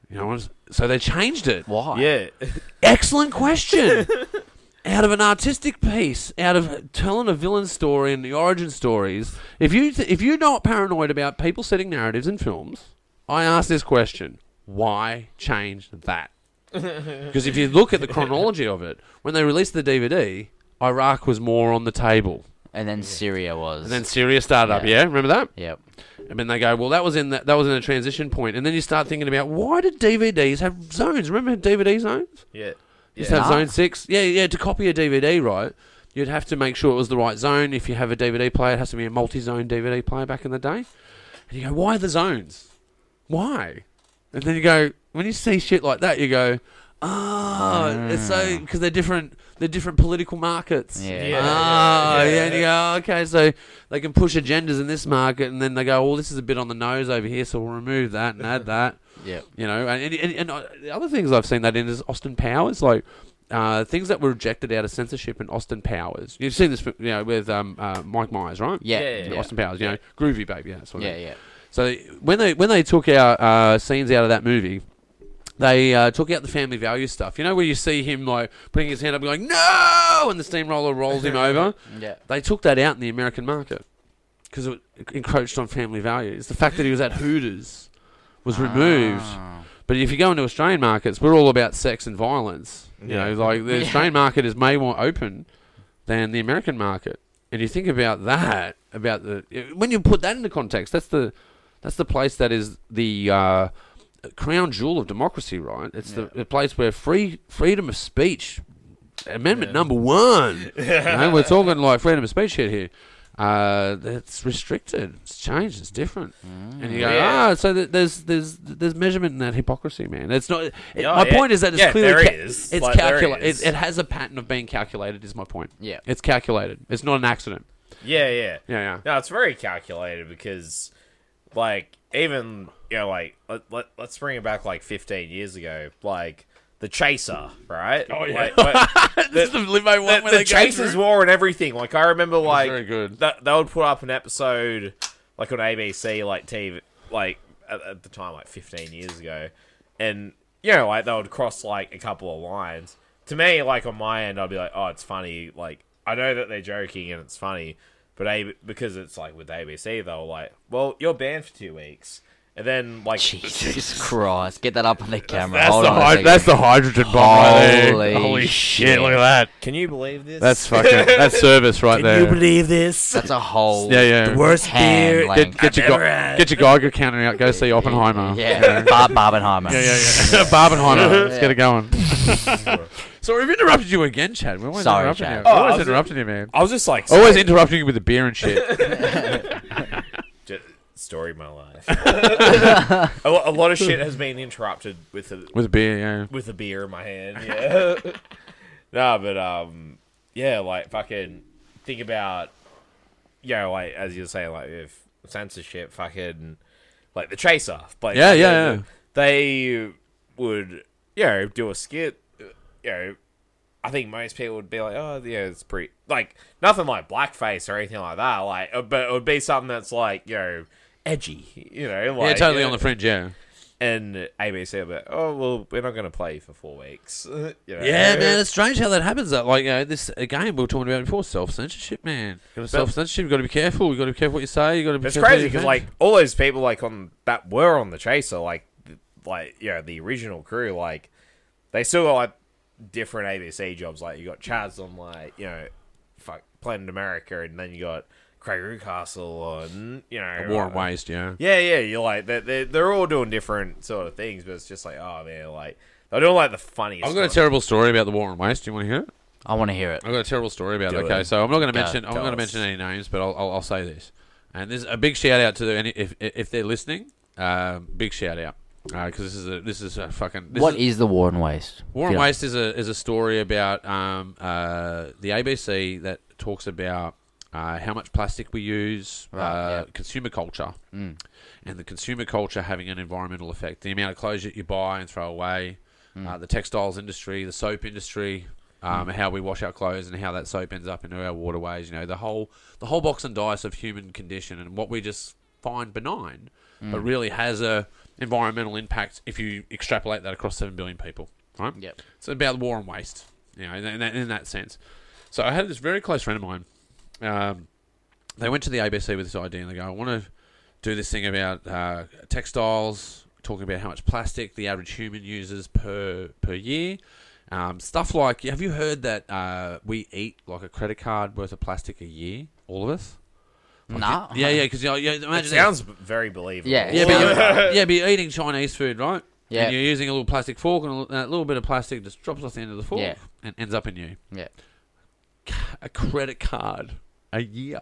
S1: You know, it was- so they changed it.
S3: Why?
S4: yeah.
S1: Excellent question. out of an artistic piece, out of telling a villain story and the origin stories. If you th- if you're not paranoid about people setting narratives in films, I ask this question: Why change that? Because if you look at the chronology of it, when they released the DVD, Iraq was more on the table,
S3: and then Syria was.
S1: and then Syria started up.
S3: Yeah.
S1: Yeah, remember that?
S3: yep.
S1: And then they go, well, that was in the, that was in a transition point, and then you start thinking about why did DVDs have zones? Remember DVD zones?
S4: Yeah.
S1: Just have
S3: Nah.
S1: zone six. Yeah, yeah. To copy a DVD, right, you'd have to make sure it was the right zone. If you have a DVD player, it has to be a multi-zone DVD player back in the day. And you go, why the zones? Why? And then you go, when you see shit like that, you go, ah, it's so because they're different. They're different political markets.
S3: Yeah. Yeah,
S1: Ah,
S2: yeah, yeah.
S1: yeah. And you go, okay, so they can push agendas in this market, and then they go, well, this is a bit on the nose over here, so we'll remove that and add that.
S3: Yep.
S1: You know, and, and, and uh, the other things I've seen that in is Austin Powers, like uh, things that were rejected out of censorship in Austin Powers. You've seen this, you know, with um, uh, Mike Myers, right?
S3: Yeah.
S4: Yeah,
S3: Yeah.
S1: With Austin Powers, you know, Groovy Baby, yeah, that's what
S3: Yeah. Yeah.
S1: So when they when they took out uh, scenes out of that movie, they uh, took out the family value stuff. You know, where you see him like putting his hand up, and going no, and the steamroller rolls him over.
S3: Yeah.
S1: They took that out in the American market because it encroached on family values. The fact that he was at Hooters was removed.
S3: Ah.
S1: But if you go into Australian markets, we're all about sex and violence. You
S4: Yeah.
S1: know, like the
S3: Yeah.
S1: Australian market is way more open than the American market. And you think about that, about the when you put that into context, that's the that's the place that is the uh, crown jewel of democracy, right? It's the, the place where free freedom of speech, amendment number one. you know, we're talking like freedom of speech shit here. Uh, it's restricted. It's changed. It's different.
S4: Mm.
S1: And you go,
S2: Yeah.
S1: ah, so th- there's there's there's measurement in that hypocrisy, man. It's not. It,
S4: Yeah,
S1: my
S4: yeah.
S1: point is that it's
S4: Yeah,
S1: clearly
S4: there
S1: ca-
S4: is.
S1: it's
S4: Like, there
S1: calculated.
S4: is.
S1: It, it has a pattern of being calculated. Is my point.
S3: Yeah.
S1: it's calculated. It's not an accident.
S4: Yeah, yeah.
S1: Yeah, yeah.
S4: No, it's very calculated because, like, even you know, like, let, let, let's bring it back like 15 years ago, like the Chaser, right? Oh
S1: yeah.
S4: the,
S1: the limo one
S4: the, the Chasers war and everything. Like, I remember, like,
S1: very good.
S4: That, they would put up an episode, like on ABC, like TV, like at, at the time, like 15 years ago, and you know, like they would cross like a couple of lines. To me, like on my end, I'd be like, oh, it's funny. Like, I know that they're joking and it's funny, but a- because it's like with ABC, they were like, well, you're banned for two weeks, and then like
S3: Jesus Christ! Get that up on the camera.
S1: That's
S3: Hold
S1: the,
S3: on a
S1: hy-
S3: second.
S1: that's the hydrogen bomb right there.
S3: Holy
S1: Holy shit,
S3: shit.
S1: look at that.
S4: Can you believe this?
S1: That's fucking, that's service right there.
S4: believe this?
S3: That's a whole
S1: yeah, yeah.
S4: Worst
S3: hand
S1: Get,
S3: length.
S1: get, your
S4: I've never
S1: Ge-
S4: had.
S1: get your Geiger counter out, go see Oppenheimer.
S3: yeah. Bar- Barbenheimer.
S1: Yeah, yeah, yeah. Barbenheimer. Let's
S3: Yeah.
S1: get it going. so we've interrupted you again, Chad. We're always
S3: Sorry,
S1: interrupting
S3: Chad.
S1: you. We're
S4: Oh, I
S1: always
S4: was-
S1: interrupting you, man.
S4: I was just like
S1: Always interrupting you with the beer and shit.
S4: J- story of my life. a, lo- a lot of shit has been interrupted with a
S1: with beer, yeah.
S4: with a beer in my hand. Yeah. nah, but um, yeah, like fucking think about, you know, like as you're saying, like if censorship, fucking, like the chaser, like
S1: Yeah,
S4: they-
S1: yeah, yeah.
S4: they would, you know, do a skit, uh, you know. I think most people would be like, oh, yeah, it's pretty. Like, nothing like blackface or anything like that. Like, uh, but it would be something that's, like, you know, edgy, you know?
S1: Yeah,
S4: Like,
S1: totally
S4: yeah
S1: on the fringe, yeah.
S4: and ABC were like, oh well, we're not going to play for four weeks. you know?
S1: Yeah, man, it's strange how that happens. That like, you know, this again we were talking about before self censorship, man. Self censorship. You have got to be careful. You got to be careful what you say. You got to be.
S4: It's
S1: careful
S4: crazy
S1: what you
S4: because
S1: think.
S4: like all those people like on that were on the Chaser, like th- like you know the original crew, like they still got like different ABC jobs. Like you got Chaz on like you know, fuck Planet America, and then you got Craig Rucastle on you know
S1: war and
S4: uh,
S1: waste, yeah.
S4: Yeah, yeah, you're like they're, they're they're all doing different sort of things, but it's just like oh man, like they don't like the funniest.
S1: I've got a
S4: stuff.
S1: terrible story about the war and waste. Do you want to hear it?
S3: I want to hear it.
S1: I've got a terrible story about
S4: Do
S1: it. Okay,
S4: it.
S1: so I'm not going to
S3: Go,
S1: mention. I'm not
S4: tell
S1: going to
S4: us.
S1: mention any names, but I'll, I'll, I'll say this. And this is a big shout out to the, any if if they're listening. Uh, big shout out because this is a this is a fucking this
S3: What
S1: is-
S3: is the war and waste?
S1: War and
S3: Yeah.
S1: Waste is a is a story about um, uh, the ABC that talks about uh, how much plastic we use, uh,
S3: yeah.
S1: consumer culture, and the consumer culture having an environmental effect. The amount of clothes that you buy and throw away, uh, the textiles industry, the soap industry, um, how we wash our clothes and how that soap ends up into our waterways. You know the whole the whole box and dice of human condition and what we just find benign, but really has a environmental impact if you extrapolate that across seven billion people. Right.
S3: Yep.
S1: It's about war and waste. you know, in that- in that, in that sense. So I had this very close friend of mine. Um, they went to the ABC with this idea and they go, I want to do this thing about uh, textiles, talking about how much plastic the average human uses per per year. Um, stuff like, have you heard that uh, we eat like a credit card worth of plastic a year, all of us?
S3: Nah.
S1: Yeah, yeah, because you know, you know,
S4: Oh, It
S1: imagine that.
S4: sounds very believable.
S3: Yeah.
S1: Yeah, but you're, yeah, but you're eating Chinese food, right?
S3: Yeah.
S1: And you're using a little plastic fork, and a little- that little bit of plastic just drops off the end of the fork
S3: Yeah.
S1: and ends up in you.
S3: Yeah.
S1: A credit card a year.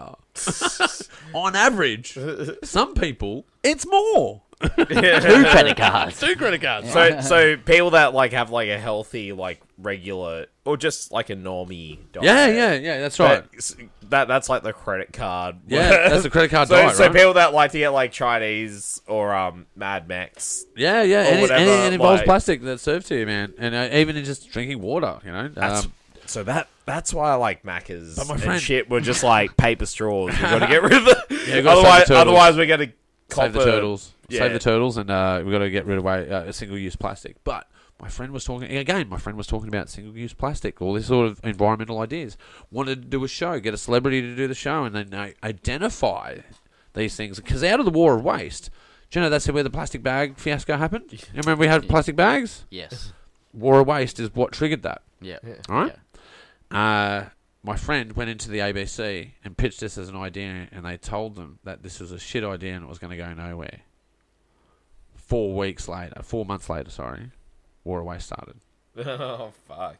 S1: On average, some people, it's more.
S3: Two credit cards.
S1: Two credit cards. So,
S4: So, so people that like have like a healthy, like regular, or just like a normie. Diet,
S1: yeah, yeah, yeah, that's right.
S4: That, that that's like the credit card.
S1: yeah, that's the credit card
S4: So,
S1: diet,
S4: so
S1: right?
S4: people that like to get like Chinese or um Mad Max,
S1: yeah, yeah, and, it, and
S4: whatever,
S1: it involves
S4: like-
S1: plastic that's served to you, man. And uh, even in just drinking water, you know.
S4: that's
S1: um,
S4: so that that's why I like Macca's
S1: my
S4: and
S1: friend-
S4: shit. We're just like paper straws. We've got to get rid of the.
S1: Yeah, you gotta save the
S4: otherwise,
S1: turtles.
S4: otherwise we're gonna
S1: save the
S4: cop a-
S1: turtles,
S4: yeah.
S1: save the turtles, and uh, we've got to get rid of uh, single-use plastic. But my friend was talking again. My friend was talking about single-use plastic, all these sort of environmental ideas. Wanted to do a show, get a celebrity to do the show, and then uh, identify these things because out of the war of waste. Do you know that's where the plastic bag fiasco happened? You remember we had plastic bags?
S3: Yes.
S1: War of waste is what triggered that.
S3: Yeah.
S1: All right. Uh, my friend went into the ABC and pitched this as an idea, and they told them that this was a shit idea and it was going to go nowhere. Four weeks later, four months later, sorry, War Away started.
S4: Oh fuck.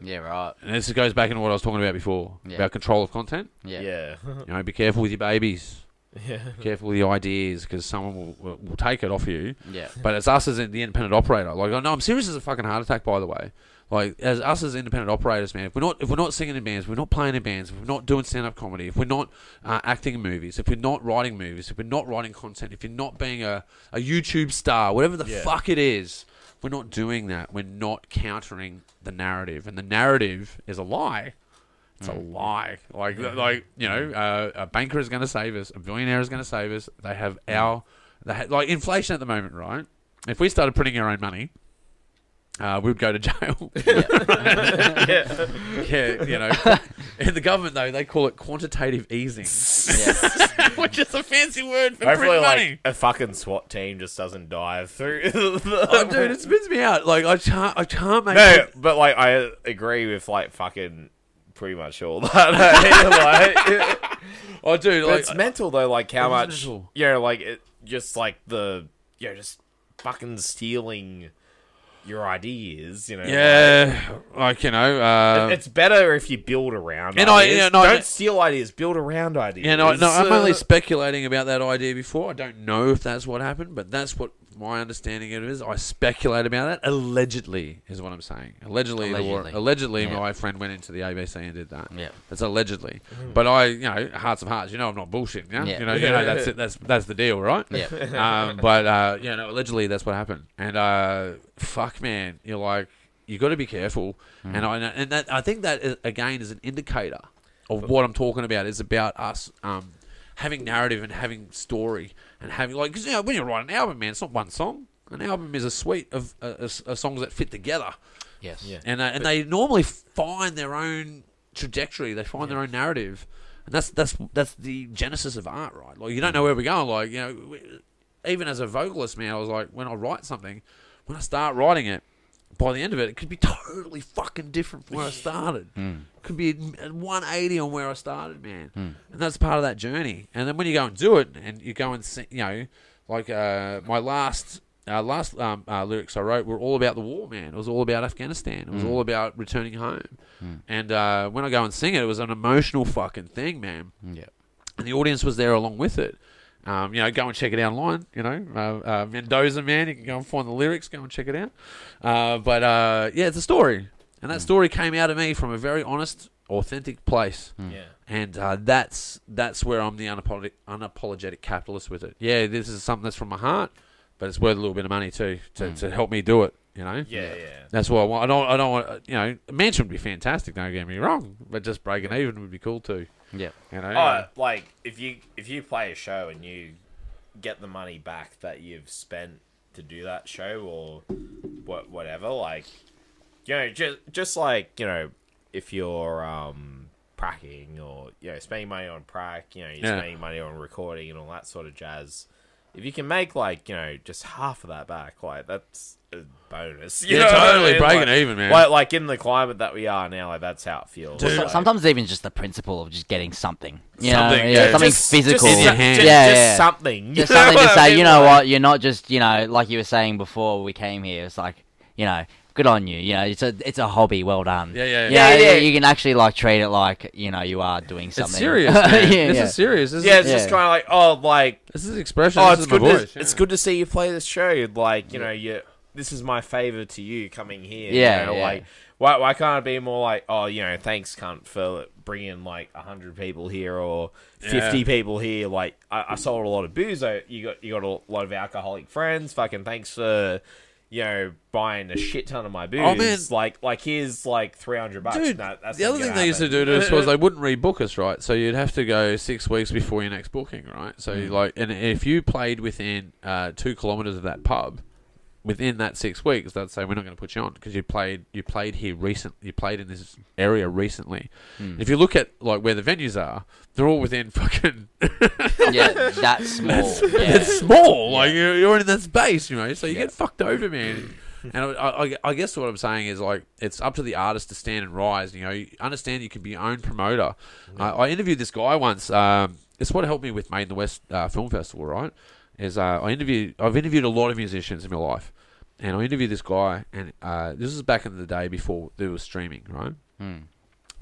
S3: Yeah. Right.
S1: And this goes back into what I was talking about before
S3: Yeah.
S1: about control of content.
S3: Yeah.
S4: yeah.
S1: You know, be careful with your babies,
S4: Yeah.
S1: be careful with your ideas, because someone will, will, will take it off you.
S3: Yeah.
S1: But it's us as in- the independent operator. Like, I know I'm serious as a fucking heart attack, by the way. Like, as us as independent operators, man, if we're not if we're not singing in bands, if we're not playing in bands, if we're not doing stand up comedy, if we're not uh, acting in movies, if we're not writing movies, if we're not writing content, if you're not being a, a YouTube star, whatever the
S4: Yeah.
S1: fuck it is, we're not doing that. We're not countering the narrative, and the narrative is a lie. It's a
S4: Mm.
S1: lie. Like, like you know, uh, a banker is going to save us. A billionaire is going to save us. They have
S4: Mm.
S1: our, they ha- like inflation at the moment, right? If we started printing our own money, uh, we would go to jail.
S4: yeah.
S1: yeah, you know. In the government, though, they call it quantitative easing,
S3: Yeah.
S1: which is a fancy word for
S4: Hopefully,
S1: print money.
S4: like a fucking SWAT team just doesn't dive through. the-
S1: oh, dude, it spins me out. Like, I can't, I can't make.
S4: No, but like I agree with like fucking pretty much all that. like, it-
S1: I do.
S4: but
S1: Like,
S4: it's mental though, like
S1: It
S4: how
S1: is
S4: much
S1: mental.
S4: you know, like it just like the you know, just fucking stealing your ideas, you know.
S1: yeah, like you know. Uh,
S4: Like, it's better if you build around
S1: And I-
S4: ideas.
S1: yeah, no,
S4: Don't
S1: I-
S4: steal ideas, build around ideas.
S1: Yeah, no, no, I'm only
S4: Uh,
S1: speculating about that idea before. I don't know if that's what happened, but that's what my understanding of it is. I speculate about that. Allegedly is what I'm saying. Allegedly, allegedly,
S3: Allegedly.
S1: allegedly
S3: Yeah.
S1: my friend went into the ABC and did that.
S3: Yeah. Mm.
S1: That's allegedly. But I, you know, hearts of hearts, you know I'm not bullshitting, yeah?
S3: Yeah.
S1: You know, you know that's it. That's that's the deal, right?
S3: Yeah.
S1: Um, but uh, you know, allegedly that's what happened. And uh, fuck, man, you're like you got to be careful. And I and that I think that is, again is an indicator of what I'm talking about. Is about us um, having narrative and having story and having like because you know when you write an album, man, it's not one song. An album is a suite of, uh, of, of songs that fit together
S3: Yes.
S4: Yeah.
S1: and uh, and they normally find their own trajectory. They find their own narrative, and that's that's that's the genesis of art, right? Like you don't know where we're going. Like you know, we, even as a vocalist, man, I was like, when I write something, when I start writing it, by the end of it, it could be totally fucking different from where I started. Could be at 180 on where I started, man. And that's part of that journey. And then when you go and do it, and you go and see, you know, like uh, my last. Uh, last um, uh, lyrics I wrote were all about the war, man. It was all about Afghanistan. It was all about returning home. And uh, when I go and sing it, it was an emotional fucking thing, man
S3: Yeah.
S1: and the audience was there along with it. Um, you know, go and check it out online. You know, uh, uh, Mendoza man, you can go and find the lyrics, go and check it out. Uh, but uh, yeah, it's a story, and that story came out of me from a very honest, authentic place.
S4: Yeah.
S1: And uh, that's that's where I'm the unapologetic, unapologetic capitalist with it. Yeah, this is something that's from my heart, but it's worth a little bit of money too to, to help me do it. You know,
S4: Mm. Yeah, yeah.
S1: that's what I want. I don't. I don't want. uh, You know, a mansion would be fantastic. Don't get me wrong, but just breaking even would be cool too.
S3: Yeah.
S1: You know,
S4: Oh, like if you if you play a show and you get the money back that you've spent to do that show or what whatever, like you know, just just like you know, if you're um pracking or you know spending money on prac, you know, you're
S1: Yeah.
S4: spending money on recording and all that sort of jazz. If you can make like you know just half of that back, like that's a bonus. You
S1: Yeah,
S4: know what I
S1: totally
S4: mean?
S1: breaking
S4: Like-
S1: even, man.
S4: Like, like in the climate that we are now, like that's how it feels.
S3: So-
S4: Like,
S3: sometimes even just the principle of just getting something, you
S1: Something,
S3: something, know,
S1: yeah,
S3: Uh, yeah, something
S4: just-
S3: physical,
S4: just,
S1: in your
S4: so-
S1: hand.
S4: just-
S3: yeah,
S4: just
S3: yeah.
S4: something, You
S3: just
S4: know
S3: something to
S4: what I
S3: say.
S4: mean?
S3: You know
S4: Like-
S3: what? You're not just you know like you were saying before we came here. It's like you know, good on you. You know, it's a it's a hobby. Well done.
S1: Yeah, yeah,
S3: You
S1: yeah.
S3: know,
S4: Yeah, yeah.
S3: You can actually like treat it like you know you are doing something.
S1: It's serious.
S3: yeah,
S1: Man. this
S3: yeah.
S1: is serious. This,
S4: Yeah,
S1: is,
S4: it's just
S3: Yeah.
S4: kind of like oh, like
S1: this is expression.
S4: oh,
S1: this
S4: it's
S1: is my
S4: good.
S1: voice.
S4: To, It's good to see you play this show. Like you know, you this is my favor to you coming here. you
S3: Yeah,
S4: know,
S3: yeah.
S4: like why why can't it be more like oh, you know, thanks cunt for bringing like hundred people here or fifty
S1: Yeah.
S4: people here. Like I, I sold a lot of booze. I, you got you got a lot of alcoholic friends. Fucking thanks for. You know, buying a shit ton of my booze,
S1: Oh, man.
S4: like like here's like three hundred bucks.
S1: Dude,
S4: Nah, that's
S1: the
S4: not
S1: other thing
S4: gonna
S1: they used to
S4: happen.
S1: do to us was they wouldn't rebook us, right? So you'd have to go six weeks before your next booking, right? So
S4: Mm.
S1: you like, and if you played within uh, two kilometers of that pub, within that six weeks, they'd say we're not going to put you on because you played you played here recent, you played in this area recently.
S4: Mm.
S1: If you look at like where the venues are, they're all within fucking
S3: yeah, that's small. Yeah.
S1: it's small. Like you're, you're in that space, you know. So you get fucked over, man. And I, I, I guess what I'm saying is like it's up to the artist to stand and rise. You know, you understand you can be your own promoter. I, I interviewed this guy once. Um, it's what helped me with Made in the West uh, Film Festival. Right? Is uh, I interviewed I've interviewed a lot of musicians in my life, and I interviewed this guy, and uh, this is back in the day before there was streaming, right?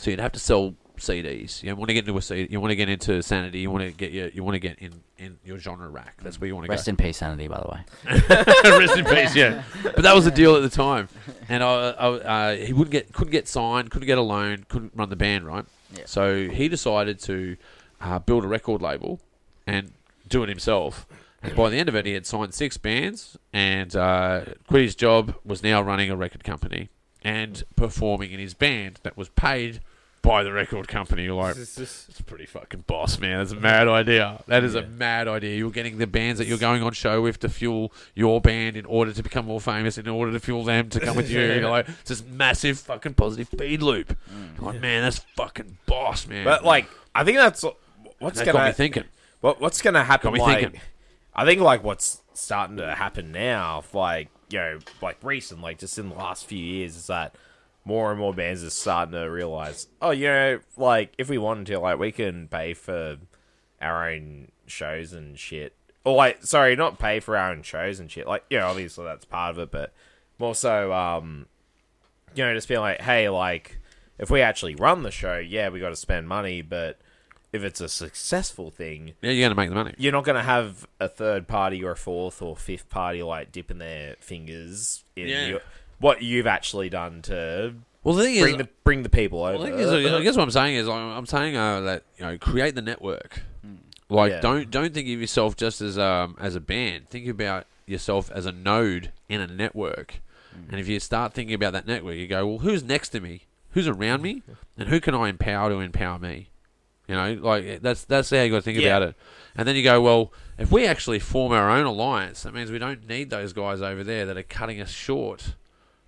S1: So you'd have to sell CDs. You want to get into a CD, you want to get into Sanity, you want to get your, you want to get in, in your genre rack. That's where you want to go.
S3: Rest in peace, sanity. By the way.
S1: Rest in peace. Yeah, but that was the deal at the time, and I, I uh, he wouldn't get couldn't get signed, couldn't get a loan, couldn't run the band right.
S3: Yeah.
S1: So he decided to uh, build a record label and do it himself. And by the end of it, he had signed six bands and uh, quit his job. Was now running a record company and performing in his band that was paid by the record company. Like it's pretty fucking boss, man. That's a mad idea. That is a mad idea. You're getting the bands that you're going on show with to fuel your band in order to become more famous, in order to fuel them to come with you. you know, like, it's this massive fucking positive feed loop. Like, man, that's fucking boss, man.
S4: But like, I think that's what's
S1: that
S4: gonna
S1: got me thinking.
S4: What what's gonna happen?
S1: Got me
S4: like,
S1: thinking.
S4: I think like what's starting to happen now, like you know, like recent, like just in the last few years, is that more and more bands are starting to realize, oh, you know, like if we wanted to, like we can pay for our own shows and shit, or like sorry, not pay for our own shows and shit. Like yeah, obviously that's part of it, but more so, um, you know, just being like, hey, like if we actually run the show, yeah, we got to spend money, but if it's a successful thing
S1: Yeah, you're going to make the money.
S4: you're not going to have a third party or a fourth or fifth party like dipping their fingers in
S1: Yeah.
S4: your, what you've actually done to
S1: Well, the thing is,
S4: bring the bring the people over.
S1: Well, the thing is, I guess what I'm saying is, I'm, I'm saying uh, that you know, create the network. Like,
S4: Yeah.
S1: don't don't think of yourself just as um as a band. Think about yourself as a node in a network. And if you start thinking about that network, you go, well, who's next to me? Who's around me? And who can I empower to empower me? You know, like that's that's how you got to think
S4: Yeah.
S1: about it. And then you go, well, if we actually form our own alliance, that means we don't need those guys over there that are cutting us short.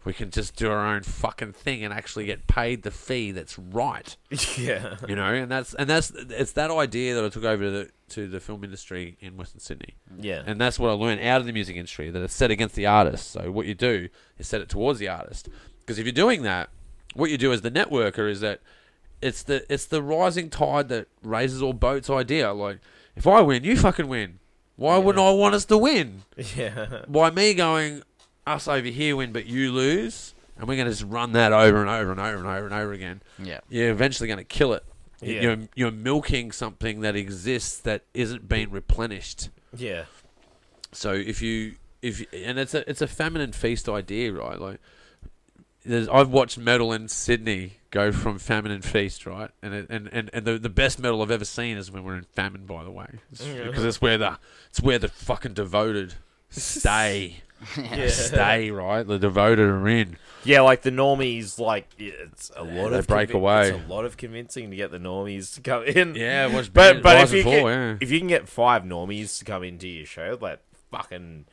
S1: We can just do our own fucking thing and actually get paid the fee that's right
S4: yeah,
S1: you know, and that's and that's it's that idea that I took over to the to the film industry in Western Sydney,
S4: yeah,
S1: and that's what I learned out of the music industry that it's set against the artist. So what you do is set it towards the artist, because if you're doing that, what you do as the networker is that it's the it's the rising tide that raises all boats idea. Like if I win, you fucking win. Why wouldn't I want us to win?
S4: yeah,
S1: by me going us over here win but you lose and we're going to just run that over and over and over and over and over again
S3: Yeah.
S1: you're eventually going to kill it You-
S4: Yeah.
S1: you're, you're milking something that exists that isn't being replenished
S4: yeah,
S1: so if you if and it's a it's a famine and feast idea right like there's, I've watched metal in Sydney go from famine and feast, right? And it, and, and, and the, the best metal I've ever seen is when we're in famine, by the way, It's- because it's where the it's where the fucking devoted stay
S4: yeah.
S1: stay right. The devoted are in.
S4: Yeah, like the normies, like it's a lot
S1: they
S4: of
S1: break
S4: convi-
S1: away.
S4: It's a lot of convincing to get the normies to come in.
S1: Yeah, it was
S4: but
S1: bad.
S4: but
S1: Rise
S4: if you
S1: and fall,
S4: can,
S1: yeah.
S4: if you can get five normies to come into your show, like fucking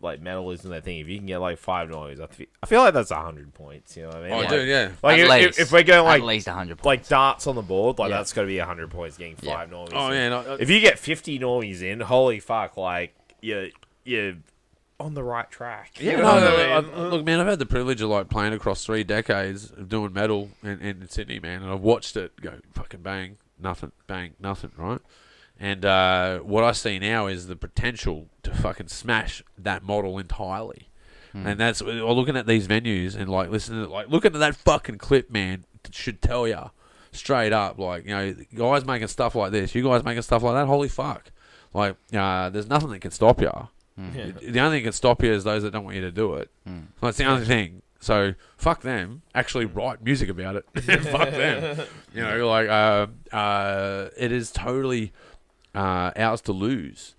S4: like metal isn't their thing. If you can get like five dollars, I feel, I feel like that's hundred points. You know what I mean?
S1: Oh,
S4: like,
S1: dude, yeah.
S4: like,
S3: At
S4: if, if-
S3: least.
S4: if we're going
S3: at
S4: like
S3: least 100 points.
S4: like darts on the board, like
S3: Yeah.
S4: that's got to be hundred points. Getting
S3: Yeah.
S4: five normies.
S1: Oh,
S4: in.
S1: yeah, no, uh,
S4: if you get fifty normies in, holy fuck! Like you you're on the right track.
S1: Yeah,
S4: You
S1: no,
S4: know
S1: no,
S4: what I
S1: no,
S4: mean?
S1: I- look, man, I've had the privilege of like playing across three decades of doing metal in, in Sydney, man, and I've watched it go fucking bang, nothing, bang, nothing, right? And uh, what I see now is the potential to fucking smash that model entirely. And that's or looking at these venues and like listening, to, like looking at that fucking clip, man, should tell ya straight up, like you know, guys making stuff like this, you guys making stuff like that. Holy fuck! Like, uh, there's nothing that can stop ya.
S3: Mm.
S1: The only thing that can stop you is those that don't want you to do it.
S4: Hmm.
S1: That's the only thing. So fuck them. Actually, write music about it. fuck them. You know, like uh, uh, it is totally uh, ours to lose,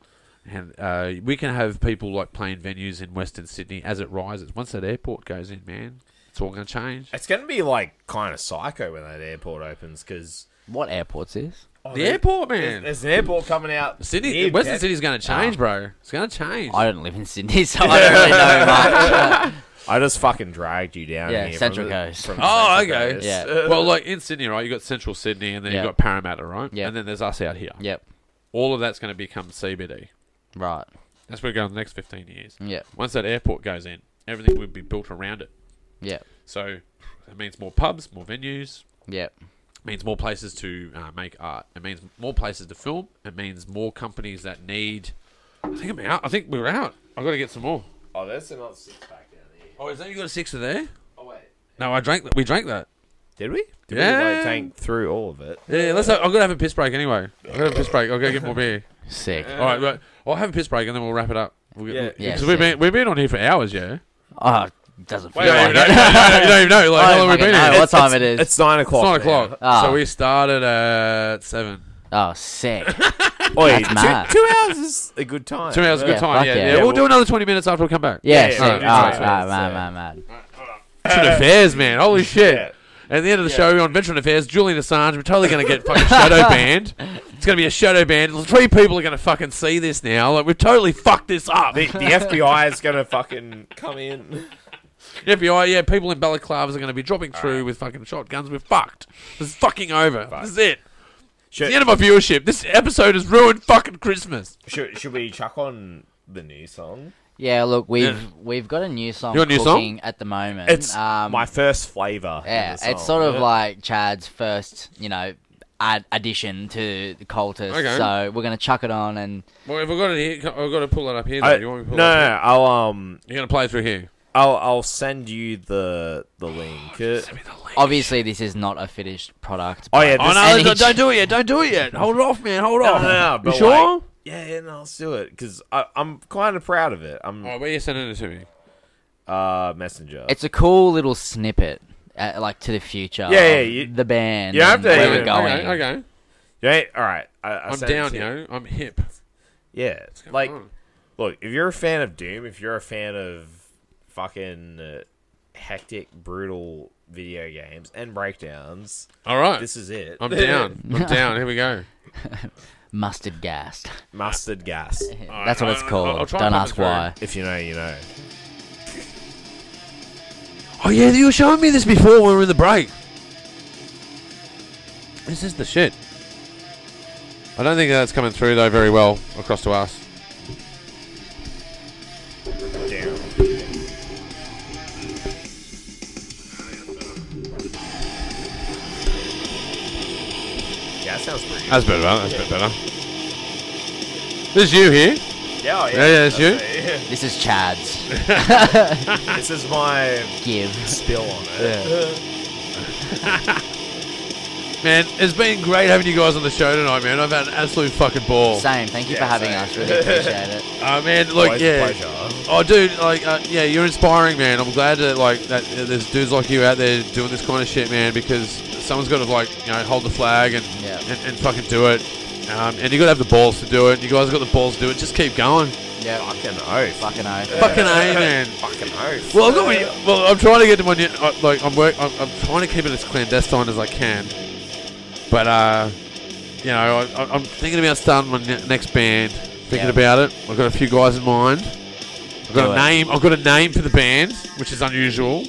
S1: and uh, we can have people like playing venues in Western Sydney as it rises. Once that airport goes in, man, it's all going to change.
S4: It's gonna be like kind of psycho when that airport opens because
S3: what airport's this?
S1: The airport, man.
S4: Oh, there's Ah. an airport coming out.
S1: Sydney,
S4: near
S1: Western
S4: Cat-
S1: Sydney's going to change, bro. It's going to change.
S3: I don't live in Sydney, so I don't really know much.
S4: I just fucking dragged you down.
S3: Yeah,
S4: here
S3: Central
S4: from the-
S3: Coast.
S4: from
S1: Oh,
S4: Central
S1: okay.
S4: Coast.
S3: Yeah.
S1: Well, like in Sydney, right? You got Central Sydney, and then
S3: Yeah.
S1: you got Parramatta, right?
S3: Yeah.
S1: And then there's us out here.
S3: yep.
S1: All of that's going to become CBD.
S3: Right.
S1: That's where we're going the next 15 years.
S3: Yep.
S1: Once that airport goes in, everything would be built around it.
S3: Yep.
S1: So it means more pubs, more venues.
S3: Yep.
S1: It means more places to uh, make art. It means more places to film. It means more companies that need. I think I'm out. I think we're out. I've got to get some more.
S4: Oh, there's another six pack down there.
S1: Oh, is that you got a sixer there?
S4: Oh wait.
S1: No, I drank that. We drank that.
S4: Did we? Did we
S1: Yeah.
S4: like, tank through all of it?
S1: Yeah, let's. Have, I've got to have a piss break anyway. I've got to have a piss break. I'll go get more beer.
S3: Sick.
S1: All right, right. I'll have a piss break and then we'll wrap it up. We'll get,
S4: Yeah.
S1: yeah,
S3: Yeah,
S1: we've
S3: sick.
S1: been we've been on here for hours, yeah.
S3: Oh, doesn't feel
S1: You don't
S3: like
S1: even
S3: it.
S1: know. You don't even know. Like,
S3: I
S1: how
S3: don't
S1: long have we
S3: fucking
S1: been
S3: know.
S1: here?
S3: What time it is?
S4: It's nine o'clock.
S1: It's nine
S4: now.
S1: o'clock.
S3: Ah.
S1: So we started at seven.
S3: Oh, sick.
S4: Oi,
S3: That's
S4: two,
S3: mad.
S4: two hours is a good time.
S1: Two hours, is a
S3: Yeah,
S1: good time.
S3: fuck
S1: Yeah,
S3: yeah.
S1: yeah.
S3: Yeah,
S1: We'll,
S4: we'll-
S1: do another twenty minutes after we come back.
S3: Yeah, Ah,
S4: Yeah,
S3: sick. Oh,
S4: yeah,
S3: Alright,
S4: yeah,
S3: alright,
S4: yeah,
S3: mad,
S4: yeah.
S3: mad, mad.
S1: Veteran affairs, man. Holy shit.
S4: Yeah.
S1: At the end of the show, we're on Veteran Affairs. Julian Assange. We're totally going to get fucking shadow banned. It's going to be a shadow ban. Three people are going to fucking see this now. Like we've totally fucked this up.
S4: The, the FBI is gonna fucking come in.
S1: The FBI, yeah, people in balaclavas are going to be dropping through with fucking shotguns. We're fucked. This is fucking over. This is it. It's
S4: Should,
S1: the end of my viewership. This episode has ruined fucking Christmas.
S4: should, should we chuck on the new song?
S3: Yeah, look, we've
S1: Yeah.
S3: we've got a new song
S1: You got a new song?
S3: cooking at the moment. Um,
S4: It's my first flavor.
S3: yeah, it's sort of like Chad's first, you know, ad- addition to the cultist.
S1: Okay.
S3: So we're gonna chuck it on and
S1: Well, if I've got it here, I've got to pull it up here. Though.
S4: I,
S1: you
S4: no,
S1: want me to pull
S4: no, no,
S1: it up here?
S4: I'll um,
S1: You're going to play it through here.
S4: I'll I'll send you the the link.
S1: Oh,
S4: Uh,
S3: obviously this is not a finished product.
S4: Oh, yeah,
S3: but-
S1: Oh,
S4: this- oh,
S1: no,
S3: and
S1: no,
S3: each-
S1: don't do it yet. Don't do it yet. Hold off, man. Hold
S4: No,
S1: off.
S4: no, no,
S1: you
S4: but
S1: sure?
S4: like- yeah, yeah, no, let's do it because I'm kind of proud of it. I'm
S1: Oh, where you sending it to me?
S4: uh messenger.
S3: Oh. It's a cool little snippet, uh, like to the future.
S4: Yeah, yeah,
S3: of
S4: you-
S3: the band.
S4: you have
S3: and
S4: to-
S3: where
S4: yeah,
S3: we're
S1: okay,
S3: going.
S1: Okay, okay.
S4: yeah, all right. I, I
S1: I'm
S4: sent it
S1: down,
S4: to
S1: you
S4: you.
S1: know. I'm hip.
S4: Yeah, like
S1: on?
S4: look, if you're a fan of Doom, if you're a fan of fucking uh, hectic, brutal video games and breakdowns,
S1: All right.
S4: this is it.
S1: I'm down. I'm down. Here we go.
S3: Mustard gassed.
S4: Mustard gas.
S3: That's what it's
S1: I'll- I'll-
S3: called.
S1: I'll try and
S3: Don't
S1: put it
S3: ask
S1: through.
S3: why.
S4: If you know, you know.
S1: Oh yeah, you were showing me this before when we were in the break. This is the shit. I don't think that's coming through though very well across to us.
S4: Damn. Yeah, that sounds pretty. Good.
S1: That's better. That's a bit better. This is you here.
S4: Yeah, oh,
S1: Yeah,
S4: yeah,
S1: yeah, that's you.
S4: it.
S3: This is Chad's
S4: this is my
S3: give.
S4: spill on it.
S1: Man, it's been great having you guys on the show tonight, man. I've had an absolute fucking ball.
S3: Same. Thank you
S4: Yeah,
S3: for having
S4: same.
S3: us. Really appreciate it.
S1: Uh, man, like,
S4: Always a
S1: yeah.
S4: pleasure.
S1: Oh, dude, like, uh, yeah, you're inspiring, man. I'm glad that, like, that uh, there's dudes like you out there doing this kind of shit, man, because someone's got to, like, you know, hold the flag and
S3: Yeah.
S1: and, and fucking do it. Um, and you got to have the balls to do it. You guys got the balls to do it. Just keep going.
S3: Yeah.
S4: Fucking oath.
S3: Fucking oath.
S1: Fucking A, man.
S4: Fucking oath.
S1: Well, I've got my, well, I'm trying to get to my new, uh, like, I'm work, I'm, I'm trying to keep it as clandestine as I can. But, uh, you know, I, I- I'm thinking about starting my ne- next band. Thinking
S3: Yeah.
S1: about it. I've got a few guys in mind. I've got
S3: Do
S1: a
S3: it.
S1: name. I've got a name for the band, which is unusual.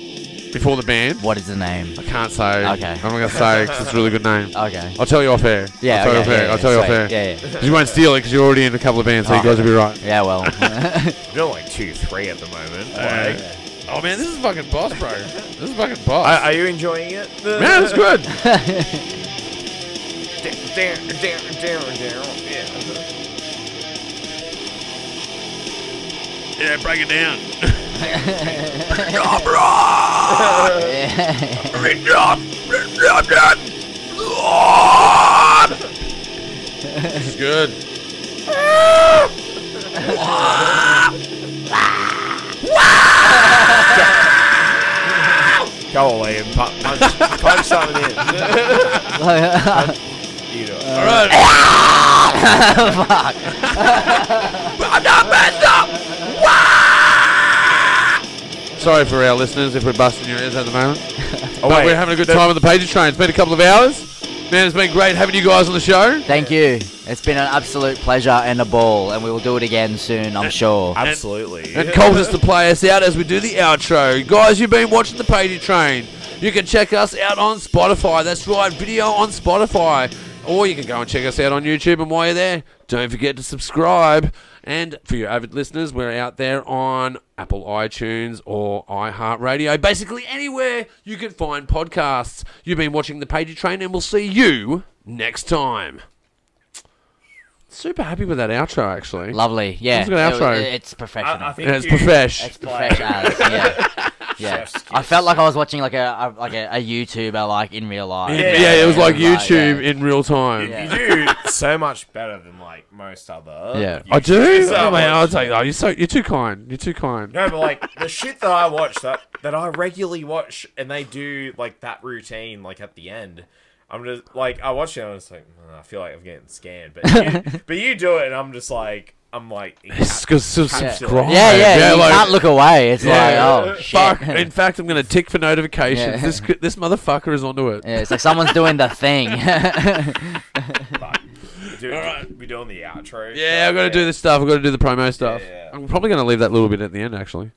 S1: Before the band,
S3: What is the name?
S1: I can't say.
S3: Okay.
S1: I'm not gonna say 'cause it's a really good name.
S3: Okay.
S1: I'll tell you off air.
S3: Yeah.
S1: I'll tell you
S3: okay,
S1: off air.
S3: yeah,
S1: I'll tell you off
S3: sweet.
S1: air.
S3: Yeah. yeah.
S1: 'Cause you won't steal it because you're already in a couple of bands, so you
S3: Oh.
S1: guys will be right.
S3: Yeah, well.
S4: You're not, like two, three at the moment.
S1: Hey.
S4: Like,
S1: Oh man, this is fucking boss, bro. this is fucking boss.
S4: are, are you enjoying it?
S1: man, it's good.
S4: Yeah.
S1: yeah, break it down.
S3: yeah.
S1: It's good.
S4: Go away and pu- punch, punch something in. You know.
S1: All right.
S3: Fuck.
S1: Sorry for our listeners if we're busting your ears at the moment.
S4: Oh,
S1: But
S4: wait.
S1: we're having a good time on the Pager train. It's been a couple of hours. Man, it's been great having you guys on the show.
S3: Thank you. It's been an absolute pleasure and a ball, and we will do it again soon, I'm sure.
S4: Absolutely.
S1: And Coltis to play us out as we do the outro. Guys, you've been watching the Pager Train. You can check us out on Spotify. That's right, video on Spotify. Or you can go and check us out on YouTube. And while you're there, don't forget to subscribe. And for your avid listeners, we're out there on Apple iTunes or iHeartRadio. Basically, anywhere you can find podcasts. You've been watching the Pager Train, and we'll see you next time. Super happy with that outro, actually.
S3: Lovely. Yeah.
S1: That's a good
S3: It was-
S1: outro.
S3: it- it's professional.
S4: I- I think
S1: Yeah, it's
S4: you-
S1: profesh.
S3: it's professional. as, yeah. Yeah.
S4: Chef's
S3: I felt like I was watching like a, a like a, a YouTuber like in real life.
S1: Yeah, it was like YouTube in real time.
S3: Yeah.
S4: You do so much better than like most other.
S3: Yeah.
S1: I do.
S4: So
S1: Oh, man,
S4: much.
S1: I'll take. Oh, you're so. You're too kind. You're too kind.
S4: No, but like the shit that I watch that that I regularly watch, and they do like that routine like at the end. I'm just like I watch it, and I'm just like "Mm, I feel like I'm getting scammed, but you, but you do it, and I'm just like I'm like
S1: It's 'cause subscribe.
S3: Yeah, yeah, you
S1: like-
S3: can't look away. It's
S1: Yeah.
S3: like, oh, shit.
S1: Fuck. In fact, I'm gonna tick for notifications.
S3: Yeah.
S1: This c- this motherfucker is onto it.
S3: Yeah, it's like someone's doing the thing.
S4: dude,
S1: Alright.
S4: we're doing the outro.
S1: Yeah, I've got to do this stuff. I've got to do the promo stuff.
S4: Yeah.
S1: I'm probably gonna leave that little bit at the end, actually.